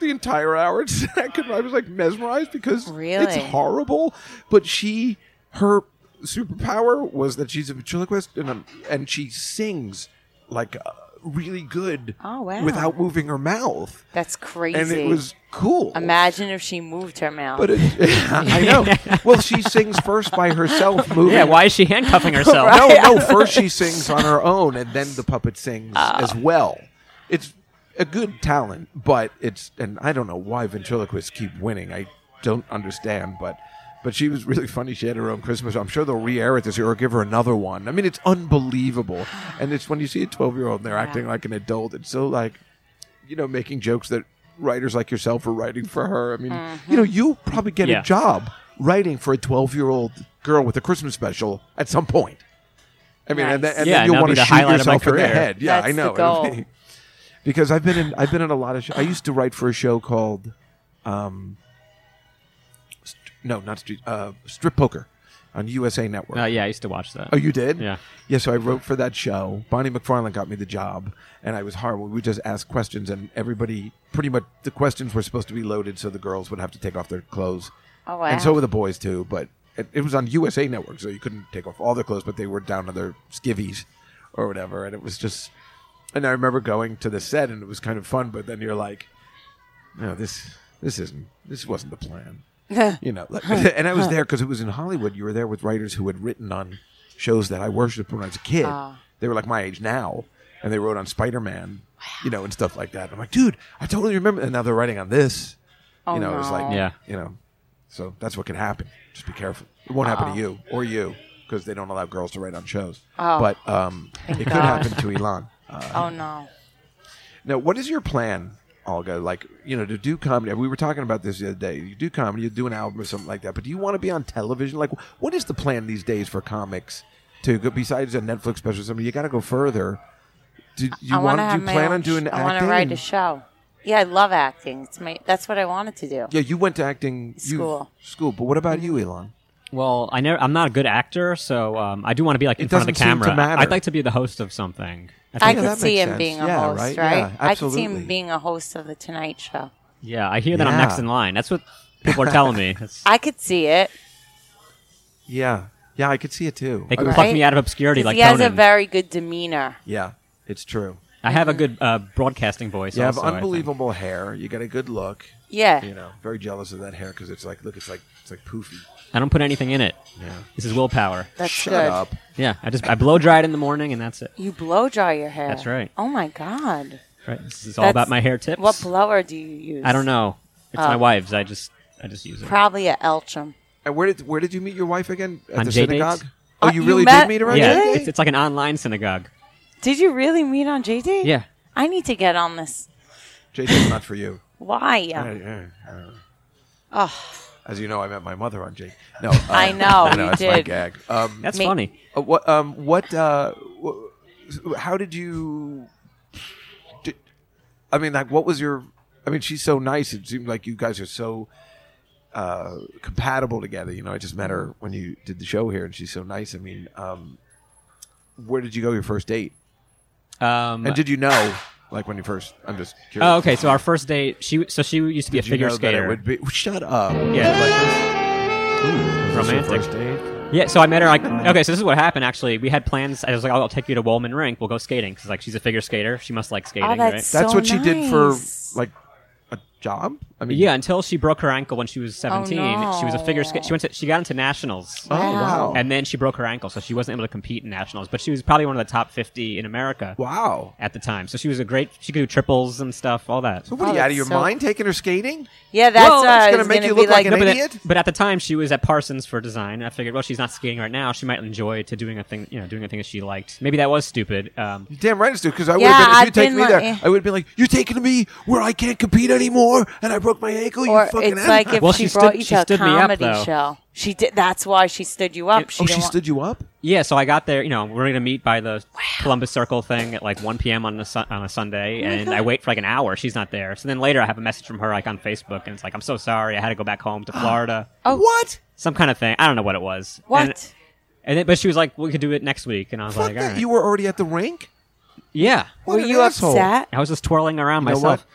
[SPEAKER 5] the entire hour. It's- I, could, I was like mesmerized because it's
[SPEAKER 7] Really?
[SPEAKER 5] horrible. But she, her superpower was that she's a ventriloquist, and um, and she sings like uh, really good
[SPEAKER 7] Oh, wow.
[SPEAKER 5] without moving her mouth,
[SPEAKER 7] That's crazy.
[SPEAKER 5] and it was cool.
[SPEAKER 7] Imagine if she moved her mouth.
[SPEAKER 5] But it, I know. Well, she sings first by herself, moving.
[SPEAKER 6] Yeah, why is she handcuffing herself?
[SPEAKER 5] No, no. First she sings on her own, and then the puppet sings as well. It's a good talent, but it's and I don't know why ventriloquists keep winning. I don't understand, but but she was really funny. She had her own Christmas. I'm sure they'll re-air it this year or give her another one. I mean, it's unbelievable, and it's when you see a 12 year old and they're acting like an adult. It's so like you know making jokes that writers like yourself are writing for her. I mean, you know, you probably get
[SPEAKER 6] Yeah.
[SPEAKER 5] a job writing for a 12 year old girl with a Christmas special at some point. I mean, and,
[SPEAKER 7] Nice.
[SPEAKER 5] then, and
[SPEAKER 6] Yeah,
[SPEAKER 5] then
[SPEAKER 6] and
[SPEAKER 5] you'll
[SPEAKER 6] that'd
[SPEAKER 5] want
[SPEAKER 6] be
[SPEAKER 5] to
[SPEAKER 6] the
[SPEAKER 5] shoot
[SPEAKER 6] highlight of my
[SPEAKER 5] yourself in the
[SPEAKER 6] career.
[SPEAKER 5] head. Yeah,
[SPEAKER 7] That's
[SPEAKER 5] I
[SPEAKER 7] the
[SPEAKER 5] know.
[SPEAKER 7] goal.
[SPEAKER 5] because I've been in I've been in a lot of. Sh- I used to write for a show called, um, st- no, not street uh, strip poker, on USA Network.
[SPEAKER 6] Uh, yeah, I used to watch that.
[SPEAKER 5] Oh, you did?
[SPEAKER 6] Yeah.
[SPEAKER 5] Yeah, so I wrote for that show. Bonnie McFarlane got me the job, and I was horrible. We just asked questions, and everybody pretty much the questions were supposed to be loaded, so the girls would have to take off their clothes.
[SPEAKER 7] Oh, wow.
[SPEAKER 5] And so were the boys, too, but it, it was on USA Network, so you couldn't take off all their clothes, but they were down to their skivvies or whatever. And it was just. And I remember going to the set, and it was kind of fun, but then you're like, no, this this isn't this wasn't the plan. you know, like, and I was there because it was in Hollywood. You were there with writers who had written on shows that I worshipped when I was a kid. They were like my age now, and they wrote on Spider Man, you know, and stuff like that. I'm like, dude, I totally remember. And now they're writing on this. you know, it was like,
[SPEAKER 6] Yeah.
[SPEAKER 5] you know, so that's what can happen. Just be careful. It won't happen
[SPEAKER 7] Oh.
[SPEAKER 5] to you or you because they don't allow girls to write on shows. But um, it could
[SPEAKER 7] Oh. God.
[SPEAKER 5] happen to Elon. Uh,
[SPEAKER 7] oh, no.
[SPEAKER 5] now, what is your plan, Olga? Like, you know, to do comedy. We were talking about this the other day. You do comedy, you do an album or something like that. But do you want to be on television? Like, what is the plan these days for comics? To go besides a Netflix special, or something you got to go further. Do you
[SPEAKER 7] I
[SPEAKER 5] want?
[SPEAKER 7] want to
[SPEAKER 5] Do
[SPEAKER 7] have
[SPEAKER 5] you
[SPEAKER 7] my
[SPEAKER 5] plan
[SPEAKER 7] own
[SPEAKER 5] on doing
[SPEAKER 7] sh- I want
[SPEAKER 5] acting?
[SPEAKER 7] to write a show. Yeah, I love acting. It's my that's what I wanted to do.
[SPEAKER 5] Yeah, you went to acting you-
[SPEAKER 7] School. Mm-hmm.
[SPEAKER 5] School, but what about you, Elon?
[SPEAKER 6] Well, I never. I'm not a good actor, so um, I do want to be like in
[SPEAKER 5] It
[SPEAKER 6] front of the
[SPEAKER 5] doesn't seem to
[SPEAKER 6] camera.
[SPEAKER 5] matter.
[SPEAKER 6] I'd like to be the host of something. I
[SPEAKER 7] I
[SPEAKER 6] think,
[SPEAKER 5] Yeah,
[SPEAKER 7] could
[SPEAKER 5] that
[SPEAKER 7] see
[SPEAKER 5] makes
[SPEAKER 7] him
[SPEAKER 5] sense.
[SPEAKER 7] being a
[SPEAKER 5] Yeah,
[SPEAKER 7] host,
[SPEAKER 5] right?
[SPEAKER 7] right?
[SPEAKER 5] Yeah,
[SPEAKER 7] I could see
[SPEAKER 5] absolutely.
[SPEAKER 7] him being a host of the Tonight Show.
[SPEAKER 6] yeah, I hear that I'm
[SPEAKER 5] Yeah.
[SPEAKER 6] next in line. That's what people are telling me. That's-
[SPEAKER 7] I could see it.
[SPEAKER 5] Yeah, yeah, I could see it too.
[SPEAKER 6] they can
[SPEAKER 7] Right.
[SPEAKER 6] pluck me out of obscurity
[SPEAKER 7] 'Cause
[SPEAKER 6] like
[SPEAKER 7] he has a
[SPEAKER 6] Conan.
[SPEAKER 7] very good demeanor.
[SPEAKER 5] yeah, it's true.
[SPEAKER 6] I have a good uh, broadcasting voice.
[SPEAKER 5] You have
[SPEAKER 6] also, I think.
[SPEAKER 5] unbelievable hair. You got a good look.
[SPEAKER 7] Yeah.
[SPEAKER 5] You know, very jealous of that hair because it's like, look, it's like it's like poofy.
[SPEAKER 6] I don't put anything in it. This is willpower.
[SPEAKER 7] That's
[SPEAKER 5] Shut
[SPEAKER 7] good.
[SPEAKER 5] up.
[SPEAKER 6] Yeah, I just I blow dry it in the morning and that's it.
[SPEAKER 7] You blow dry your hair.
[SPEAKER 6] That's right.
[SPEAKER 7] Oh my god.
[SPEAKER 6] Right. This is all
[SPEAKER 7] That's-
[SPEAKER 6] about my hair tips.
[SPEAKER 7] What blower do you use?
[SPEAKER 6] I don't know. It's my
[SPEAKER 5] Uh,
[SPEAKER 7] Oh.
[SPEAKER 6] wife's. I just I just use it.
[SPEAKER 7] Probably a Elchum.
[SPEAKER 5] And where did where did you meet your wife again? At
[SPEAKER 6] On
[SPEAKER 5] the
[SPEAKER 6] J-Date.
[SPEAKER 5] synagogue? Oh,
[SPEAKER 7] Uh,
[SPEAKER 5] you
[SPEAKER 7] you
[SPEAKER 5] really did
[SPEAKER 7] met-
[SPEAKER 5] meet her on
[SPEAKER 6] yeah,
[SPEAKER 5] J-Date?
[SPEAKER 6] it's, it's like an online synagogue.
[SPEAKER 7] Did you really meet on JD?
[SPEAKER 6] Yeah.
[SPEAKER 7] I need to get on this.
[SPEAKER 5] J-Date's not for you.
[SPEAKER 7] Why?
[SPEAKER 5] I- I- I don't know. As you know, I met my mother on J. No, uh,
[SPEAKER 7] Oh. I know,
[SPEAKER 5] I know
[SPEAKER 7] you
[SPEAKER 5] it's my
[SPEAKER 7] did.
[SPEAKER 5] gag. Um,
[SPEAKER 6] That's
[SPEAKER 7] Me-
[SPEAKER 6] funny.
[SPEAKER 5] uh, what? Um, what? Uh, wh- how did you? Did, I mean, like, what was your? I mean, she's so nice. It seemed like you guys are so uh, compatible together. You know, I just met her when you did the show here, and she's so nice. I mean, um, where did you go your first date?
[SPEAKER 6] Um,
[SPEAKER 5] And did you know, like when you first? I'm just curious.
[SPEAKER 6] oh, okay. So our first date, she so she used to be
[SPEAKER 5] Did
[SPEAKER 6] a
[SPEAKER 5] you
[SPEAKER 6] figure
[SPEAKER 5] know that
[SPEAKER 6] skater.
[SPEAKER 5] it would be. Shut up.
[SPEAKER 6] Yeah.
[SPEAKER 5] Like this. Ooh,
[SPEAKER 6] Romantic.
[SPEAKER 5] Is this your first date?
[SPEAKER 6] Yeah, so I met her. Like, okay, so this is what happened. Actually, we had plans. I was like, "Oh, I'll take you to Woolman Rink. We'll go skating because like she's a figure skater. She must like skating,
[SPEAKER 7] Oh, that's
[SPEAKER 6] right?
[SPEAKER 7] so
[SPEAKER 5] That's what she did for
[SPEAKER 7] nice.
[SPEAKER 5] like a job. I I mean,
[SPEAKER 6] yeah, until she broke her ankle when she was 17.
[SPEAKER 7] no.
[SPEAKER 6] She was a figure skate. She went to, she got into nationals.
[SPEAKER 5] Oh wow!
[SPEAKER 6] And then she broke her ankle, so she wasn't able to compete in nationals, but she was probably one of the top 50 in America
[SPEAKER 5] wow!
[SPEAKER 6] at the time. So she was a great she could do triples and stuff, all that.
[SPEAKER 5] So what are
[SPEAKER 7] Oh,
[SPEAKER 5] you out of
[SPEAKER 7] that's
[SPEAKER 5] your
[SPEAKER 7] so-
[SPEAKER 5] mind taking her skating?
[SPEAKER 7] Yeah, that's
[SPEAKER 5] Well,
[SPEAKER 7] uh,
[SPEAKER 5] it's gonna
[SPEAKER 7] it's
[SPEAKER 5] make you
[SPEAKER 7] be
[SPEAKER 5] look like an
[SPEAKER 6] but,
[SPEAKER 5] idiot.
[SPEAKER 6] At, but at the time, she was at Parsons for design. And I figured, well, she's not skating right now. She might enjoy to doing a thing, you know, doing a thing that she liked. Maybe that was stupid. Um,
[SPEAKER 5] Damn right it's dude. Because I would
[SPEAKER 7] Yeah,
[SPEAKER 5] have been. If you
[SPEAKER 7] I've
[SPEAKER 5] take
[SPEAKER 7] been
[SPEAKER 5] me
[SPEAKER 7] like- eh.
[SPEAKER 5] there, I would have been like, "You're taking me where I can't compete anymore, and I broke my ankle."
[SPEAKER 7] Or
[SPEAKER 5] you fucking
[SPEAKER 7] it's
[SPEAKER 5] ass."
[SPEAKER 7] like if
[SPEAKER 6] Well,
[SPEAKER 7] she,
[SPEAKER 6] she stood-
[SPEAKER 7] brought you
[SPEAKER 6] she
[SPEAKER 7] to a
[SPEAKER 6] stood me up,
[SPEAKER 7] comedy
[SPEAKER 6] though.
[SPEAKER 7] show. She did. That's why she stood you up.
[SPEAKER 5] oh,
[SPEAKER 7] didn't
[SPEAKER 5] she
[SPEAKER 7] want-
[SPEAKER 5] stood you up.
[SPEAKER 6] yeah, so I got there. You know, we're gonna meet by the Columbus Circle thing at like 1 p.m. on a su- on a Sunday,
[SPEAKER 5] Oh
[SPEAKER 6] and I wait for like an hour. She's not there. So then later, I have a message from her like on Facebook, and it's like, "I'm so sorry. I had to go back home to Florida."
[SPEAKER 7] Oh.
[SPEAKER 5] What?
[SPEAKER 6] Some kind of thing. I don't know what it was.
[SPEAKER 7] What?
[SPEAKER 6] And, and then, but she was like, "We could do it next week," and I was
[SPEAKER 5] Fuck
[SPEAKER 6] like,
[SPEAKER 5] that.
[SPEAKER 6] "All right."
[SPEAKER 5] You were already at the rink.
[SPEAKER 6] yeah.
[SPEAKER 5] What
[SPEAKER 7] Were
[SPEAKER 5] an
[SPEAKER 7] you
[SPEAKER 5] asshole.
[SPEAKER 7] upset?
[SPEAKER 6] I was just twirling around
[SPEAKER 5] You know
[SPEAKER 6] myself.
[SPEAKER 5] what?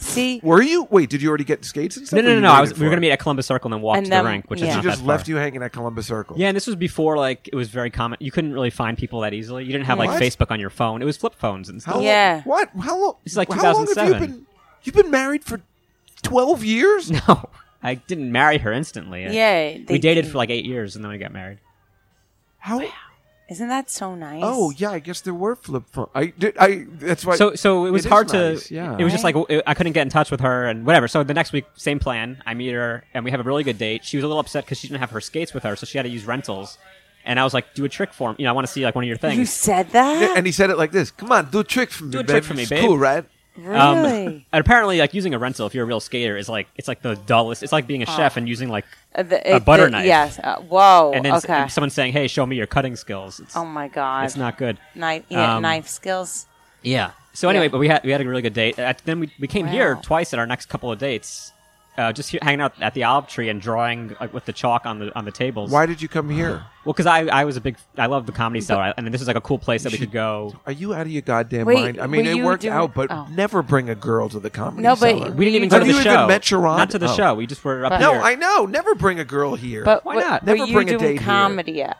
[SPEAKER 7] See,
[SPEAKER 5] Were you? Wait, did you already get skates and stuff? or
[SPEAKER 6] No, no, no,
[SPEAKER 5] you
[SPEAKER 6] no. I
[SPEAKER 5] waited
[SPEAKER 6] was, we were
[SPEAKER 5] for
[SPEAKER 6] going to
[SPEAKER 5] it?
[SPEAKER 6] meet at Columbus Circle and then walk
[SPEAKER 7] And
[SPEAKER 6] to
[SPEAKER 7] then-
[SPEAKER 6] the rink, which
[SPEAKER 7] yeah.
[SPEAKER 6] is
[SPEAKER 5] She
[SPEAKER 6] not
[SPEAKER 5] just
[SPEAKER 6] that
[SPEAKER 5] left
[SPEAKER 6] far.
[SPEAKER 5] you hanging at Columbus Circle.
[SPEAKER 6] Yeah, and this was before like it was very common. You couldn't really find people that easily. You didn't have
[SPEAKER 5] What?
[SPEAKER 6] like Facebook on your phone. It was flip phones and
[SPEAKER 5] How
[SPEAKER 6] stuff.
[SPEAKER 5] long-
[SPEAKER 7] Yeah.
[SPEAKER 5] What? How long?
[SPEAKER 6] It's like
[SPEAKER 5] how long have you
[SPEAKER 6] 2007.
[SPEAKER 5] been? You've been married for twelve years.
[SPEAKER 6] No, I didn't marry her instantly. I-
[SPEAKER 7] Yeah,
[SPEAKER 6] we
[SPEAKER 7] they-
[SPEAKER 6] dated for like eight years and then we got married.
[SPEAKER 5] How?
[SPEAKER 7] isn't that so nice?
[SPEAKER 5] Oh yeah, I guess there were flip phones. I did. I. That's why.
[SPEAKER 6] So, so it was
[SPEAKER 5] is
[SPEAKER 6] hard to.
[SPEAKER 5] nice, Yeah.
[SPEAKER 6] It was just like w- I couldn't get in touch with her and whatever. So the next week, same plan. I meet her and we have a really good date. She was a little upset because she didn't have her skates with her, so she had to use rentals. And I was like, "Do a trick for me. You know, I want to see like one of your
[SPEAKER 7] you
[SPEAKER 6] things."
[SPEAKER 7] said that.
[SPEAKER 5] Yeah, and he said it like this. Come on, do a trick for me.
[SPEAKER 6] Do a
[SPEAKER 5] babe.
[SPEAKER 6] trick for me,
[SPEAKER 5] It's
[SPEAKER 6] babe."
[SPEAKER 5] Cool, right?
[SPEAKER 6] Um,
[SPEAKER 7] really?
[SPEAKER 6] and apparently, like using a rental if you're a real skater is like it's like the dullest. It's like being a chef and using like
[SPEAKER 7] Uh, the-
[SPEAKER 6] a
[SPEAKER 7] it-
[SPEAKER 6] butter
[SPEAKER 7] the-
[SPEAKER 6] knife.
[SPEAKER 7] Yes. Uh, whoa.
[SPEAKER 6] and then s-
[SPEAKER 7] okay.
[SPEAKER 6] someone saying, "Hey, show me your cutting skills." It's,
[SPEAKER 7] oh my God.
[SPEAKER 6] it's not good.
[SPEAKER 7] knife. Yeah,
[SPEAKER 6] um,
[SPEAKER 7] knife skills.
[SPEAKER 6] Yeah. So anyway,
[SPEAKER 7] Yeah.
[SPEAKER 6] but we had we had a really good date. Uh, then we we came here
[SPEAKER 7] Wow.
[SPEAKER 6] twice at our next couple of dates, uh, just here, hanging out at the olive tree and drawing like, with the chalk on the on the tables.
[SPEAKER 5] Why did you come here?
[SPEAKER 6] Well, because I I was a big I love the comedy cellar, I- and this is like a cool place that we could go.
[SPEAKER 5] Are you out of your goddamn
[SPEAKER 7] Wait,
[SPEAKER 5] mind? I mean,
[SPEAKER 7] were
[SPEAKER 5] it
[SPEAKER 7] you
[SPEAKER 5] worked
[SPEAKER 7] doing-
[SPEAKER 5] out, but
[SPEAKER 7] oh.
[SPEAKER 5] never bring a girl to the comedy.
[SPEAKER 7] No, but
[SPEAKER 5] cellar.
[SPEAKER 6] We didn't even go
[SPEAKER 7] Have
[SPEAKER 6] to
[SPEAKER 5] you
[SPEAKER 6] the
[SPEAKER 5] even
[SPEAKER 6] show.
[SPEAKER 5] met Sharon?
[SPEAKER 6] Not to the
[SPEAKER 5] Oh.
[SPEAKER 6] show. We just were up
[SPEAKER 5] No,
[SPEAKER 6] here.
[SPEAKER 5] I know. Never bring a girl here.
[SPEAKER 7] But
[SPEAKER 6] why
[SPEAKER 7] what-
[SPEAKER 6] not?
[SPEAKER 7] Were
[SPEAKER 5] Never
[SPEAKER 7] you
[SPEAKER 5] bring a
[SPEAKER 7] doing
[SPEAKER 5] date here.
[SPEAKER 7] comedy yet?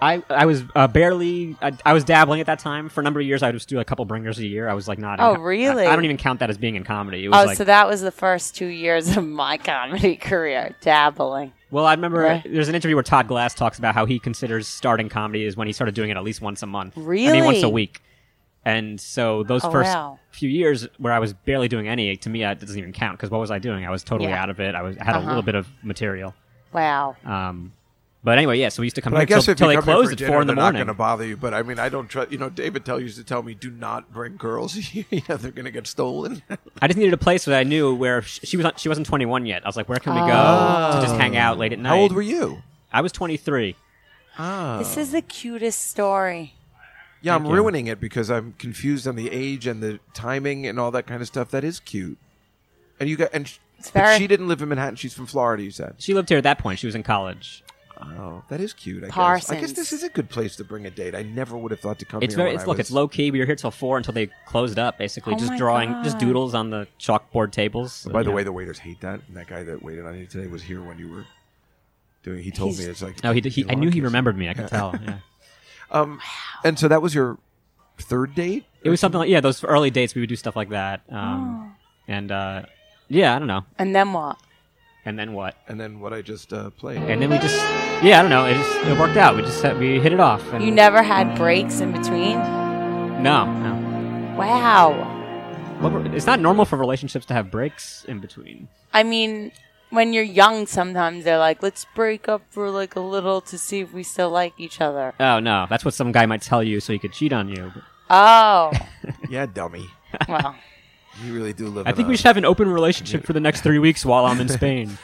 [SPEAKER 6] I I was uh, barely I, I was dabbling at that time for a number of years. I would just do a couple bringers a year. I was like not. in
[SPEAKER 7] Oh,
[SPEAKER 6] co-
[SPEAKER 7] really?
[SPEAKER 6] I, I don't even count that as being in comedy. It was
[SPEAKER 7] Oh,
[SPEAKER 6] like,
[SPEAKER 7] so that was the first two years of my comedy career, dabbling.
[SPEAKER 6] well, I remember
[SPEAKER 7] Right.
[SPEAKER 6] there's an interview where Todd Glass talks about how he considers starting comedy is when he started doing it at least once a month. I
[SPEAKER 7] Really?
[SPEAKER 6] mean, once a week. And so those
[SPEAKER 7] Oh,
[SPEAKER 6] first
[SPEAKER 7] wow.
[SPEAKER 6] few years where I was barely doing any, to me, that doesn't even count because what was I doing? I was totally
[SPEAKER 7] Yeah. Uh-huh.
[SPEAKER 6] out of it. I was I had a little bit of material.
[SPEAKER 7] Wow.
[SPEAKER 6] Um, but anyway, yeah. So we used to come
[SPEAKER 5] But I
[SPEAKER 6] here
[SPEAKER 5] guess
[SPEAKER 6] till,
[SPEAKER 5] if you
[SPEAKER 6] till they
[SPEAKER 5] come here
[SPEAKER 6] closed
[SPEAKER 5] for
[SPEAKER 6] at
[SPEAKER 5] dinner,
[SPEAKER 6] four in the
[SPEAKER 5] they're not
[SPEAKER 6] morning.
[SPEAKER 5] going to bother you. But I mean, I don't trust. You know, David tell used to tell me, do not bring girls here. you know, they're going to get stolen.
[SPEAKER 6] I just needed a place that I knew where sh- she was. She wasn't 21 yet. I was like, where can we go to just hang out late at night?
[SPEAKER 5] Oh. How old were you?
[SPEAKER 6] I was 23.
[SPEAKER 5] Oh.
[SPEAKER 7] This is the cutest story.
[SPEAKER 5] Yeah, I'm
[SPEAKER 6] you.
[SPEAKER 5] ruining it because I'm confused on the age and the timing and all that kind of stuff. That is cute. And you got and sh- but
[SPEAKER 7] very-
[SPEAKER 5] she didn't live in Manhattan. She's from Florida. You said.
[SPEAKER 6] She lived here at that point. She was in college.
[SPEAKER 5] Oh, that is cute. I guess. I guess
[SPEAKER 7] Parsons.
[SPEAKER 5] this is a good place to bring a date. I never would have thought to come
[SPEAKER 6] It's
[SPEAKER 5] here.
[SPEAKER 6] very.
[SPEAKER 5] when
[SPEAKER 6] It's,
[SPEAKER 5] I
[SPEAKER 6] look,
[SPEAKER 5] was-
[SPEAKER 6] it's low key. We were here till four until they closed up. Basically,
[SPEAKER 7] Oh
[SPEAKER 6] just
[SPEAKER 7] my
[SPEAKER 6] drawing, just
[SPEAKER 7] God.
[SPEAKER 6] doodles on the chalkboard tables.
[SPEAKER 5] By the
[SPEAKER 6] Yeah.
[SPEAKER 5] way, the waiters hate that. And that guy that waited on you today was here when you were doing. He told me
[SPEAKER 7] He's-
[SPEAKER 5] it's like.
[SPEAKER 6] no, he, did- he I knew he
[SPEAKER 5] Elongated.
[SPEAKER 6] remembered me. I could tell. Yeah.
[SPEAKER 5] And so that was your third date.
[SPEAKER 6] It was something like yeah. Those early dates, we would do stuff like that. Um,
[SPEAKER 7] Oh.
[SPEAKER 6] and uh, yeah, I don't know.
[SPEAKER 7] And then what?
[SPEAKER 6] And then what?
[SPEAKER 5] And then what I just uh, played.
[SPEAKER 6] And then we just yeah, I don't know. It just it worked out. We just had- we hit it off. And
[SPEAKER 7] You never had breaks in between?
[SPEAKER 6] no, no.
[SPEAKER 7] Wow.
[SPEAKER 6] Well, it's not normal for relationships to have breaks in between.
[SPEAKER 7] I mean, when you're young, sometimes they're like, let's break up for like a little to see if we still like each other.
[SPEAKER 6] Oh no, that's what some guy might tell you so he could cheat on you.
[SPEAKER 7] Oh,
[SPEAKER 5] yeah, dummy.
[SPEAKER 7] well.
[SPEAKER 5] You really do live.
[SPEAKER 6] I
[SPEAKER 5] in
[SPEAKER 6] think
[SPEAKER 5] a-
[SPEAKER 6] we should have an open relationship for the next three weeks while I'm in Spain.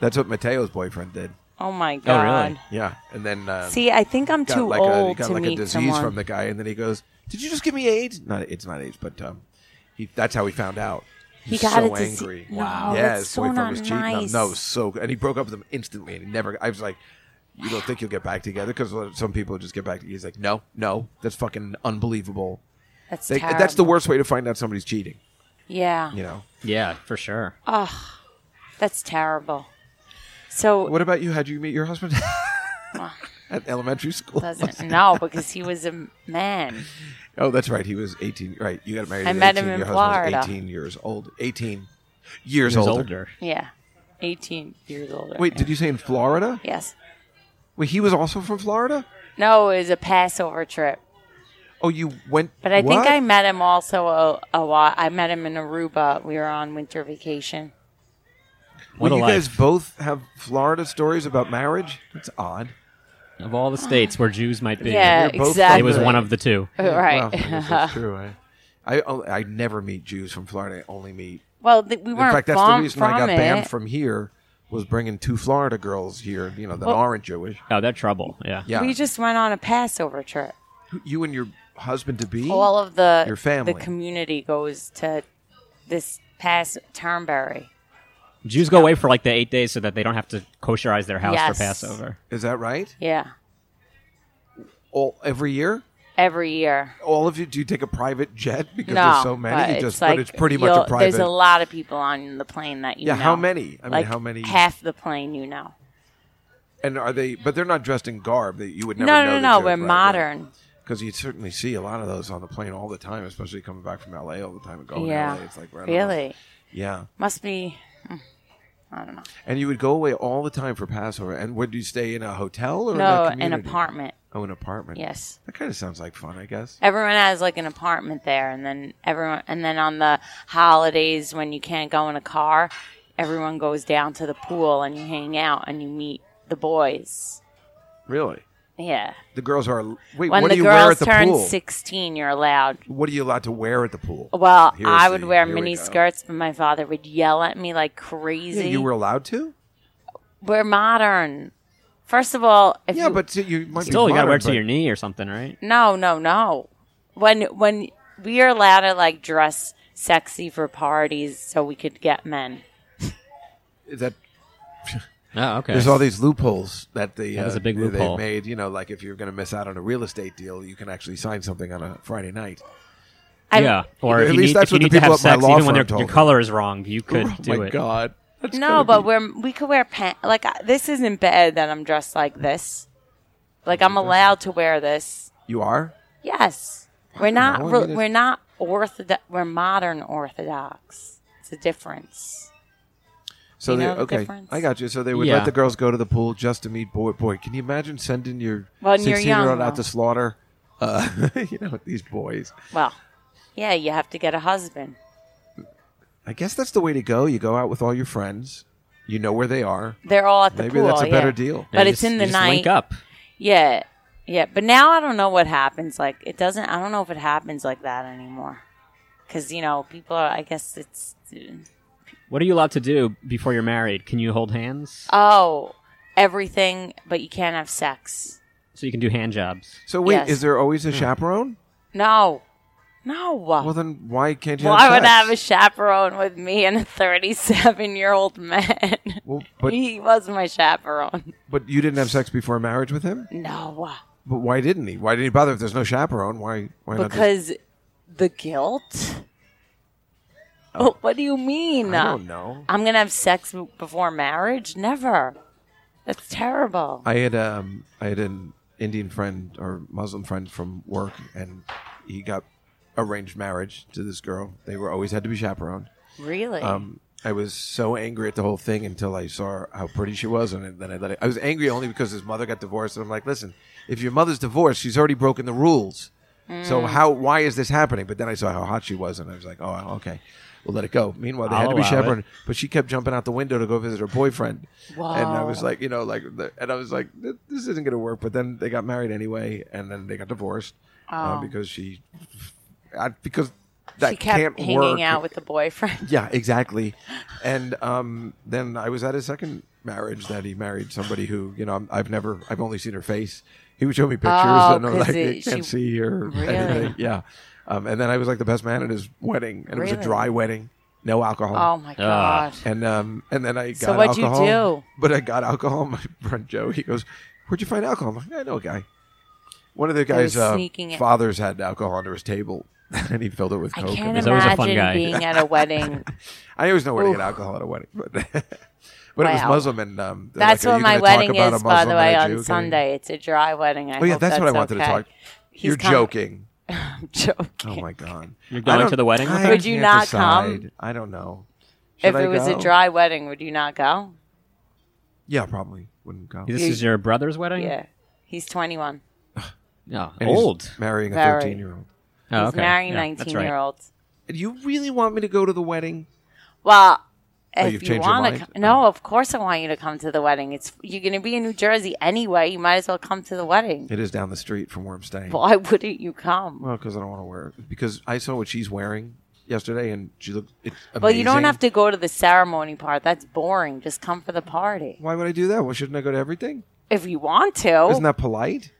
[SPEAKER 5] That's what Mateo's boyfriend did.
[SPEAKER 7] Oh my
[SPEAKER 6] Oh,
[SPEAKER 7] God.
[SPEAKER 6] really?
[SPEAKER 5] Yeah, and then uh,
[SPEAKER 7] See, I think I'm
[SPEAKER 5] got
[SPEAKER 7] too
[SPEAKER 5] like a, he
[SPEAKER 7] old
[SPEAKER 5] got
[SPEAKER 7] to
[SPEAKER 5] like
[SPEAKER 7] meet
[SPEAKER 5] a disease
[SPEAKER 7] someone.
[SPEAKER 5] from the guy, and then he goes, "Did you just give me AIDS?" Not it's not AIDS, but um, he, that's how he found out.
[SPEAKER 7] He
[SPEAKER 5] He's
[SPEAKER 7] got
[SPEAKER 5] so
[SPEAKER 7] a disease-
[SPEAKER 5] angry.
[SPEAKER 7] No,
[SPEAKER 5] wow.
[SPEAKER 7] that's
[SPEAKER 5] Yeah, his
[SPEAKER 7] so
[SPEAKER 5] boyfriend
[SPEAKER 7] not
[SPEAKER 5] was cheating on him.
[SPEAKER 7] nice.
[SPEAKER 5] No, so and he broke up with him instantly, and he never. I was like. You don't think you'll get back together because some people just get back. together. He's like, no, no, that's fucking unbelievable.
[SPEAKER 7] that's
[SPEAKER 5] They,
[SPEAKER 7] terrible.
[SPEAKER 5] that's the worst way to find out somebody's cheating.
[SPEAKER 7] Yeah,
[SPEAKER 5] You know.
[SPEAKER 6] yeah, for sure.
[SPEAKER 7] that's terrible. So
[SPEAKER 5] What about you? How'd you meet your husband? At elementary school.
[SPEAKER 7] doesn't no because he was a man.
[SPEAKER 5] Oh, that's right. He was 18. Right. You got married.
[SPEAKER 7] I
[SPEAKER 5] at
[SPEAKER 7] met him
[SPEAKER 5] 18.
[SPEAKER 7] in
[SPEAKER 5] Your husband was
[SPEAKER 7] Florida.
[SPEAKER 5] 18 years old. 18. years,
[SPEAKER 6] Years
[SPEAKER 5] older.
[SPEAKER 6] older.
[SPEAKER 7] Yeah. 18 years older.
[SPEAKER 5] Wait, did you say in Florida?
[SPEAKER 7] Yes.
[SPEAKER 5] Wait, he was also from Florida?
[SPEAKER 7] No, it was a Passover trip.
[SPEAKER 5] Oh, you went.
[SPEAKER 7] But I
[SPEAKER 5] what?
[SPEAKER 7] think I met him also a, a lot. I met him in Aruba. We were on winter vacation.
[SPEAKER 5] Well,
[SPEAKER 6] What a
[SPEAKER 5] you guys
[SPEAKER 6] life.
[SPEAKER 5] both have Florida stories about marriage? That's odd.
[SPEAKER 6] Of all the states where Jews might be,
[SPEAKER 7] yeah,
[SPEAKER 5] both
[SPEAKER 7] exactly.
[SPEAKER 6] it was one of the two.
[SPEAKER 7] right.
[SPEAKER 5] Well, I guess that's true. I, I, oh, I never meet Jews from Florida. I only meet.
[SPEAKER 7] Well, th- we
[SPEAKER 5] In
[SPEAKER 7] weren't
[SPEAKER 5] fact, that's the
[SPEAKER 7] from,
[SPEAKER 5] reason I got
[SPEAKER 7] from
[SPEAKER 5] banned
[SPEAKER 7] it.
[SPEAKER 5] from here was bringing two Florida girls here, you know, that
[SPEAKER 7] Well-
[SPEAKER 5] aren't Jewish.
[SPEAKER 6] Oh, they're trouble. Yeah.
[SPEAKER 5] Yeah.
[SPEAKER 7] We just went on a Passover trip.
[SPEAKER 5] you and your husband to be?
[SPEAKER 7] All of the
[SPEAKER 5] Your family.
[SPEAKER 7] the community goes to this pass Turnberry.
[SPEAKER 6] Jews go away for like the eight days so that they don't have to kosherize their house
[SPEAKER 7] Yes.
[SPEAKER 6] for Passover.
[SPEAKER 5] Is that right?
[SPEAKER 7] Yeah,
[SPEAKER 5] All every year?
[SPEAKER 7] every year.
[SPEAKER 5] All of you do you take a private jet because
[SPEAKER 7] no,
[SPEAKER 5] there's so many?
[SPEAKER 7] but
[SPEAKER 5] You
[SPEAKER 7] it's
[SPEAKER 5] just
[SPEAKER 7] like
[SPEAKER 5] but it's pretty much
[SPEAKER 7] you'll-
[SPEAKER 5] a private
[SPEAKER 7] There's a lot of people on the plane that you
[SPEAKER 5] Yeah,
[SPEAKER 7] know.
[SPEAKER 5] how many? I mean
[SPEAKER 7] like
[SPEAKER 5] how many
[SPEAKER 7] Half the plane you know.
[SPEAKER 5] and are they but they're not dressed in garb that you would never
[SPEAKER 7] no,
[SPEAKER 5] know.
[SPEAKER 7] no,
[SPEAKER 5] that
[SPEAKER 7] no.
[SPEAKER 5] they're
[SPEAKER 7] We're
[SPEAKER 5] right, right.
[SPEAKER 7] modern.
[SPEAKER 5] Because you certainly see a lot of those on the plane all the time, especially coming back from LA all the time and going to
[SPEAKER 7] Yeah,
[SPEAKER 5] LA. It's like right on the-
[SPEAKER 7] really.
[SPEAKER 5] Yeah.
[SPEAKER 7] Must be
[SPEAKER 5] And you would go away all the time for Passover. And would you stay in a hotel or in
[SPEAKER 7] no
[SPEAKER 5] a
[SPEAKER 7] an
[SPEAKER 5] community?
[SPEAKER 7] apartment.
[SPEAKER 5] Oh, an apartment.
[SPEAKER 7] Yes.
[SPEAKER 5] That kind of sounds like fun, I guess.
[SPEAKER 7] Everyone has like an apartment there, and then everyone, and then on the holidays when you can't go in a car, everyone goes down to the pool and you hang out and you meet the boys.
[SPEAKER 5] Really?
[SPEAKER 7] Yeah.
[SPEAKER 5] The girls are. Wait,
[SPEAKER 7] When
[SPEAKER 5] what do
[SPEAKER 7] the
[SPEAKER 5] you wear
[SPEAKER 7] girls
[SPEAKER 5] at the
[SPEAKER 7] turn
[SPEAKER 5] pool?
[SPEAKER 7] 16, you're allowed.
[SPEAKER 5] What are you allowed to wear at the pool?
[SPEAKER 7] Well,
[SPEAKER 5] Here's
[SPEAKER 7] I would
[SPEAKER 5] the-
[SPEAKER 7] wear
[SPEAKER 5] here we
[SPEAKER 7] mini
[SPEAKER 5] go.
[SPEAKER 7] skirts, but my father would yell at me like
[SPEAKER 5] Yeah,
[SPEAKER 7] crazy.
[SPEAKER 5] you were allowed to.
[SPEAKER 7] We're modern. First of all, if
[SPEAKER 5] Yeah,
[SPEAKER 7] you,
[SPEAKER 5] but you might be.
[SPEAKER 6] Still, you got to wear it
[SPEAKER 5] modern,
[SPEAKER 6] to your knee or something, right?
[SPEAKER 7] No, no, no. When when we are allowed to like dress sexy for parties, so we could get men.
[SPEAKER 5] but That
[SPEAKER 6] Oh, okay.
[SPEAKER 5] there's all these loopholes that the
[SPEAKER 6] That was a big
[SPEAKER 5] they- they
[SPEAKER 6] loophole.
[SPEAKER 5] made. You know, like if you're going to miss out on a real estate deal, you can actually sign something on a Friday night.
[SPEAKER 7] I-
[SPEAKER 6] yeah, or
[SPEAKER 5] At
[SPEAKER 6] if you
[SPEAKER 5] least
[SPEAKER 6] need,
[SPEAKER 5] that's
[SPEAKER 6] if you
[SPEAKER 5] what the
[SPEAKER 6] need to
[SPEAKER 5] people
[SPEAKER 6] have
[SPEAKER 5] at my
[SPEAKER 6] sex,
[SPEAKER 5] law
[SPEAKER 6] even when
[SPEAKER 5] firm
[SPEAKER 6] your,
[SPEAKER 5] told
[SPEAKER 6] your
[SPEAKER 5] me.
[SPEAKER 6] color is wrong, you could
[SPEAKER 5] oh
[SPEAKER 6] do
[SPEAKER 5] my
[SPEAKER 6] it.
[SPEAKER 5] god! That's
[SPEAKER 7] No,
[SPEAKER 5] gotta
[SPEAKER 7] but
[SPEAKER 5] be-
[SPEAKER 7] we're we could wear pants. Like I- this isn't bad that I'm dressed like this. Like I'm allowed to wear this.
[SPEAKER 5] you are.
[SPEAKER 7] Yes, we're not.
[SPEAKER 5] I mean,
[SPEAKER 7] re-
[SPEAKER 5] it's-
[SPEAKER 7] we're not orthodox. We're modern orthodox. It's a difference.
[SPEAKER 5] So
[SPEAKER 7] You
[SPEAKER 5] they
[SPEAKER 7] know the
[SPEAKER 5] okay,
[SPEAKER 7] difference?
[SPEAKER 5] I got you. So they would
[SPEAKER 6] Yeah.
[SPEAKER 5] let the girls go to the pool just to meet boy. Boy, can you imagine sending your
[SPEAKER 7] When you're
[SPEAKER 5] sixteen-year-old
[SPEAKER 7] young,
[SPEAKER 5] out to
[SPEAKER 7] though.
[SPEAKER 5] slaughter? Uh, you know these boys.
[SPEAKER 7] Well, yeah, you have to get a husband.
[SPEAKER 5] I guess that's the way to go. You go out with all your friends. You know where they are.
[SPEAKER 7] They're all at the
[SPEAKER 5] Maybe
[SPEAKER 7] pool.
[SPEAKER 5] that's a
[SPEAKER 7] yeah.
[SPEAKER 5] better deal.
[SPEAKER 7] But
[SPEAKER 6] You
[SPEAKER 7] it's
[SPEAKER 6] just-
[SPEAKER 7] in the
[SPEAKER 6] you just
[SPEAKER 7] night.
[SPEAKER 6] Link up.
[SPEAKER 7] Yeah, yeah. But now I don't know what happens. Like it doesn't. I don't know if it happens like that anymore. Because you know, people are. I guess it's.
[SPEAKER 6] What are you allowed to do before you're married? Can you hold hands?
[SPEAKER 7] Oh, everything, but you can't have sex.
[SPEAKER 6] So you can do hand jobs.
[SPEAKER 5] So wait,
[SPEAKER 7] Yes.
[SPEAKER 5] is there always
[SPEAKER 6] Hmm.
[SPEAKER 5] a chaperone?
[SPEAKER 7] No, no.
[SPEAKER 5] Well, then why can't you?
[SPEAKER 7] Why would I have
[SPEAKER 5] have
[SPEAKER 7] a
[SPEAKER 5] sex?
[SPEAKER 7] chaperone with me and a 37 year old man?
[SPEAKER 5] Well, but
[SPEAKER 7] he was my chaperone.
[SPEAKER 5] but you didn't have sex before marriage with him.
[SPEAKER 7] No,
[SPEAKER 5] But why didn't he? Why did he bother if there's no chaperone? Why? Why not? just-
[SPEAKER 7] because the guilt. What- What do you mean?
[SPEAKER 5] Oh. I don't know.
[SPEAKER 7] I'm gonna have sex w- before marriage? Never. That's terrible.
[SPEAKER 5] I had um I had an Indian friend or Muslim friend from work, and he got arranged marriage to this girl. They were always had to be chaperoned.
[SPEAKER 7] Really?
[SPEAKER 5] Um, I was so angry at the whole thing until I saw how pretty she was, and then I let it. I was angry only because his mother got divorced, and I'm like, listen, if your mother's divorced, she's already broken the rules. So
[SPEAKER 7] Mm.
[SPEAKER 5] how? Why is this happening? But then I saw how hot she was, and I was like, oh, okay, we'll let it go. Meanwhile, they
[SPEAKER 6] I'll
[SPEAKER 5] had to be
[SPEAKER 6] allow
[SPEAKER 5] chaperoned, but she kept jumping out the window to go visit her boyfriend, and I was like, you know, like, the- and I was like, th- this isn't going to work. But then they got married anyway, and then they got divorced uh, because she, I, because. That
[SPEAKER 7] Oh. she kept
[SPEAKER 5] can't
[SPEAKER 7] hanging
[SPEAKER 5] work.
[SPEAKER 7] out with the boyfriend.
[SPEAKER 5] Yeah, exactly. And um, then I was at his second marriage that he married somebody who, you know, I'm, I've never, I've only seen her face. He would show me pictures
[SPEAKER 7] Oh,
[SPEAKER 5] and I'm
[SPEAKER 7] 'cause
[SPEAKER 5] like, I
[SPEAKER 7] it-
[SPEAKER 5] can't
[SPEAKER 7] she-
[SPEAKER 5] see her.
[SPEAKER 7] Really?
[SPEAKER 5] Anything. Yeah. Um, and then I was like the best man at his wedding. And it was
[SPEAKER 7] Really?
[SPEAKER 5] a dry wedding, no alcohol.
[SPEAKER 7] Oh my god!
[SPEAKER 5] And um, and then I got
[SPEAKER 7] So what'd you
[SPEAKER 5] alcohol.
[SPEAKER 7] do?
[SPEAKER 5] But I got alcohol. My friend Joe, he goes, "Where'd you find alcohol?" I'm like, "I know a guy." One of the guys'
[SPEAKER 7] were
[SPEAKER 5] uh,
[SPEAKER 7] sneaking it.
[SPEAKER 5] fathers had alcohol under his table, and he filled it with
[SPEAKER 7] I
[SPEAKER 5] coke. and
[SPEAKER 7] can't
[SPEAKER 6] there's always a fun
[SPEAKER 7] imagine
[SPEAKER 6] guy.
[SPEAKER 7] being at a wedding.
[SPEAKER 5] I always know where to get
[SPEAKER 7] Oof.
[SPEAKER 5] alcohol at a wedding, but but it was
[SPEAKER 7] Wow.
[SPEAKER 5] Muslim and um, they're
[SPEAKER 7] That's
[SPEAKER 5] like, "Are
[SPEAKER 7] what
[SPEAKER 5] you
[SPEAKER 7] my
[SPEAKER 5] gonna talk
[SPEAKER 7] wedding
[SPEAKER 5] about a
[SPEAKER 7] is, by the
[SPEAKER 5] Muslim and
[SPEAKER 7] way.
[SPEAKER 5] a
[SPEAKER 7] On
[SPEAKER 5] Jew getting-
[SPEAKER 7] Sunday, it's a dry wedding. I
[SPEAKER 5] Oh yeah,
[SPEAKER 7] hope
[SPEAKER 5] that's, what I wanted
[SPEAKER 7] okay.
[SPEAKER 5] to talk.
[SPEAKER 7] He's
[SPEAKER 5] You're
[SPEAKER 7] coming-
[SPEAKER 5] joking.
[SPEAKER 7] I'm joking.
[SPEAKER 5] Oh my god,
[SPEAKER 6] You're
[SPEAKER 5] I
[SPEAKER 6] going
[SPEAKER 5] don't-
[SPEAKER 6] to the wedding with
[SPEAKER 5] I
[SPEAKER 6] her?
[SPEAKER 7] Would you
[SPEAKER 5] can't
[SPEAKER 7] not
[SPEAKER 5] decide.
[SPEAKER 7] come?
[SPEAKER 5] I don't know. Should
[SPEAKER 7] if
[SPEAKER 5] I
[SPEAKER 7] it was
[SPEAKER 5] go?
[SPEAKER 7] a dry wedding, would you not go?
[SPEAKER 5] Yeah, probably wouldn't go.
[SPEAKER 6] This is your brother's wedding.
[SPEAKER 7] Yeah. He's 21.
[SPEAKER 6] No,
[SPEAKER 5] And he's
[SPEAKER 6] old.
[SPEAKER 5] marrying a
[SPEAKER 7] Very.
[SPEAKER 5] thirteen-year-old.
[SPEAKER 6] Oh,
[SPEAKER 7] He's
[SPEAKER 6] okay.
[SPEAKER 7] marrying
[SPEAKER 6] Yeah, that's
[SPEAKER 7] 19
[SPEAKER 6] right.
[SPEAKER 7] year olds.
[SPEAKER 5] Do you really want me to go to the wedding?
[SPEAKER 7] Well, if
[SPEAKER 5] Oh, you've
[SPEAKER 7] you
[SPEAKER 5] changed your
[SPEAKER 7] want
[SPEAKER 5] mind? Oh.
[SPEAKER 7] to, no, of course I want you to come to the wedding. It's you're going to be in New Jersey anyway. You might as well come to the wedding.
[SPEAKER 5] It is down the street from where I'm staying.
[SPEAKER 7] Why wouldn't you come?
[SPEAKER 5] Well, because I don't want to wear it. Because I saw what she's wearing yesterday, and she looked. It's amazing.
[SPEAKER 7] Well, you don't have to go to the ceremony part. That's boring. Just come for the party
[SPEAKER 5] Why would I do that? Why shouldn't I go to everything?
[SPEAKER 7] if you want to.
[SPEAKER 5] Isn't that polite?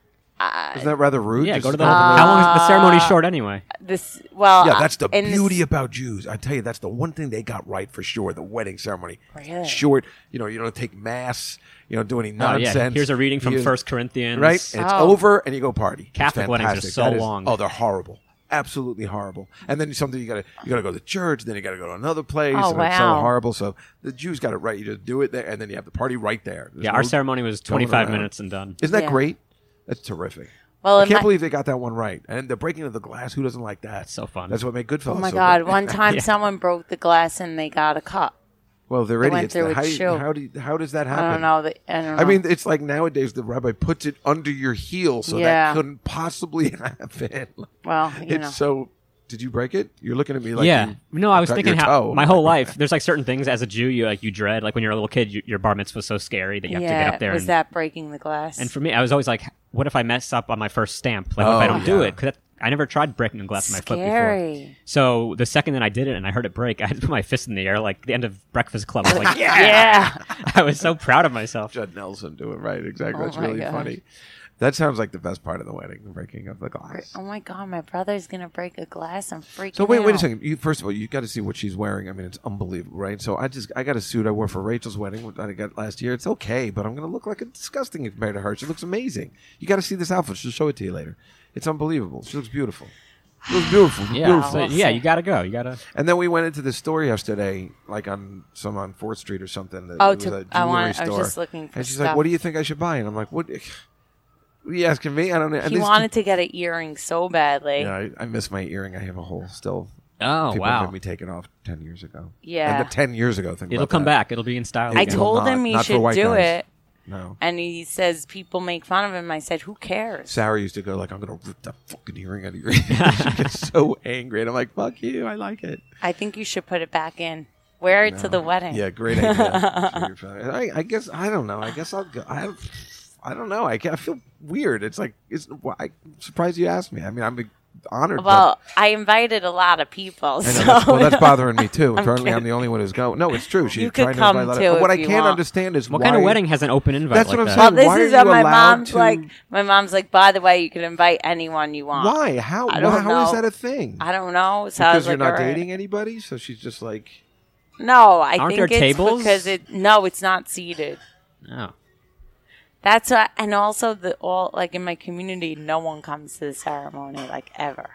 [SPEAKER 5] Isn't that rather rude?
[SPEAKER 6] Yeah,
[SPEAKER 5] Just
[SPEAKER 6] go to the.
[SPEAKER 5] not
[SPEAKER 7] Uh,
[SPEAKER 6] how long is the ceremony short anyway?
[SPEAKER 7] this well,
[SPEAKER 5] Yeah, that's the
[SPEAKER 7] in this-
[SPEAKER 5] beauty about Jews. I tell you, that's the one thing they got right for sure. The wedding ceremony,
[SPEAKER 7] Really?
[SPEAKER 5] short. You know, you don't take mass. You don't do any nonsense.
[SPEAKER 6] Oh, yeah. Here's a reading from
[SPEAKER 5] You-
[SPEAKER 6] First Corinthians.
[SPEAKER 5] Right, and it's
[SPEAKER 7] Oh.
[SPEAKER 5] over, and you go party. It's
[SPEAKER 6] Catholic weddings are
[SPEAKER 5] fantastic.
[SPEAKER 6] so
[SPEAKER 5] That is-
[SPEAKER 6] long.
[SPEAKER 5] Oh, they're horrible. Absolutely horrible. And then something you gotta you gotta go to church, then you gotta go to another place.
[SPEAKER 7] Oh,
[SPEAKER 5] and It's so
[SPEAKER 7] wow.
[SPEAKER 5] horrible. So the Jews got it right. You just do it there, and then you have the party right there. There's
[SPEAKER 6] Yeah, our
[SPEAKER 5] no-
[SPEAKER 6] ceremony was
[SPEAKER 5] going
[SPEAKER 6] 25
[SPEAKER 5] around.
[SPEAKER 6] minutes and done.
[SPEAKER 5] Isn't that
[SPEAKER 7] Yeah.
[SPEAKER 5] great? That's terrific.
[SPEAKER 7] Well,
[SPEAKER 5] I
[SPEAKER 7] in
[SPEAKER 5] can't
[SPEAKER 7] my-
[SPEAKER 5] believe they got that one right. And the breaking of the glass, who doesn't like that?
[SPEAKER 6] so fun.
[SPEAKER 5] That's what made Goodfellas.
[SPEAKER 7] Oh my
[SPEAKER 5] so
[SPEAKER 7] God!
[SPEAKER 5] good.
[SPEAKER 7] One time, someone broke the glass and they got a cup.
[SPEAKER 5] Well, they're
[SPEAKER 7] They
[SPEAKER 5] idiots.
[SPEAKER 7] went through
[SPEAKER 5] How,
[SPEAKER 7] with
[SPEAKER 5] do you-
[SPEAKER 7] shoe.
[SPEAKER 5] how do you- how does that happen?
[SPEAKER 7] I don't know. The, I don't know.
[SPEAKER 5] I mean, it's like nowadays the rabbi puts it under your heel, so
[SPEAKER 7] Yeah.
[SPEAKER 5] that couldn't possibly happen.
[SPEAKER 7] well, you
[SPEAKER 5] it's
[SPEAKER 7] know.
[SPEAKER 5] so. Did you break it? You're looking at me like
[SPEAKER 6] yeah.
[SPEAKER 5] you
[SPEAKER 6] No, I was
[SPEAKER 5] cut
[SPEAKER 6] thinking
[SPEAKER 5] your
[SPEAKER 6] how
[SPEAKER 5] toe. Oh
[SPEAKER 6] my whole life there's like certain things as a Jew you like you dread. Like when you're a little kid, you, your bar mitzvah was so scary that you have to get
[SPEAKER 7] yeah,
[SPEAKER 6] up there.
[SPEAKER 7] was
[SPEAKER 6] and,
[SPEAKER 7] that breaking the glass?
[SPEAKER 6] and for me, I was always like, what if I mess up on my first stamp? Like what if I
[SPEAKER 5] Oh,
[SPEAKER 6] don't do
[SPEAKER 5] yeah.
[SPEAKER 6] it? Because I never tried breaking a glass in my foot before.
[SPEAKER 7] Scary.
[SPEAKER 6] So the second that I did it and I heard it break, I had to put my fist in the air like the end of Breakfast Club. I was like, yeah,
[SPEAKER 7] yeah.
[SPEAKER 6] I was so proud of myself.
[SPEAKER 5] Judd Nelson do it right. Exactly.
[SPEAKER 7] Oh
[SPEAKER 5] That's
[SPEAKER 7] my
[SPEAKER 5] really
[SPEAKER 7] gosh.
[SPEAKER 5] funny. That sounds like the best part of the wedding, the breaking of the glass.
[SPEAKER 7] Oh my god, my brother's gonna break a glass. I'm freaking.
[SPEAKER 5] So wait, wait a
[SPEAKER 7] out.
[SPEAKER 5] second. You, first of all, you got to see what she's wearing. I mean, it's unbelievable, right? So I just I got a suit I wore for Rachel's wedding what I got last year. It's okay, but I'm going to look like a disgusting compared to her. She looks amazing. You got to see this outfit. She'll show it to you later. It's unbelievable. She looks beautiful. She looks beautiful.
[SPEAKER 6] Yeah,
[SPEAKER 5] beautiful.
[SPEAKER 6] so-
[SPEAKER 7] We'll
[SPEAKER 6] yeah,
[SPEAKER 7] see.
[SPEAKER 6] you gotta go. You gotta.
[SPEAKER 5] And then we went into the store yesterday, like on some on Fourth Street or something. that
[SPEAKER 7] Oh,
[SPEAKER 5] it was
[SPEAKER 7] to-
[SPEAKER 5] a
[SPEAKER 7] I want-
[SPEAKER 5] jewelry
[SPEAKER 7] I was
[SPEAKER 5] store.
[SPEAKER 7] just looking for
[SPEAKER 5] And she's
[SPEAKER 7] stuff.
[SPEAKER 5] like, "What do you think I should buy?" And I'm like, "What? What are you asking me? I don't know." And
[SPEAKER 7] He
[SPEAKER 5] these
[SPEAKER 7] wanted to get an earring so badly.
[SPEAKER 5] two- yeah, I, I miss my earring. I have a hole still.
[SPEAKER 6] Oh
[SPEAKER 5] People
[SPEAKER 6] wow!
[SPEAKER 5] had me take it off ten years ago.
[SPEAKER 7] Yeah.
[SPEAKER 5] and the ten years ago thing.
[SPEAKER 6] It'll come back. It'll be in style.
[SPEAKER 7] I
[SPEAKER 6] again.
[SPEAKER 5] will
[SPEAKER 7] told
[SPEAKER 5] not-
[SPEAKER 7] him he
[SPEAKER 5] not for
[SPEAKER 7] should
[SPEAKER 5] white
[SPEAKER 7] do
[SPEAKER 5] guys.
[SPEAKER 7] it,
[SPEAKER 5] No,
[SPEAKER 7] and he says people make fun of him. I said, "Who cares?"
[SPEAKER 5] Sarah used to go like, "I'm gonna rip that fucking earring out of your." ear." she gets so angry, and I'm like, "Fuck you! I like it."
[SPEAKER 7] I think you should put it back in. Wear it to the wedding.
[SPEAKER 5] Yeah, great idea. And I, I guess I don't know. I guess I'll go. I, I don't know. I, can, I feel weird. It's like it's. why- I'm surprised you asked me. I mean, I'm honored.
[SPEAKER 7] Well, I invited a lot of people,
[SPEAKER 5] but- I
[SPEAKER 7] so
[SPEAKER 5] know, that's, well, that's bothering me too. Apparently, I'm the only one who's going. No, it's true. She's
[SPEAKER 7] could
[SPEAKER 5] trying
[SPEAKER 7] come
[SPEAKER 5] to invite a lot
[SPEAKER 7] too
[SPEAKER 5] of, What I
[SPEAKER 7] if you
[SPEAKER 5] can't
[SPEAKER 7] want.
[SPEAKER 5] understand is
[SPEAKER 6] What
[SPEAKER 5] why,
[SPEAKER 6] kind of wedding has an open invite?
[SPEAKER 5] That's
[SPEAKER 6] like
[SPEAKER 5] what I'm
[SPEAKER 6] that?
[SPEAKER 5] saying.
[SPEAKER 7] Well, this
[SPEAKER 5] why are
[SPEAKER 7] is
[SPEAKER 5] you
[SPEAKER 7] what my
[SPEAKER 5] allowed
[SPEAKER 7] mom's
[SPEAKER 5] to-
[SPEAKER 7] like. My mom's like, by the way, you can invite anyone you want.
[SPEAKER 5] Why? How?
[SPEAKER 7] I don't
[SPEAKER 5] why- how is
[SPEAKER 7] know.
[SPEAKER 5] that a thing?
[SPEAKER 7] I don't know. So I
[SPEAKER 5] because
[SPEAKER 7] was
[SPEAKER 5] you're
[SPEAKER 7] like,
[SPEAKER 5] not
[SPEAKER 7] "All right."
[SPEAKER 5] dating anybody, so she's just like.
[SPEAKER 7] No, I
[SPEAKER 6] Aren't
[SPEAKER 7] think
[SPEAKER 6] there
[SPEAKER 7] it's
[SPEAKER 6] tables?
[SPEAKER 7] because it. No, it's not seated.
[SPEAKER 6] No.
[SPEAKER 7] That's why, and also the all like in my community, no one comes to the ceremony like ever.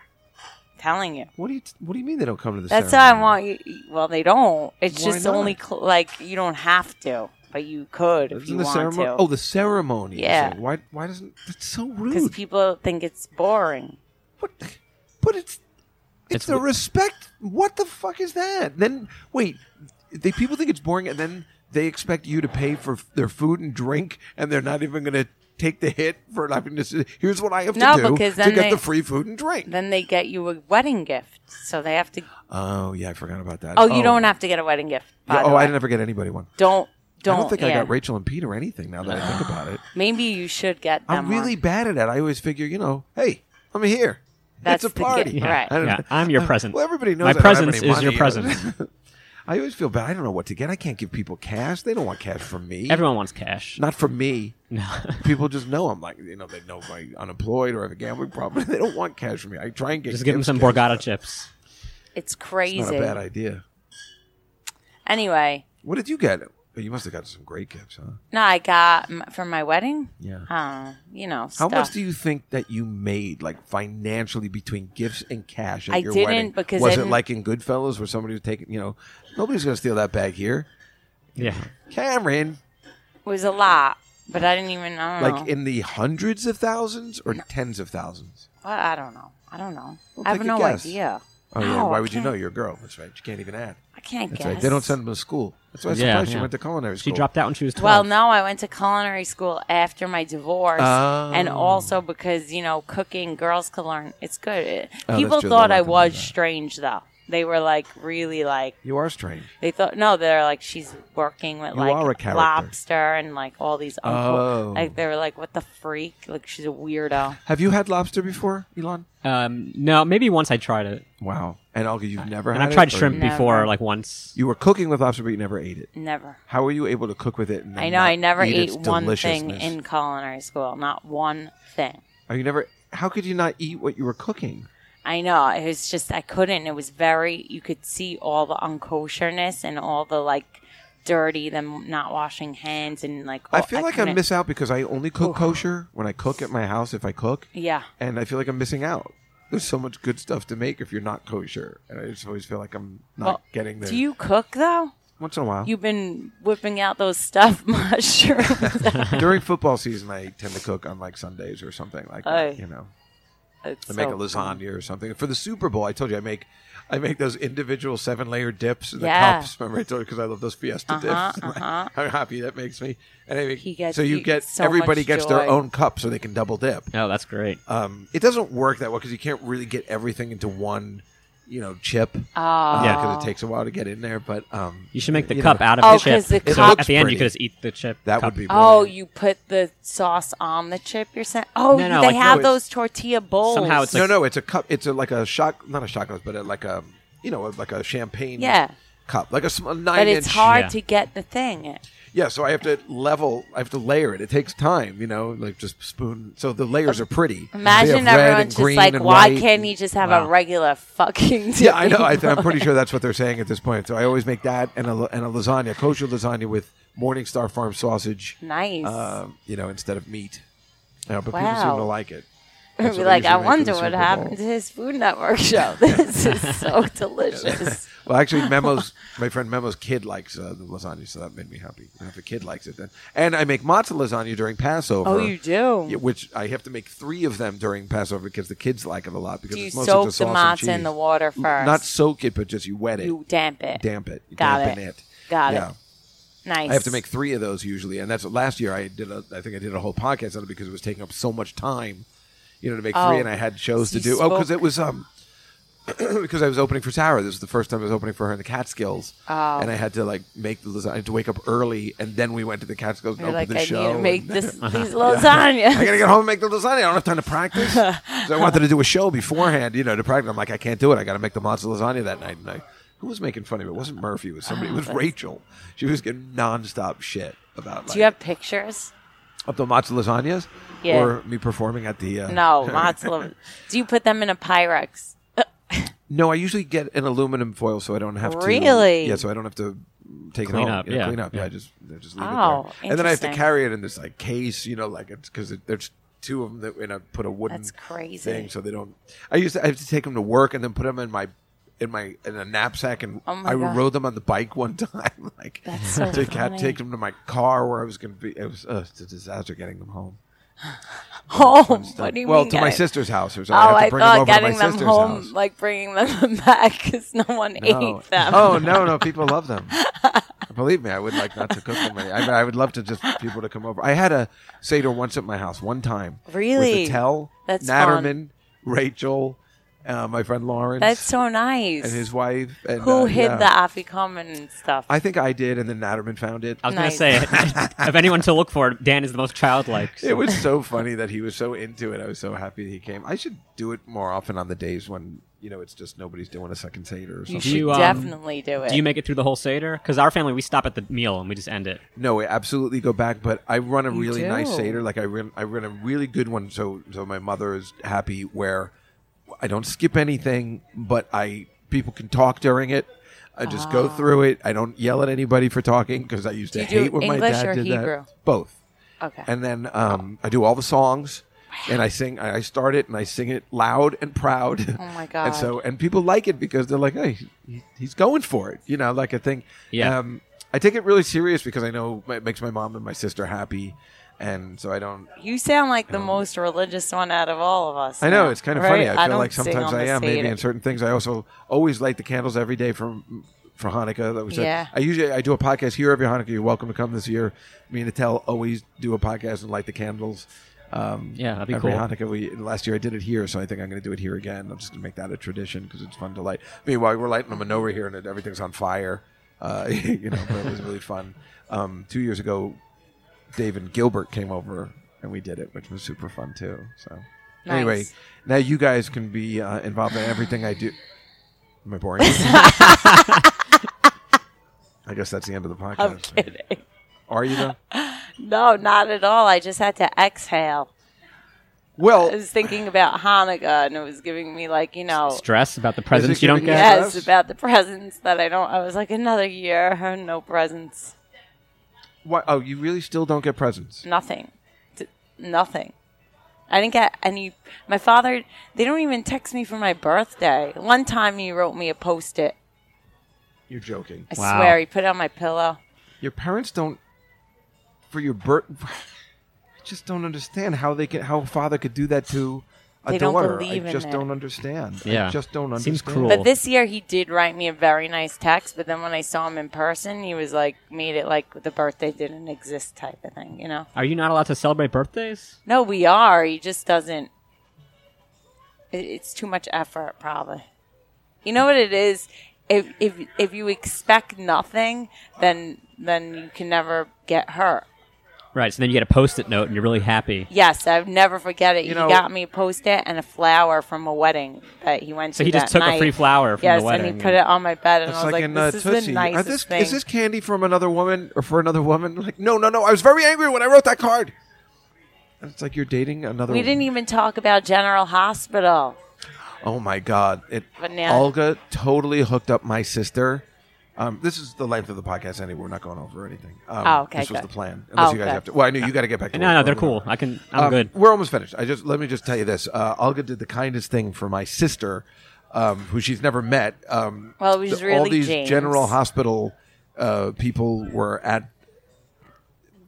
[SPEAKER 7] telling you,
[SPEAKER 5] What do you What do you mean they don't come to the?
[SPEAKER 7] that's why I
[SPEAKER 5] ceremony?
[SPEAKER 7] want you. Well, they don't. It's
[SPEAKER 5] Why
[SPEAKER 7] just
[SPEAKER 5] not?
[SPEAKER 7] only cl- like you don't have to, but you could if
[SPEAKER 5] Isn't
[SPEAKER 7] you
[SPEAKER 5] the
[SPEAKER 7] want
[SPEAKER 5] ceremony?
[SPEAKER 7] to.
[SPEAKER 5] Oh, the ceremony. you're
[SPEAKER 7] Yeah.
[SPEAKER 5] saying. Why? Why doesn't? That's so
[SPEAKER 7] because
[SPEAKER 5] rude.
[SPEAKER 7] people think it's boring.
[SPEAKER 5] What? But it's
[SPEAKER 6] It's
[SPEAKER 5] it's the
[SPEAKER 6] wi-
[SPEAKER 5] respect. What the fuck is that? Then wait, they people think it's boring, and then they expect you to pay for f- their food and drink, and they're not even going to take the hit for having to. say, Here's what I have
[SPEAKER 7] No,
[SPEAKER 5] to do
[SPEAKER 7] because
[SPEAKER 5] to
[SPEAKER 7] then
[SPEAKER 5] get
[SPEAKER 7] they-
[SPEAKER 5] the free food and drink.
[SPEAKER 7] Then they get you a wedding gift, so they have to.
[SPEAKER 5] oh yeah, I forgot about that.
[SPEAKER 7] Oh, you don't have to get a wedding gift. By
[SPEAKER 5] Yeah,
[SPEAKER 7] the
[SPEAKER 5] oh,
[SPEAKER 7] way.
[SPEAKER 5] I never get anybody one.
[SPEAKER 7] Don't don't.
[SPEAKER 5] I don't think I
[SPEAKER 7] yeah.
[SPEAKER 5] got Rachel and Pete or anything. Now that I think about it,
[SPEAKER 7] Maybe you should get them.
[SPEAKER 5] I'm really
[SPEAKER 7] one.
[SPEAKER 5] bad at that. I always figure, you know, hey, I'm here.
[SPEAKER 7] That's
[SPEAKER 5] it's a
[SPEAKER 7] the
[SPEAKER 5] party,
[SPEAKER 7] gift, right.
[SPEAKER 5] I don't
[SPEAKER 6] Yeah,
[SPEAKER 5] know.
[SPEAKER 6] I'm your present.
[SPEAKER 5] Well, everybody knows
[SPEAKER 6] my
[SPEAKER 5] I don't have
[SPEAKER 6] presence
[SPEAKER 5] any
[SPEAKER 6] is your
[SPEAKER 5] money.
[SPEAKER 6] present.
[SPEAKER 5] I always feel bad. I don't know what to get. I can't give people cash. They don't want cash from me.
[SPEAKER 6] Everyone wants cash.
[SPEAKER 5] not from me. No. people just know I'm like you know they know I'm unemployed or have a gambling problem. they don't want cash from me. I try and get
[SPEAKER 6] Just give them
[SPEAKER 5] gifts,
[SPEAKER 6] some
[SPEAKER 5] gifts.
[SPEAKER 6] Borgata chips.
[SPEAKER 7] It's crazy.
[SPEAKER 5] It's not a bad idea.
[SPEAKER 7] Anyway,
[SPEAKER 5] What did you get? Oh, You must have gotten some great gifts, huh?
[SPEAKER 7] no, I got m- for my wedding.
[SPEAKER 5] Yeah.
[SPEAKER 7] Uh, you know,
[SPEAKER 5] How
[SPEAKER 7] stuff.
[SPEAKER 5] much do you think that you made, like financially, between gifts and cash at
[SPEAKER 7] I
[SPEAKER 5] your
[SPEAKER 7] didn't
[SPEAKER 5] wedding?
[SPEAKER 7] because I
[SPEAKER 5] was it
[SPEAKER 7] didn't-
[SPEAKER 5] like in Goodfellas where somebody was taking, you know, nobody's going to steal that bag here,
[SPEAKER 6] Yeah.
[SPEAKER 5] Cameron?
[SPEAKER 7] It was a lot, but I didn't even I don't know.
[SPEAKER 5] Like in the hundreds of thousands or tens of thousands?
[SPEAKER 7] Well, I don't know. I don't know.
[SPEAKER 5] Well,
[SPEAKER 7] I have
[SPEAKER 5] take a
[SPEAKER 7] no
[SPEAKER 5] guess.
[SPEAKER 7] idea.
[SPEAKER 5] Oh
[SPEAKER 7] No,
[SPEAKER 5] yeah,
[SPEAKER 7] I
[SPEAKER 5] why would you know?
[SPEAKER 7] can't.
[SPEAKER 5] You're a girl. That's right. You can't even add.
[SPEAKER 7] I can't
[SPEAKER 5] That's
[SPEAKER 7] guess.
[SPEAKER 5] right. They don't send them to school. That's why I'm surprised she went to culinary
[SPEAKER 6] She
[SPEAKER 5] school.
[SPEAKER 6] dropped out when she was 12.
[SPEAKER 7] Well, no, I went to culinary school after my divorce,
[SPEAKER 5] Oh.
[SPEAKER 7] and also because you know, cooking girls can learn. It's good. It-
[SPEAKER 5] Oh, that's
[SPEAKER 7] People
[SPEAKER 5] true.
[SPEAKER 7] thought
[SPEAKER 5] They're
[SPEAKER 7] I
[SPEAKER 5] not gonna
[SPEAKER 7] was
[SPEAKER 5] do that.
[SPEAKER 7] strange, though. They were like really like
[SPEAKER 5] You are strange.
[SPEAKER 7] they thought no, they're like she's working with
[SPEAKER 5] You are a
[SPEAKER 7] like
[SPEAKER 5] character.
[SPEAKER 7] lobster and like all these uncle
[SPEAKER 5] Oh.
[SPEAKER 7] like they were like what the freak like she's a weirdo.
[SPEAKER 5] Have you had lobster before, Elon?
[SPEAKER 6] um, no, maybe once I tried it.
[SPEAKER 5] Wow. And Olga, you've never
[SPEAKER 6] And
[SPEAKER 5] had
[SPEAKER 6] I've
[SPEAKER 5] it,
[SPEAKER 6] tried
[SPEAKER 5] or
[SPEAKER 6] shrimp
[SPEAKER 5] you-
[SPEAKER 7] Never.
[SPEAKER 6] before, like once.
[SPEAKER 5] You were cooking with lobster, but you never ate it.
[SPEAKER 7] Never.
[SPEAKER 5] How were you able to cook with it? And
[SPEAKER 7] I
[SPEAKER 5] then
[SPEAKER 7] know.
[SPEAKER 5] not
[SPEAKER 7] I never
[SPEAKER 5] eat
[SPEAKER 7] ate
[SPEAKER 5] its
[SPEAKER 7] one thing
[SPEAKER 5] deliciousness?
[SPEAKER 7] in culinary school. Not one thing.
[SPEAKER 5] Are you never? How could you not eat what you were cooking?
[SPEAKER 7] I know. It was just I couldn't. It was very. You could see all the unkosherness and all the like dirty them not washing hands and like.
[SPEAKER 5] I
[SPEAKER 7] all-
[SPEAKER 5] feel like I
[SPEAKER 7] couldn't-
[SPEAKER 5] miss out because I only cook kosher when I cook at my house. If I cook,
[SPEAKER 7] Yeah.
[SPEAKER 5] and I feel like I'm missing out. There's so much good stuff to make if you're not kosher, and I just always feel like I'm not
[SPEAKER 7] Well,
[SPEAKER 5] getting there.
[SPEAKER 7] Do you cook though?
[SPEAKER 5] Once in a while,
[SPEAKER 7] You've been whipping out those stuffed mushrooms.
[SPEAKER 5] during football season, I tend to cook on like Sundays or something like that.
[SPEAKER 7] Aye.
[SPEAKER 5] You know,
[SPEAKER 7] It's
[SPEAKER 5] I make
[SPEAKER 7] so
[SPEAKER 5] a lasagna or something for the Super Bowl. I told you I make. I make those individual seven layer dips in
[SPEAKER 7] Yeah.
[SPEAKER 5] the cups. Remember, I told you because I love those Fiesta
[SPEAKER 7] Uh-huh,
[SPEAKER 5] dips. How happy that makes me! And I make,
[SPEAKER 7] He gets-
[SPEAKER 5] so you
[SPEAKER 7] he
[SPEAKER 5] get
[SPEAKER 7] gets so
[SPEAKER 5] everybody
[SPEAKER 7] much
[SPEAKER 5] gets their
[SPEAKER 7] joy.
[SPEAKER 5] own cup so they can double dip.
[SPEAKER 6] Oh, that's great.
[SPEAKER 5] um, it doesn't work that well because you can't really get everything into one, you know, chip. Oh,
[SPEAKER 6] Yeah.
[SPEAKER 5] because it takes a while to get in there. But um,
[SPEAKER 6] You should make the
[SPEAKER 5] you
[SPEAKER 6] cup
[SPEAKER 5] know,
[SPEAKER 6] out of
[SPEAKER 7] Oh,
[SPEAKER 6] the chip.
[SPEAKER 7] 'cause the
[SPEAKER 6] so
[SPEAKER 7] cup-
[SPEAKER 6] at the end,
[SPEAKER 5] Pretty.
[SPEAKER 6] you could just eat the chip.
[SPEAKER 5] That
[SPEAKER 6] cup.
[SPEAKER 5] would be
[SPEAKER 7] Oh,
[SPEAKER 5] brilliant.
[SPEAKER 7] you put the sauce on the chip. You're saying? Oh,
[SPEAKER 6] No, no,
[SPEAKER 7] they
[SPEAKER 6] like, no,
[SPEAKER 7] have
[SPEAKER 5] it's-
[SPEAKER 7] those tortilla bowls.
[SPEAKER 6] Somehow it's
[SPEAKER 5] no,
[SPEAKER 6] like-
[SPEAKER 5] no, it's a cup. It's a, like a shot, not a shot glass, but a, like a you know, like a champagne.
[SPEAKER 7] Yeah.
[SPEAKER 5] Cup like a, sm- a nine
[SPEAKER 7] but it's
[SPEAKER 5] inch.
[SPEAKER 7] hard
[SPEAKER 6] Yeah.
[SPEAKER 7] to get the thing.
[SPEAKER 5] Yeah, so I have to level. I have to layer it. It takes time, you know, like just spoon. So the layers are pretty. They have
[SPEAKER 7] Imagine
[SPEAKER 5] red and
[SPEAKER 7] everyone's just
[SPEAKER 5] green
[SPEAKER 7] like,
[SPEAKER 5] and
[SPEAKER 7] why
[SPEAKER 5] white
[SPEAKER 7] can't
[SPEAKER 5] and-
[SPEAKER 7] he just have
[SPEAKER 6] Wow.
[SPEAKER 7] a regular fucking?
[SPEAKER 5] Yeah, I know. I th- I'm pretty sure that's what they're saying at this point. So I always make that and a, and a lasagna, kosher lasagna with Morningstar Farm sausage.
[SPEAKER 7] Nice.
[SPEAKER 5] Um, you know, instead of meat. You know, but people seem
[SPEAKER 7] Wow.
[SPEAKER 5] to like it.
[SPEAKER 7] I'd
[SPEAKER 5] That's
[SPEAKER 7] be
[SPEAKER 5] what they
[SPEAKER 7] like,
[SPEAKER 5] usually
[SPEAKER 7] I
[SPEAKER 5] make for
[SPEAKER 7] wonder
[SPEAKER 5] the
[SPEAKER 7] what
[SPEAKER 5] Super
[SPEAKER 7] happened
[SPEAKER 5] Bowl.
[SPEAKER 7] to his Food Network show. This is so delicious.
[SPEAKER 5] Well, actually, Memo's my friend Memo's kid likes uh, the lasagna, so that made me happy. And if a kid likes it, then and I make matzah lasagna during Passover.
[SPEAKER 7] Oh, you do?
[SPEAKER 5] Yeah, Which I have to make three of them during Passover because the kids like it a lot. Because
[SPEAKER 7] Do you
[SPEAKER 5] it's mostly
[SPEAKER 7] soak
[SPEAKER 5] just
[SPEAKER 7] the
[SPEAKER 5] sauce and
[SPEAKER 7] matzah in the
[SPEAKER 5] cheese.
[SPEAKER 7] water
[SPEAKER 5] N-
[SPEAKER 7] first?
[SPEAKER 5] Not soak it, but just you wet it,
[SPEAKER 7] You damp it.
[SPEAKER 5] damp it, you
[SPEAKER 7] Got
[SPEAKER 5] dampen
[SPEAKER 7] it.
[SPEAKER 5] it.
[SPEAKER 7] Got it.
[SPEAKER 5] Yeah.
[SPEAKER 7] Nice.
[SPEAKER 5] I have to make three of those usually, and that's last year I did. A, I think I did a whole podcast on it because it was taking up so much time, you know, to make three,
[SPEAKER 7] Oh.
[SPEAKER 5] and I had shows
[SPEAKER 7] So
[SPEAKER 5] to
[SPEAKER 7] you
[SPEAKER 5] do. Oh, because
[SPEAKER 7] spoke-
[SPEAKER 5] it was um, because I was opening for Sarah. This was the first time I was opening for her in the Catskills, oh. and I had to like make the lasagna. I had to wake up early, and then we went to the Catskills and
[SPEAKER 7] You're
[SPEAKER 5] opened
[SPEAKER 7] like,
[SPEAKER 5] the
[SPEAKER 7] I need
[SPEAKER 5] show.
[SPEAKER 7] to make
[SPEAKER 5] and-
[SPEAKER 7] this these
[SPEAKER 5] I
[SPEAKER 7] lasagna.
[SPEAKER 5] gotta get home and make the lasagna. I don't have time to practice. so I wanted to do a show beforehand, you know, to practice. I'm like, I can't do it. I gotta make the matzo lasagna that night. And I, who was making fun of it? It wasn't Murphy. It was somebody. It was
[SPEAKER 7] Oh,
[SPEAKER 5] Rachel. She was getting nonstop shit about like
[SPEAKER 7] Do you have pictures?
[SPEAKER 5] up the matzo lasagnas
[SPEAKER 7] Yeah.
[SPEAKER 5] or me performing at the. Uh,
[SPEAKER 7] No, matzah. Do you put them in a Pyrex?
[SPEAKER 5] no. I usually get an aluminum foil, so I don't have to.
[SPEAKER 7] Really?
[SPEAKER 5] Yeah, so I don't have to take
[SPEAKER 6] Clean
[SPEAKER 5] it home.
[SPEAKER 6] up, yeah.
[SPEAKER 5] clean up. Yeah,
[SPEAKER 6] Yeah.
[SPEAKER 5] I just I just leave
[SPEAKER 7] Oh,
[SPEAKER 5] it there. And then I have to
[SPEAKER 7] interesting.
[SPEAKER 5] carry it in this like case, you know, like it's because it, there's two of them that and I put a wooden
[SPEAKER 7] That's crazy.
[SPEAKER 5] thing so they don't. I used to I have to take them to work and then put them in my in my in a knapsack and
[SPEAKER 7] Oh my
[SPEAKER 5] I
[SPEAKER 7] God.
[SPEAKER 5] rode them on the bike one time like
[SPEAKER 7] That's so
[SPEAKER 5] to ca-
[SPEAKER 7] funny.
[SPEAKER 5] take them to my car where I was going to be. It was uh, it's a disaster getting them home.
[SPEAKER 7] Home. Oh, What do you
[SPEAKER 5] well,
[SPEAKER 7] mean?
[SPEAKER 5] to my
[SPEAKER 7] guys?
[SPEAKER 5] sister's house or something.
[SPEAKER 7] Oh,
[SPEAKER 5] I
[SPEAKER 7] I
[SPEAKER 5] have to bring them
[SPEAKER 7] thought
[SPEAKER 5] over to my
[SPEAKER 7] getting them
[SPEAKER 5] sister's
[SPEAKER 7] home,
[SPEAKER 5] house.
[SPEAKER 7] like bringing them back, because no one
[SPEAKER 5] No.
[SPEAKER 7] ate them.
[SPEAKER 5] Oh no, no, people love them. Believe me, I would like not to cook them. I, I would love to just people to come over. I had a seder once at my house, one time.
[SPEAKER 7] Really?
[SPEAKER 5] With Attell,
[SPEAKER 7] That's
[SPEAKER 5] Natterman, Rachel, uh, my friend Lawrence,
[SPEAKER 7] That's so nice.
[SPEAKER 5] and his wife. And,
[SPEAKER 7] Who
[SPEAKER 5] uh,
[SPEAKER 7] hid
[SPEAKER 5] yeah.
[SPEAKER 7] the afikoman and stuff?
[SPEAKER 5] I think I did, and then Natterman found it.
[SPEAKER 6] I was
[SPEAKER 7] Nice.
[SPEAKER 6] going to say, of anyone to look for, Dan is the most childlike.
[SPEAKER 5] It was so funny that he was so into it. I was so happy he came. I should do it more often on the days when you know it's just nobody's doing a second seder or
[SPEAKER 7] you
[SPEAKER 5] something.
[SPEAKER 7] should
[SPEAKER 6] you, um,
[SPEAKER 7] definitely do it.
[SPEAKER 6] Do you make it through the whole Seder? Because our family, we stop at the meal and we just end it.
[SPEAKER 5] No, I absolutely go back, but I run a really
[SPEAKER 7] do.
[SPEAKER 5] nice Seder. Like I run, I run a really good one. So, so my mother is happy where I don't skip anything, but I people can talk during it. I just go through it. I don't yell at anybody for talking because I used
[SPEAKER 7] Ah. Do
[SPEAKER 5] to
[SPEAKER 7] you do
[SPEAKER 5] hate when my
[SPEAKER 7] English
[SPEAKER 5] dad
[SPEAKER 7] or
[SPEAKER 5] did
[SPEAKER 7] Hebrew?
[SPEAKER 5] that. Both.
[SPEAKER 7] okay.
[SPEAKER 5] And then um, I do all the songs, and I sing. I I start it, and I sing it loud and proud.
[SPEAKER 7] Oh, my
[SPEAKER 5] And
[SPEAKER 7] God.
[SPEAKER 5] so, and people like it because they're like, "Hey, he- he's going for it," you know, like I think.
[SPEAKER 6] Yeah.
[SPEAKER 5] Um, I take it really serious because I know it makes my mom and my sister happy, and so I don't.
[SPEAKER 7] you sound like the most religious one out of all of us.
[SPEAKER 5] um, I know
[SPEAKER 7] now,
[SPEAKER 5] it's kind of
[SPEAKER 7] right?
[SPEAKER 5] funny. I feel
[SPEAKER 7] don't
[SPEAKER 5] like
[SPEAKER 7] sing
[SPEAKER 5] sometimes
[SPEAKER 7] on
[SPEAKER 5] I
[SPEAKER 7] the
[SPEAKER 5] am maybe
[SPEAKER 7] Seder.
[SPEAKER 5] in certain things. I also always light the candles every day from for Hanukkah. That was
[SPEAKER 7] Yeah.
[SPEAKER 5] I usually I do a podcast here every Hanukkah. You're welcome to come this year. Me and Attell always do a podcast and light the candles. Um,
[SPEAKER 6] Yeah, that'd be
[SPEAKER 5] every
[SPEAKER 6] cool.
[SPEAKER 5] Hanukkah we and last year I did it here, so I think I'm going to do it here again. I'm just going to make that a tradition because it's fun to light. Meanwhile, we're lighting a menorah here and it, everything's on fire. Uh, you know, but it was really fun. Um, two years ago, Dave and Gilbert came over and we did it, which was super fun too. So anyway,
[SPEAKER 7] Nice.
[SPEAKER 5] now you guys can be uh, involved in everything I do. Am I boring? you? I guess that's the end of the podcast.
[SPEAKER 7] I'm kidding.
[SPEAKER 5] Are you though?
[SPEAKER 7] No, not at all. I just had to exhale.
[SPEAKER 5] Well,
[SPEAKER 7] I was thinking about Hanukkah, and it was giving me like you know
[SPEAKER 6] Stress about the presents you don't
[SPEAKER 5] giving you
[SPEAKER 6] get.
[SPEAKER 5] stress?
[SPEAKER 7] Yes, about the presents that I don't. I was like, another year, oh, no presents,
[SPEAKER 5] what, oh, you really still don't get presents.
[SPEAKER 7] nothing, D- nothing. I didn't get any. My father, they don't even text me for my birthday. One time he wrote me a post it.
[SPEAKER 5] You're joking.
[SPEAKER 7] I
[SPEAKER 6] Wow.
[SPEAKER 7] swear, he put it on my pillow.
[SPEAKER 5] Your parents don't for your birth. I just don't understand how they can how a father could do that to a
[SPEAKER 7] They don't
[SPEAKER 5] daughter.
[SPEAKER 7] believe
[SPEAKER 5] I
[SPEAKER 7] in
[SPEAKER 5] just
[SPEAKER 7] it.
[SPEAKER 5] don't understand. I
[SPEAKER 6] Yeah.
[SPEAKER 5] just don't understand.
[SPEAKER 6] Seems cruel.
[SPEAKER 7] But this year he did write me a very nice text. But then when I saw him in person, he was like, made it like the birthday didn't exist type of thing, you know?
[SPEAKER 6] Are you not allowed to celebrate birthdays?
[SPEAKER 7] No, we are. He just doesn't. it- It's too much effort, probably. You know what it is? If if if you expect nothing, then then you can never get hurt.
[SPEAKER 6] Right. So then you get a post-it note and you're really happy.
[SPEAKER 7] Yes, I've never forget it.
[SPEAKER 5] You
[SPEAKER 7] he
[SPEAKER 5] know-
[SPEAKER 7] got me a post it and a flower from a wedding that he went to.
[SPEAKER 6] So he just
[SPEAKER 7] that
[SPEAKER 6] took a
[SPEAKER 7] night.
[SPEAKER 6] free flower from
[SPEAKER 7] yes,
[SPEAKER 6] the wedding.
[SPEAKER 7] and he put it on my bed, and
[SPEAKER 5] It's
[SPEAKER 7] I was
[SPEAKER 5] like,
[SPEAKER 7] like,
[SPEAKER 5] in uh,
[SPEAKER 7] "This is the
[SPEAKER 5] Tootsie. Are
[SPEAKER 7] nicest
[SPEAKER 5] this,
[SPEAKER 7] thing."
[SPEAKER 5] Is this candy from another woman or for another woman? Like, no, no, no. I was very angry when I wrote that card. And it's like you're dating another.
[SPEAKER 7] we didn't even talk about General Hospital.
[SPEAKER 5] Oh my god! It
[SPEAKER 7] Banana.
[SPEAKER 5] Olga totally hooked up my sister. Um, this is the length of the podcast. Anyway, we're not going over anything. Um,
[SPEAKER 7] Oh, okay,
[SPEAKER 5] This was
[SPEAKER 7] good.
[SPEAKER 5] the plan. Unless
[SPEAKER 7] Oh,
[SPEAKER 5] you guys
[SPEAKER 7] good.
[SPEAKER 5] have to. Well, I knew you got to get back. to
[SPEAKER 6] no,
[SPEAKER 5] work.
[SPEAKER 6] no, they're
[SPEAKER 5] Whatever.
[SPEAKER 6] cool. I can. I'm
[SPEAKER 5] Um,
[SPEAKER 6] good.
[SPEAKER 5] We're almost finished. I just let me just tell you this. Uh, Olga did the kindest thing for my sister, um, who she's never met. Um,
[SPEAKER 7] Well, it was
[SPEAKER 5] the- all
[SPEAKER 7] really
[SPEAKER 5] these
[SPEAKER 7] James.
[SPEAKER 5] General Hospital uh, people were at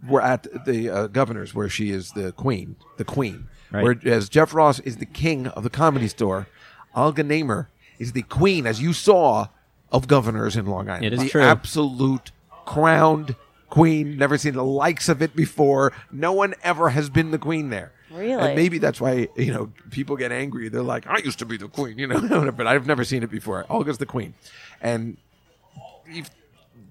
[SPEAKER 5] were at the uh, governor's, where she is the queen, the queen.
[SPEAKER 6] Right.
[SPEAKER 5] Whereas Jeff Ross is the king of the comedy store, Olga Namer is the queen, as you saw, of governors in Long Island.
[SPEAKER 6] It is
[SPEAKER 5] the
[SPEAKER 6] true.
[SPEAKER 5] absolute crowned queen. Never seen the likes of it before. No one ever has been the queen there.
[SPEAKER 7] Really?
[SPEAKER 5] And maybe that's why, you know, people get angry. They're like, I used to be the queen, you know, but I've never seen it before. Olga's the queen. And if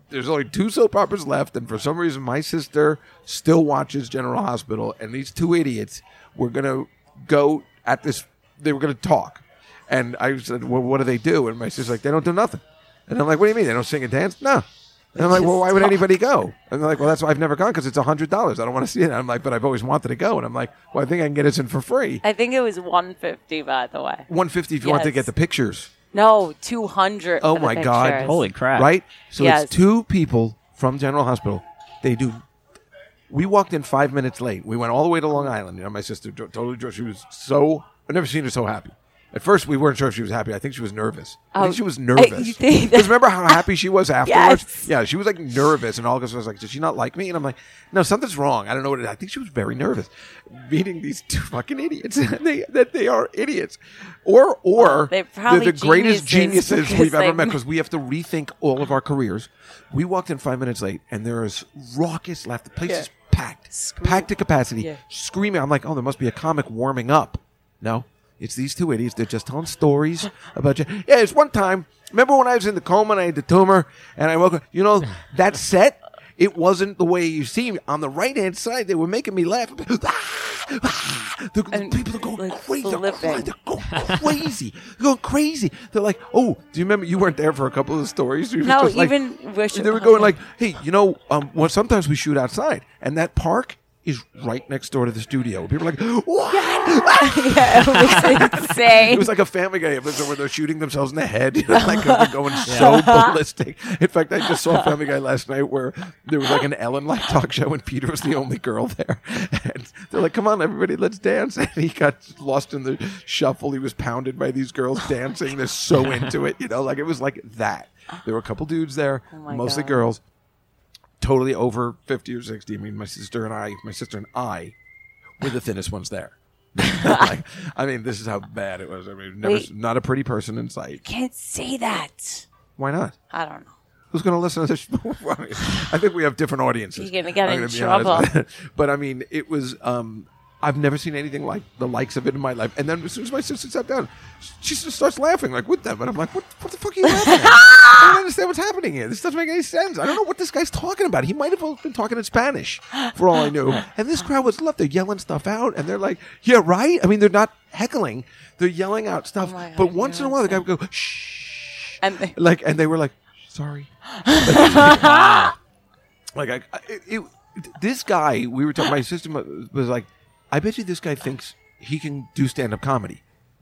[SPEAKER 5] there's only two soap operas left, and for some reason, my sister still watches General Hospital, and these two idiots were gonna go at this. They were gonna talk, and I said, "Well, what do they do?" And my sister's like, "They don't do nothing." And I'm like, "What do you mean they don't sing and dance?" No. And I'm like, "Well, why would anybody go?" And they're like, "Well, that's why I've never gone because it's hundred dollars. I don't want to see it." And I'm like, "But I've always wanted to go." And I'm like, "Well, I think I can get us in for free,
[SPEAKER 7] I think it was one fifty, by the way.
[SPEAKER 5] one fifty if you want to
[SPEAKER 7] Yes.
[SPEAKER 5] get the pictures."
[SPEAKER 7] No, two hundred.
[SPEAKER 5] Oh my God.
[SPEAKER 6] Holy crap!
[SPEAKER 5] Right? So
[SPEAKER 7] Yes.
[SPEAKER 5] it's two people from General Hospital. They do. We walked in five minutes late. We went all the way to Long Island. You know, my sister jo- totally, jo- she was so, I've never seen her so happy. At first, we weren't sure if she was happy. I think she was nervous. I think
[SPEAKER 7] Oh,
[SPEAKER 5] she was
[SPEAKER 7] I-
[SPEAKER 5] nervous.
[SPEAKER 7] you think that-
[SPEAKER 5] 'Cause remember how happy she was afterwards?
[SPEAKER 7] Yes.
[SPEAKER 5] Yeah, she was like nervous, and August was like, "Did she not like me?" And I'm like, "No, something's wrong. I don't know what it is." I think she was very nervous meeting these two fucking idiots. they that they are idiots, or or
[SPEAKER 7] they're probably
[SPEAKER 5] the greatest
[SPEAKER 7] geniuses
[SPEAKER 5] geniuses
[SPEAKER 7] because
[SPEAKER 5] we've ever
[SPEAKER 7] they-
[SPEAKER 5] met because we have to rethink all of our careers. We walked in five minutes late, and there is raucous laughter. The place is packed, packed to capacity,
[SPEAKER 7] Yeah.
[SPEAKER 5] screaming. I'm like, "Oh, there must be a comic warming up." No. It's these two idiots. They're just telling stories about you. Yeah, it's one time. Remember when I was in the coma and I had the tumor and I woke up? You know, that set, it wasn't the way you seemed. On the right hand side, they were making me laugh. the
[SPEAKER 7] And
[SPEAKER 5] people are going
[SPEAKER 7] like
[SPEAKER 5] crazy. Oh, They're
[SPEAKER 7] flipping.
[SPEAKER 5] crazy go crazy. They're going crazy. They're like, oh, do you remember you weren't there for a couple of stories? It was
[SPEAKER 7] No,
[SPEAKER 5] just like-
[SPEAKER 7] even wish-
[SPEAKER 5] they were going like, hey, you know, um, well, sometimes we shoot outside, and that park is right next door to the studio. People are like, what?
[SPEAKER 7] yeah, it was insane.
[SPEAKER 5] It was like a Family Guy episode where they're shooting themselves in the head, you know, like they're going so ballistic. In fact, I just saw a Family Guy last night where there was like an Ellen like talk show, and Peter was the only girl there. And they're like, "Come on, everybody, let's dance!" And he got lost in the shuffle. He was pounded by these girls dancing. They're so into it, you know, like it was like that. There were a couple dudes there,
[SPEAKER 7] my
[SPEAKER 5] mostly
[SPEAKER 7] God.
[SPEAKER 5] girls, totally over fifty or sixty. I mean, my sister and I, my sister and I, were the thinnest ones there. Like, I mean, this is how bad it was. I mean, never,
[SPEAKER 7] Wait.
[SPEAKER 5] not a pretty person in sight.
[SPEAKER 7] can't say that.
[SPEAKER 5] Why not?
[SPEAKER 7] I don't know.
[SPEAKER 5] who's going to listen to this? Show? I think we have different audiences.
[SPEAKER 7] You're gonna get
[SPEAKER 5] I'm
[SPEAKER 7] in
[SPEAKER 5] be honest.
[SPEAKER 7] trouble.
[SPEAKER 5] but I mean, it was. Um, I've never seen anything like the likes of it in my life. And then as soon as my sister sat down, she just starts laughing like with them, and I'm like, "What? What the fuck are you laughing at? I don't understand what's happening here. This doesn't make any sense. I don't know what this guy's talking about. He might have been talking in Spanish, for all I knew. And this crowd was left. They're yelling stuff out, and they're like, "Yeah, right." I mean, they're not heckling; they're yelling out stuff.
[SPEAKER 7] Oh my God,
[SPEAKER 5] but once in
[SPEAKER 7] you're
[SPEAKER 5] a while, the guy would go, "Shh,"
[SPEAKER 7] And they-
[SPEAKER 5] like, and they were like, "Sorry." Like I, I it, it, this guy, we were talking. My sister mu- was like, "I bet you this guy thinks he can do stand-up comedy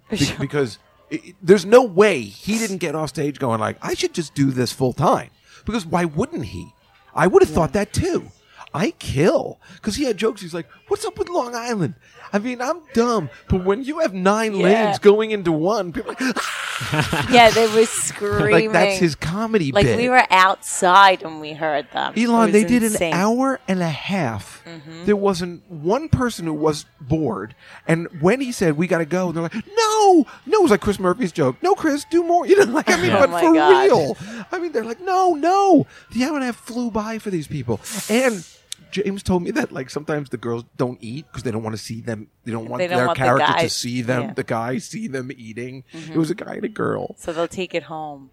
[SPEAKER 5] Be- because it, it- there's no way he didn't get off stage going like, I should just do this full time because why wouldn't he? I would have thought that too. I kill because he had jokes. He's like, "What's up with Long Island? I mean, I'm dumb, but when you have nine
[SPEAKER 7] Yeah.
[SPEAKER 5] lanes going into one, people are like,
[SPEAKER 7] yeah, they were screaming.
[SPEAKER 5] like that's his comedy
[SPEAKER 7] Like
[SPEAKER 5] bit."
[SPEAKER 7] we were outside and we heard them. It
[SPEAKER 5] Elon,
[SPEAKER 7] was
[SPEAKER 5] they did
[SPEAKER 7] insane. Mm-hmm.
[SPEAKER 5] an hour and a half. There wasn't one person who was bored. And when he said, "We got to go," they're like, "No, no!" It was like Chris Murphy's joke. No, Chris, do more. You know, like I mean,
[SPEAKER 7] Oh
[SPEAKER 5] but
[SPEAKER 7] my
[SPEAKER 5] for
[SPEAKER 7] God.
[SPEAKER 5] real. I mean, they're like, "No, no." The hour and a half flew by for these people. And James told me that like sometimes the girls don't eat because they don't want to see them. They don't want
[SPEAKER 7] They don't
[SPEAKER 5] their
[SPEAKER 7] want the
[SPEAKER 5] character
[SPEAKER 7] guy-
[SPEAKER 5] to see them.
[SPEAKER 7] yeah. Mm-hmm.
[SPEAKER 5] The guy see them eating. It was a guy and a girl.
[SPEAKER 7] So they'll take it home.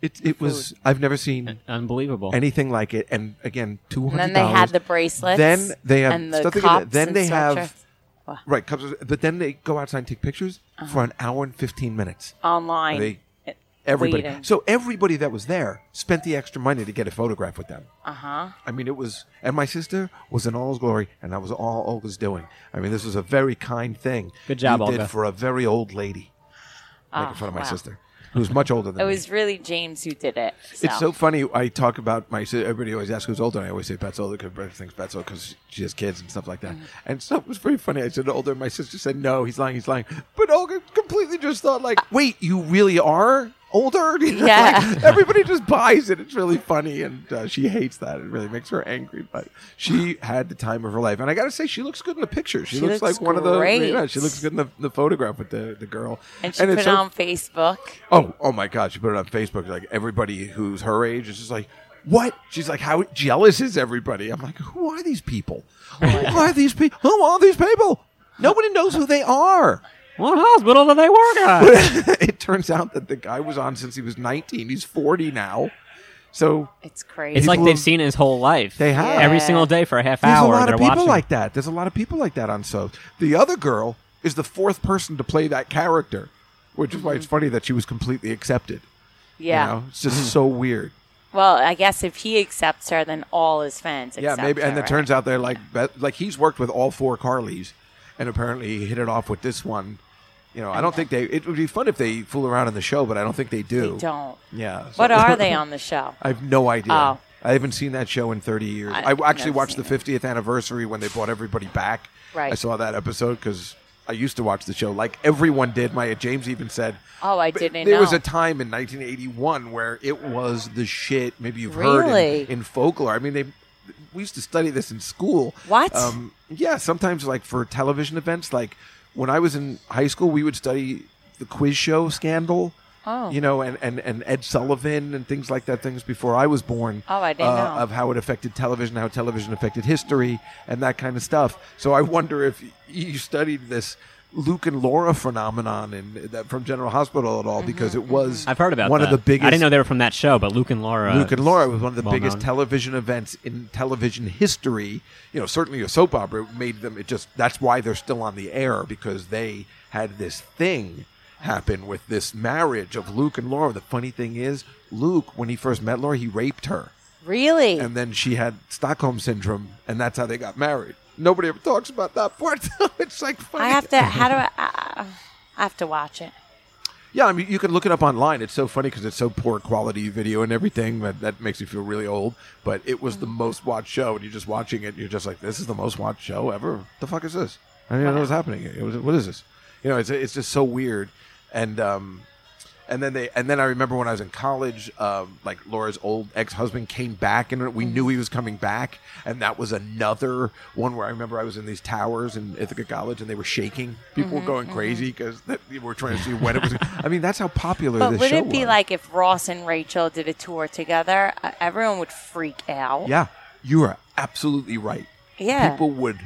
[SPEAKER 5] It it was. I've never seen
[SPEAKER 7] Uh,
[SPEAKER 6] Unbelievable.
[SPEAKER 5] anything like it. And again, two
[SPEAKER 7] And
[SPEAKER 5] hundred.
[SPEAKER 7] then they had the bracelets.
[SPEAKER 5] Then they have
[SPEAKER 7] and the
[SPEAKER 5] stuff they can-
[SPEAKER 7] cups
[SPEAKER 5] then
[SPEAKER 7] and
[SPEAKER 5] they have-
[SPEAKER 7] sweatshirts
[SPEAKER 5] right cups, but then they go outside and take pictures
[SPEAKER 7] Uh-huh.
[SPEAKER 5] for an hour and fifteen minutes.
[SPEAKER 7] online.
[SPEAKER 5] They- Everybody.
[SPEAKER 7] waiting.
[SPEAKER 5] So everybody that was there spent the extra money to get a photograph with them.
[SPEAKER 7] uh huh.
[SPEAKER 5] I mean, it was, and my sister was in all his glory, and that was all Olga's doing. I mean, this was a very kind thing.
[SPEAKER 6] Good job,
[SPEAKER 5] you
[SPEAKER 6] Olga.
[SPEAKER 5] did for a very old lady. Making fun of my sister, who's much older than
[SPEAKER 7] Ah, It
[SPEAKER 5] me.
[SPEAKER 7] was really James who did it. So.
[SPEAKER 5] It's so funny. I talk about my. si- Everybody always asks who's older. And I always say Pat's older because everybody thinks Pat's older because she has kids and stuff like that.
[SPEAKER 7] Mm-hmm.
[SPEAKER 5] And so it was very funny. I said older. and My sister said no, he's lying, he's lying. But Olga completely just thought like, wait, you really are older. You know,
[SPEAKER 7] Uh, Yeah.
[SPEAKER 5] like, everybody just buys it. It's really funny, and uh, she hates that. It really makes her angry. But she had the time of her life, and I got to say, she looks good in the picture. She,
[SPEAKER 7] She
[SPEAKER 5] looks,
[SPEAKER 7] looks
[SPEAKER 5] like one of the.
[SPEAKER 7] great.
[SPEAKER 5] Yeah, she looks good in the, the photograph with the the girl.
[SPEAKER 7] and she put
[SPEAKER 5] it's
[SPEAKER 7] it
[SPEAKER 5] so
[SPEAKER 7] on Facebook.
[SPEAKER 5] Oh, oh my God! She put it on Facebook. Like everybody who's her age is just like, "What?" She's like, "How jealous is everybody?" I'm like, "Who are these people? Who are these people? Who are these people? Nobody knows who they are."
[SPEAKER 6] what hospital do they work at?
[SPEAKER 5] it turns out that the guy was on since he was 19. He's 40 now, so
[SPEAKER 7] It's crazy.
[SPEAKER 6] it's like
[SPEAKER 5] People-
[SPEAKER 6] they've seen it his whole life.
[SPEAKER 5] They have.
[SPEAKER 6] every
[SPEAKER 7] Yeah.
[SPEAKER 6] single day for a half
[SPEAKER 5] there's
[SPEAKER 6] hour.
[SPEAKER 5] a lot
[SPEAKER 6] they're
[SPEAKER 5] of people
[SPEAKER 6] watching.
[SPEAKER 5] like that. There's a lot of people like that on Soaps. The other girl is the fourth person to play that character, which is why it's funny that she was completely accepted.
[SPEAKER 7] yeah.
[SPEAKER 5] you know? it's just so weird.
[SPEAKER 7] Well, I guess if he accepts her, then all his fans.
[SPEAKER 5] Yeah,
[SPEAKER 7] accept
[SPEAKER 5] maybe. And
[SPEAKER 7] her,
[SPEAKER 5] it turns out they're like, be- like he's worked with all four Carlys, and apparently he hit it off with this one. You know, I don't think they. It would be fun if they fool around in the show, but I don't think they
[SPEAKER 7] right?
[SPEAKER 5] do.
[SPEAKER 7] They don't.
[SPEAKER 5] Yeah. so-
[SPEAKER 7] What are they on the show?
[SPEAKER 5] I have no idea.
[SPEAKER 7] Oh.
[SPEAKER 5] I haven't seen that show in 30 years.
[SPEAKER 7] I-
[SPEAKER 5] I,
[SPEAKER 7] I've
[SPEAKER 5] actually
[SPEAKER 7] never
[SPEAKER 5] watched the
[SPEAKER 7] seen
[SPEAKER 5] 50th anniversary when they brought everybody back.
[SPEAKER 7] Right.
[SPEAKER 5] I saw that episode because I used to watch the show like everyone did. My James even said,
[SPEAKER 7] Oh, I
[SPEAKER 5] but
[SPEAKER 7] didn't
[SPEAKER 5] There was
[SPEAKER 7] know.
[SPEAKER 5] a time in 1981 where it was the shit. Maybe you've heard
[SPEAKER 7] Really?
[SPEAKER 5] in, in folklore. I mean, they we used to study this in school.
[SPEAKER 7] What?
[SPEAKER 5] Um, yeah, sometimes like for television events. Like when I was in high school, we would study the quiz show scandal.
[SPEAKER 7] Oh.
[SPEAKER 5] You know, and, and, and Ed Sullivan and things like that, things before I was born. uh,
[SPEAKER 7] Oh, I didn't know.
[SPEAKER 5] Of how it affected television, how television affected history, and that kind of stuff. So I wonder if y- you studied this Luke and Laura phenomenon in, that from General Hospital at all, because
[SPEAKER 7] Mm-hmm,
[SPEAKER 5] it was
[SPEAKER 6] I've heard about
[SPEAKER 5] one of
[SPEAKER 6] that.
[SPEAKER 5] the biggest.
[SPEAKER 6] I didn't know they were from that show, but Luke and Laura.
[SPEAKER 5] Luke and Laura was one of the
[SPEAKER 6] well
[SPEAKER 5] biggest
[SPEAKER 6] known.
[SPEAKER 5] television events in television history. You know, certainly a soap opera made them. It just that's why they're still on the air because they had this thing happen with this marriage of Luke and Laura. The funny thing is, Luke, when he first met Laura, he raped her,
[SPEAKER 7] Really?
[SPEAKER 5] and then she had Stockholm syndrome, and that's how they got married. Nobody ever talks about that part. it's like funny.
[SPEAKER 7] I have to. How do I? I I have to watch it.
[SPEAKER 5] Yeah, I mean, you can look it up online. It's so funny because it's so poor quality video and everything that that makes you feel really old. But it was the most watched show, and you're just watching it. And you're just like, this is the most watched show ever. The fuck is this? I didn't know what was happening. It was, what is this? You know, it's it's just so weird. And um, And then they, and then I remember when I was in college, um, like Laura's old ex-husband came back, and we knew he was coming back, and that was another one where I remember I was in these towers in Ithaca College, and they were shaking. People
[SPEAKER 7] Mm-hmm,
[SPEAKER 5] were going crazy because they were trying to see when it was. I mean, that's how popular.
[SPEAKER 7] But
[SPEAKER 5] this
[SPEAKER 7] would
[SPEAKER 5] show
[SPEAKER 7] it be
[SPEAKER 5] was.
[SPEAKER 7] like if Ross and Rachel did a tour together? Uh, Everyone would freak out.
[SPEAKER 5] Yeah, you are absolutely right.
[SPEAKER 7] Yeah.
[SPEAKER 5] people would.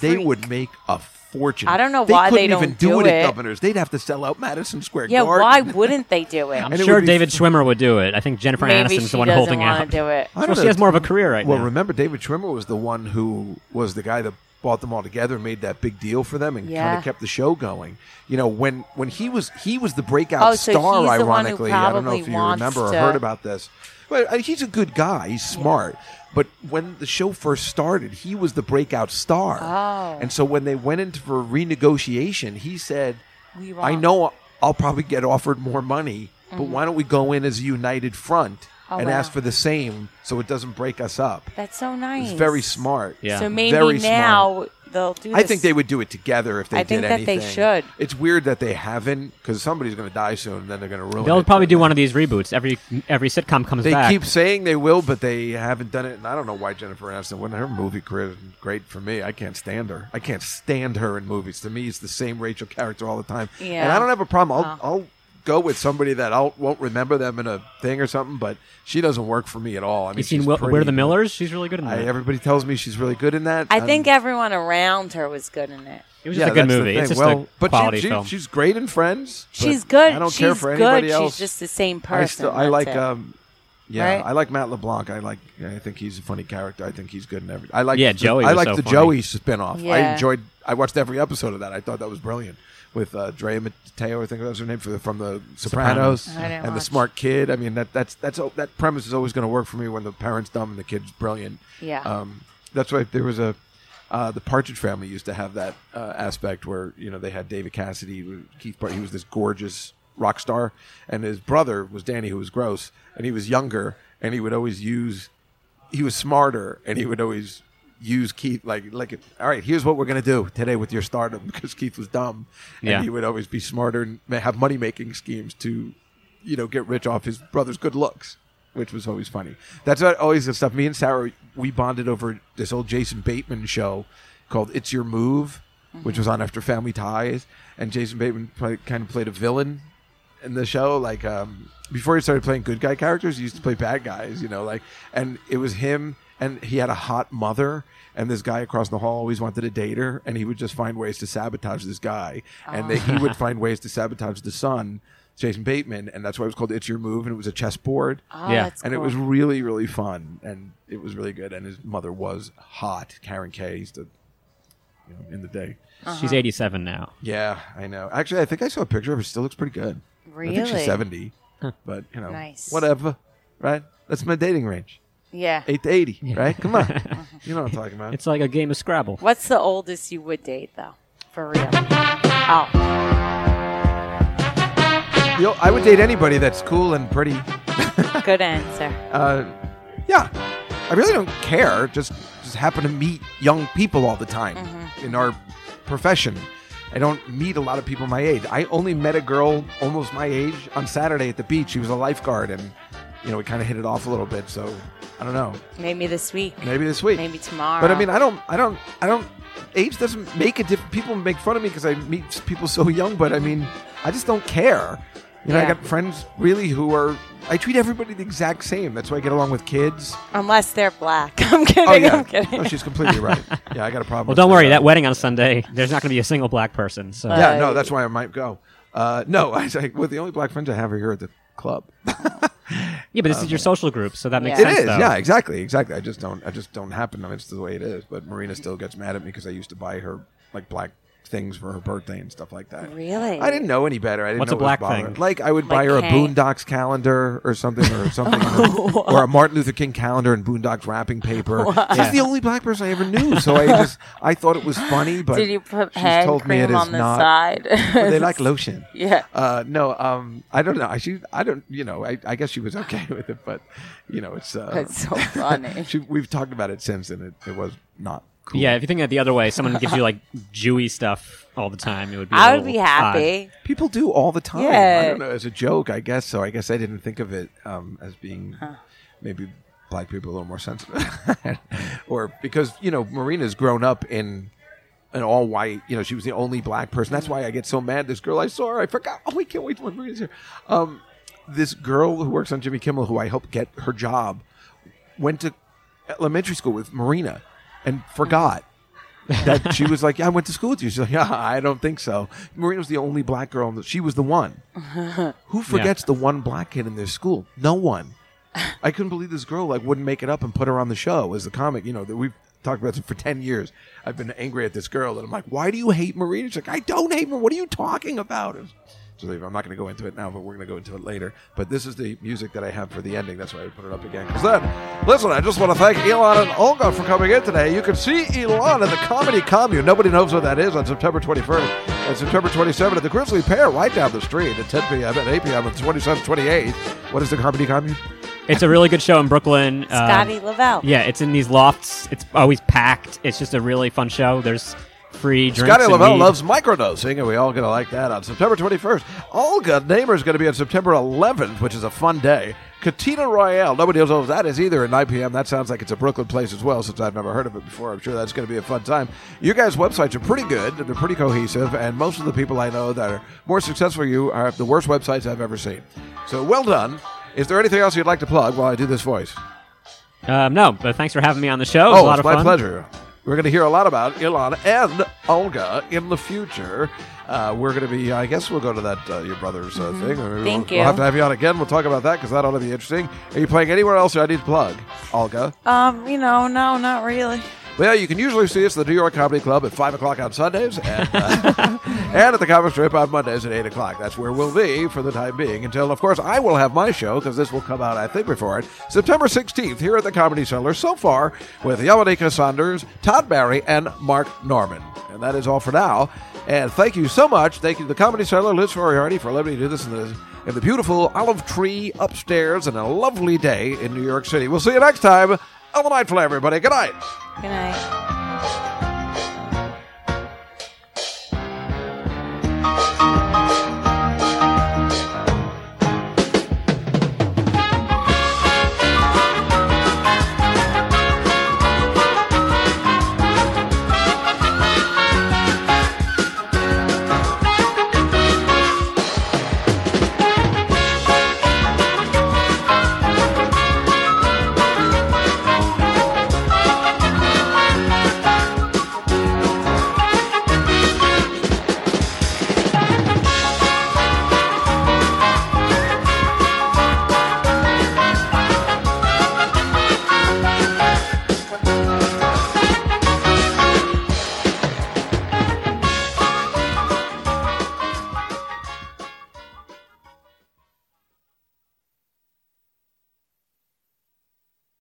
[SPEAKER 5] They would make a fortune.
[SPEAKER 7] I don't know why they
[SPEAKER 5] couldn't even
[SPEAKER 7] don't do
[SPEAKER 5] it, at
[SPEAKER 7] it.
[SPEAKER 5] Governors. They'd have to sell out Madison Square
[SPEAKER 7] Yeah,
[SPEAKER 5] Garden.
[SPEAKER 7] why wouldn't they do it?
[SPEAKER 5] And it
[SPEAKER 6] sure,
[SPEAKER 5] would be-
[SPEAKER 6] David Schwimmer would do it. I think Jennifer
[SPEAKER 7] Maybe
[SPEAKER 6] Aniston's
[SPEAKER 7] she
[SPEAKER 6] the one
[SPEAKER 7] doesn't
[SPEAKER 6] holding
[SPEAKER 7] wanna
[SPEAKER 6] out.
[SPEAKER 7] do it.
[SPEAKER 5] I don't
[SPEAKER 6] Well, she
[SPEAKER 5] know.
[SPEAKER 6] has more of a career right
[SPEAKER 5] Well,
[SPEAKER 6] now.
[SPEAKER 5] remember David Schwimmer was the one who was the guy that bought them all together, made that big deal for them, and kind
[SPEAKER 7] Yeah.
[SPEAKER 5] of kept the show going. You know, when when he was he was the breakout
[SPEAKER 7] Oh,
[SPEAKER 5] star.
[SPEAKER 7] so he's the one who
[SPEAKER 5] ironically, I don't know
[SPEAKER 7] probably
[SPEAKER 5] if you
[SPEAKER 7] wants
[SPEAKER 5] remember or
[SPEAKER 7] to-
[SPEAKER 5] heard about this, but uh, he's a good guy. He's smart. But when the show first started, he was the breakout star.
[SPEAKER 7] Oh.
[SPEAKER 5] And so when they went into for renegotiation, he said,
[SPEAKER 7] We
[SPEAKER 5] "I
[SPEAKER 7] won't."
[SPEAKER 5] know oh, I'll probably get offered more money, but why don't we go in as a united front?"
[SPEAKER 7] Mm-hmm. Oh,
[SPEAKER 5] and
[SPEAKER 7] wow.
[SPEAKER 5] ask for the same so it doesn't break us up.
[SPEAKER 7] That's so nice.
[SPEAKER 5] It's very smart.
[SPEAKER 6] Yeah.
[SPEAKER 7] So maybe
[SPEAKER 5] Very
[SPEAKER 7] now they'll do.
[SPEAKER 5] I
[SPEAKER 7] this.
[SPEAKER 5] think they would do it together if they
[SPEAKER 7] I
[SPEAKER 5] did
[SPEAKER 7] think that they
[SPEAKER 5] anything.
[SPEAKER 7] should.
[SPEAKER 5] It's weird that they haven't because somebody's going to die soon and then they're going to ruin it.
[SPEAKER 6] They'll probably
[SPEAKER 5] for
[SPEAKER 6] do
[SPEAKER 5] them.
[SPEAKER 6] one of these reboots. Every every sitcom comes
[SPEAKER 5] They
[SPEAKER 6] back.
[SPEAKER 5] keep saying they will, but they haven't done it. And I don't know why Jennifer Aniston. When her movie career is great for me, I can't stand her. I can't stand her in movies. To me, it's the same Rachel character all the time.
[SPEAKER 7] Yeah.
[SPEAKER 5] And I don't have a problem. I'll, I'll go with somebody that I'll, won't remember them in a thing or something, but she doesn't work for me at all. I mean,
[SPEAKER 6] you seen
[SPEAKER 5] she's
[SPEAKER 6] Will,
[SPEAKER 5] pretty,
[SPEAKER 6] Where the
[SPEAKER 5] but
[SPEAKER 6] Millers? She's really good in that.
[SPEAKER 5] I, everybody tells me she's really good in that.
[SPEAKER 7] I
[SPEAKER 5] I'm-
[SPEAKER 7] think everyone around her was good in it.
[SPEAKER 6] it was just a good
[SPEAKER 5] that's the
[SPEAKER 6] movie.
[SPEAKER 5] thing.
[SPEAKER 6] It's just
[SPEAKER 5] well,
[SPEAKER 6] a
[SPEAKER 5] but she-
[SPEAKER 6] quality
[SPEAKER 5] she-
[SPEAKER 6] film.
[SPEAKER 5] She's great in Friends. but
[SPEAKER 7] She's good.
[SPEAKER 5] I don't
[SPEAKER 7] She's
[SPEAKER 5] care for
[SPEAKER 7] good.
[SPEAKER 5] anybody
[SPEAKER 7] She's
[SPEAKER 5] else.
[SPEAKER 7] just the same person.
[SPEAKER 5] I still I
[SPEAKER 7] That's
[SPEAKER 5] like
[SPEAKER 7] it.
[SPEAKER 5] um, yeah,
[SPEAKER 7] Right?
[SPEAKER 5] I like Matt LeBlanc. I like I think he's a funny character. I think he's good in every. I like
[SPEAKER 6] Yeah, Joey
[SPEAKER 5] I
[SPEAKER 6] was
[SPEAKER 5] like
[SPEAKER 6] so
[SPEAKER 5] the
[SPEAKER 6] funny.
[SPEAKER 5] Joey spinoff. I
[SPEAKER 7] Yeah.
[SPEAKER 5] enjoyed. I watched every episode of that. I thought that was brilliant. With uh, Drea Mateo, I think that was her name for the, from the Sopranos,
[SPEAKER 7] Sopranos. I didn't
[SPEAKER 5] and the
[SPEAKER 7] watch.
[SPEAKER 5] smart kid. I mean that that's that's oh, that premise is always going to work for me when the parents dumb and the kid's brilliant.
[SPEAKER 7] Yeah.
[SPEAKER 5] Um, that's why there was a uh, the Partridge Family used to have that uh, aspect where you know they had David Cassidy, Keith. Part- he was this gorgeous rock star, and his brother was Danny, who was gross, and he was younger, and he would always use. He was smarter, and he would always use Keith like like. All right, here's what we're gonna do today with your stardom because Keith was dumb, and
[SPEAKER 6] Yeah.
[SPEAKER 5] he would always be smarter and ma- have money making schemes to, you know, get rich off his brother's good looks which was always funny. That's what always the stuff. Me and Sarah, we bonded over this old Jason Bateman show called "It's Your Move," which was on after Family Ties, and Jason Bateman play, kind of played a villain in the show. Like um, before he started playing good guy characters, he used to play bad guys. You know, like and it was him, and he had a hot mother. And this guy across the hall always wanted to date her, and he would just find ways to sabotage this guy, and they,
[SPEAKER 7] Ah.
[SPEAKER 5] he would find ways to sabotage the son, Jason Bateman, and that's why it was called "It's Your Move," and it was a chessboard
[SPEAKER 7] Oh,
[SPEAKER 6] Yeah.
[SPEAKER 7] that's
[SPEAKER 5] and it
[SPEAKER 7] cool.
[SPEAKER 5] was really really fun and it was really good and his mother was hot karen k used to you know in the day
[SPEAKER 7] Uh-huh.
[SPEAKER 6] She's 87 now.
[SPEAKER 5] yeah i know actually i think i saw a picture of her she still looks pretty good i think she's
[SPEAKER 7] Really?
[SPEAKER 5] 70 but you know
[SPEAKER 7] Nice.
[SPEAKER 5] whatever right that's my dating range
[SPEAKER 7] yeah.
[SPEAKER 5] 8 to 80 right come on you know what i'm talking about
[SPEAKER 6] It's like a game of Scrabble.
[SPEAKER 7] What's the oldest you would date though? For real? Oh,
[SPEAKER 5] You know, i would date anybody that's cool and pretty
[SPEAKER 7] good answer.
[SPEAKER 5] uh, yeah, I really don't care. Just just happen to meet young people all the time
[SPEAKER 7] Mm-hmm.
[SPEAKER 5] in our profession. I don't meet a lot of people my age. I only met a girl almost my age on Saturday at the beach. She was a lifeguard, and you know we kind of hit it off a little bit. So I don't know.
[SPEAKER 7] Maybe this week.
[SPEAKER 5] Maybe this week.
[SPEAKER 7] Maybe tomorrow.
[SPEAKER 5] But I mean, I don't, I don't, I don't. Age doesn't make a difference. People make fun of me because I meet people so young. But I mean, I just don't care. You know, I
[SPEAKER 7] Yeah.
[SPEAKER 5] got friends really who are. I treat everybody the exact same. That's why I get along with kids.
[SPEAKER 7] Unless they're black. I'm kidding.
[SPEAKER 5] Oh yeah,
[SPEAKER 7] I'm kidding.
[SPEAKER 5] No, she's completely right. Yeah, I got a problem.
[SPEAKER 6] Well,
[SPEAKER 5] with
[SPEAKER 6] don't worry.
[SPEAKER 5] That
[SPEAKER 6] That wedding on Sunday, there's not going to be a single black person. So
[SPEAKER 5] yeah, no, that's why I might go. Uh, no, I was like, well, the only black friends I have are here at the club.
[SPEAKER 6] yeah, but this is your social group, so that makes
[SPEAKER 7] Yeah.
[SPEAKER 5] It
[SPEAKER 6] sense.
[SPEAKER 5] is,
[SPEAKER 6] though.
[SPEAKER 5] Oh, yeah, exactly, exactly. I just don't, I just don't happen. I mean, it's the way it is. But Marina still gets mad at me because I used to buy her like black things for her birthday and stuff like that.
[SPEAKER 7] Really?
[SPEAKER 5] I didn't know any better. I didn't
[SPEAKER 6] What's
[SPEAKER 5] know
[SPEAKER 6] a
[SPEAKER 5] it was
[SPEAKER 6] black
[SPEAKER 5] bothering.
[SPEAKER 6] thing?
[SPEAKER 5] Like I would buy
[SPEAKER 7] Like
[SPEAKER 5] her a
[SPEAKER 7] hay?
[SPEAKER 5] Boondocks calendar or something, or something, or, or a Martin Luther King calendar and Boondocks wrapping paper. She's the only black person I ever knew, so I just I thought it was funny. But
[SPEAKER 7] Did you put
[SPEAKER 5] she's
[SPEAKER 7] hand
[SPEAKER 5] told me it
[SPEAKER 7] cream
[SPEAKER 5] is
[SPEAKER 7] on the
[SPEAKER 5] not.
[SPEAKER 7] side?
[SPEAKER 5] Well, they like lotion.
[SPEAKER 7] Yeah.
[SPEAKER 5] Uh, no, um, I don't know. She, I don't. You know, I, I guess she was okay with it, but you know, it's. Uh,
[SPEAKER 7] That's so funny.
[SPEAKER 5] she, we've talked about it since, and it, it was not cool.
[SPEAKER 6] Yeah, if you think of it the other way, someone gives you like Jewy stuff all the time. It would be. a
[SPEAKER 7] I would
[SPEAKER 6] little
[SPEAKER 7] be
[SPEAKER 6] odd.
[SPEAKER 7] happy.
[SPEAKER 5] People do all the time.
[SPEAKER 7] Yeah.
[SPEAKER 5] I don't know. As a joke, I guess so. I guess I didn't think of it um, as being maybe black people a little more sensitive, or because you know Marina's grown up in an all white. You know, she was the only black person. That's why I get so mad. This girl I saw, I forgot. Oh, I can't wait till Marina's here. Um, this girl who works on Jimmy Kimmel, who I helped get her job, went to elementary school with Marina and forgot that she was like, yeah, I went to school with you. She's like, yeah, I don't think so. Marina was the only black girl. In the, she was the one. Who forgets the one black kid in their school? No one. I couldn't believe this girl like wouldn't make it up and put her on the show as the comic. You know that we've talked about this for ten years. I've been angry at this girl, and I'm like, why do you hate Marina? She's like, I don't hate her. What are you talking about? So I'm not going to go into it now, but we're going to go into it later. But this is the music that I have for the ending. That's why I put it up again. 'Cause then, listen, I just want to thank Elon and Olga for coming in today. You can see Elon at the Comedy Commune. Nobody knows what that is on September 21st and September 27th at the Grizzly Pear right down the street at 10 p.m. and 8 p.m. and 27th, 28th. What is the Comedy Commune?
[SPEAKER 6] It's a really good show in Brooklyn. Um,
[SPEAKER 7] Scotty Lavelle.
[SPEAKER 6] Yeah, it's in these lofts. It's always packed. It's just a really fun show. There's free drinks.
[SPEAKER 5] Scotty
[SPEAKER 6] and
[SPEAKER 5] Lavelle
[SPEAKER 6] weed.
[SPEAKER 5] loves microdosing, and we all gonna like that on September 21st. Olga Namer is gonna be on September 11th, which is a fun day. Katina Royale, nobody else knows what that is either. At 9 p.m., that sounds like it's a Brooklyn place as well, since I've never heard of it before. I'm sure that's going to be a fun time. You guys' websites are pretty good; they're pretty cohesive, and most of the people I know that are more successful than you are the worst websites I've ever seen. So well done. Is there anything else you'd like to plug while I do this voice?
[SPEAKER 6] Um, no, but thanks for having me on the show. It was
[SPEAKER 5] Oh,
[SPEAKER 6] a lot
[SPEAKER 5] it's
[SPEAKER 6] of
[SPEAKER 5] my
[SPEAKER 6] fun.
[SPEAKER 5] pleasure. We're going to hear a lot about Elon and Olga in the future. Uh, we're going to be, I guess we'll go to that uh, your brother's uh, thing. Or maybe
[SPEAKER 7] Mm-hmm. Thank
[SPEAKER 5] we'll,
[SPEAKER 7] you.
[SPEAKER 5] We'll have to have you on again. We'll talk about that because that ought to be interesting. Are you playing anywhere else that I need to plug? Olga?
[SPEAKER 7] Um, you know, no, not really.
[SPEAKER 5] Well, you can usually see us at the New York Comedy Club at 5 o'clock on Sundays and, uh, and at the Comic Strip on Mondays at 8 o'clock. That's where we'll be for the time being until, of course, I will have my show because this will come out, I think, before it, September 16th here at the Comedy Cellar so far with Yamadika Saunders, Todd Barry, and Mark Norman. And that is all for now. And thank you so much. Thank you to the Comedy Cellar, Liz Moriarty, for letting me do this in the, in the beautiful olive tree upstairs and a lovely day in New York City. We'll see you next time. On the night fly, everybody. Good night.
[SPEAKER 7] Good night.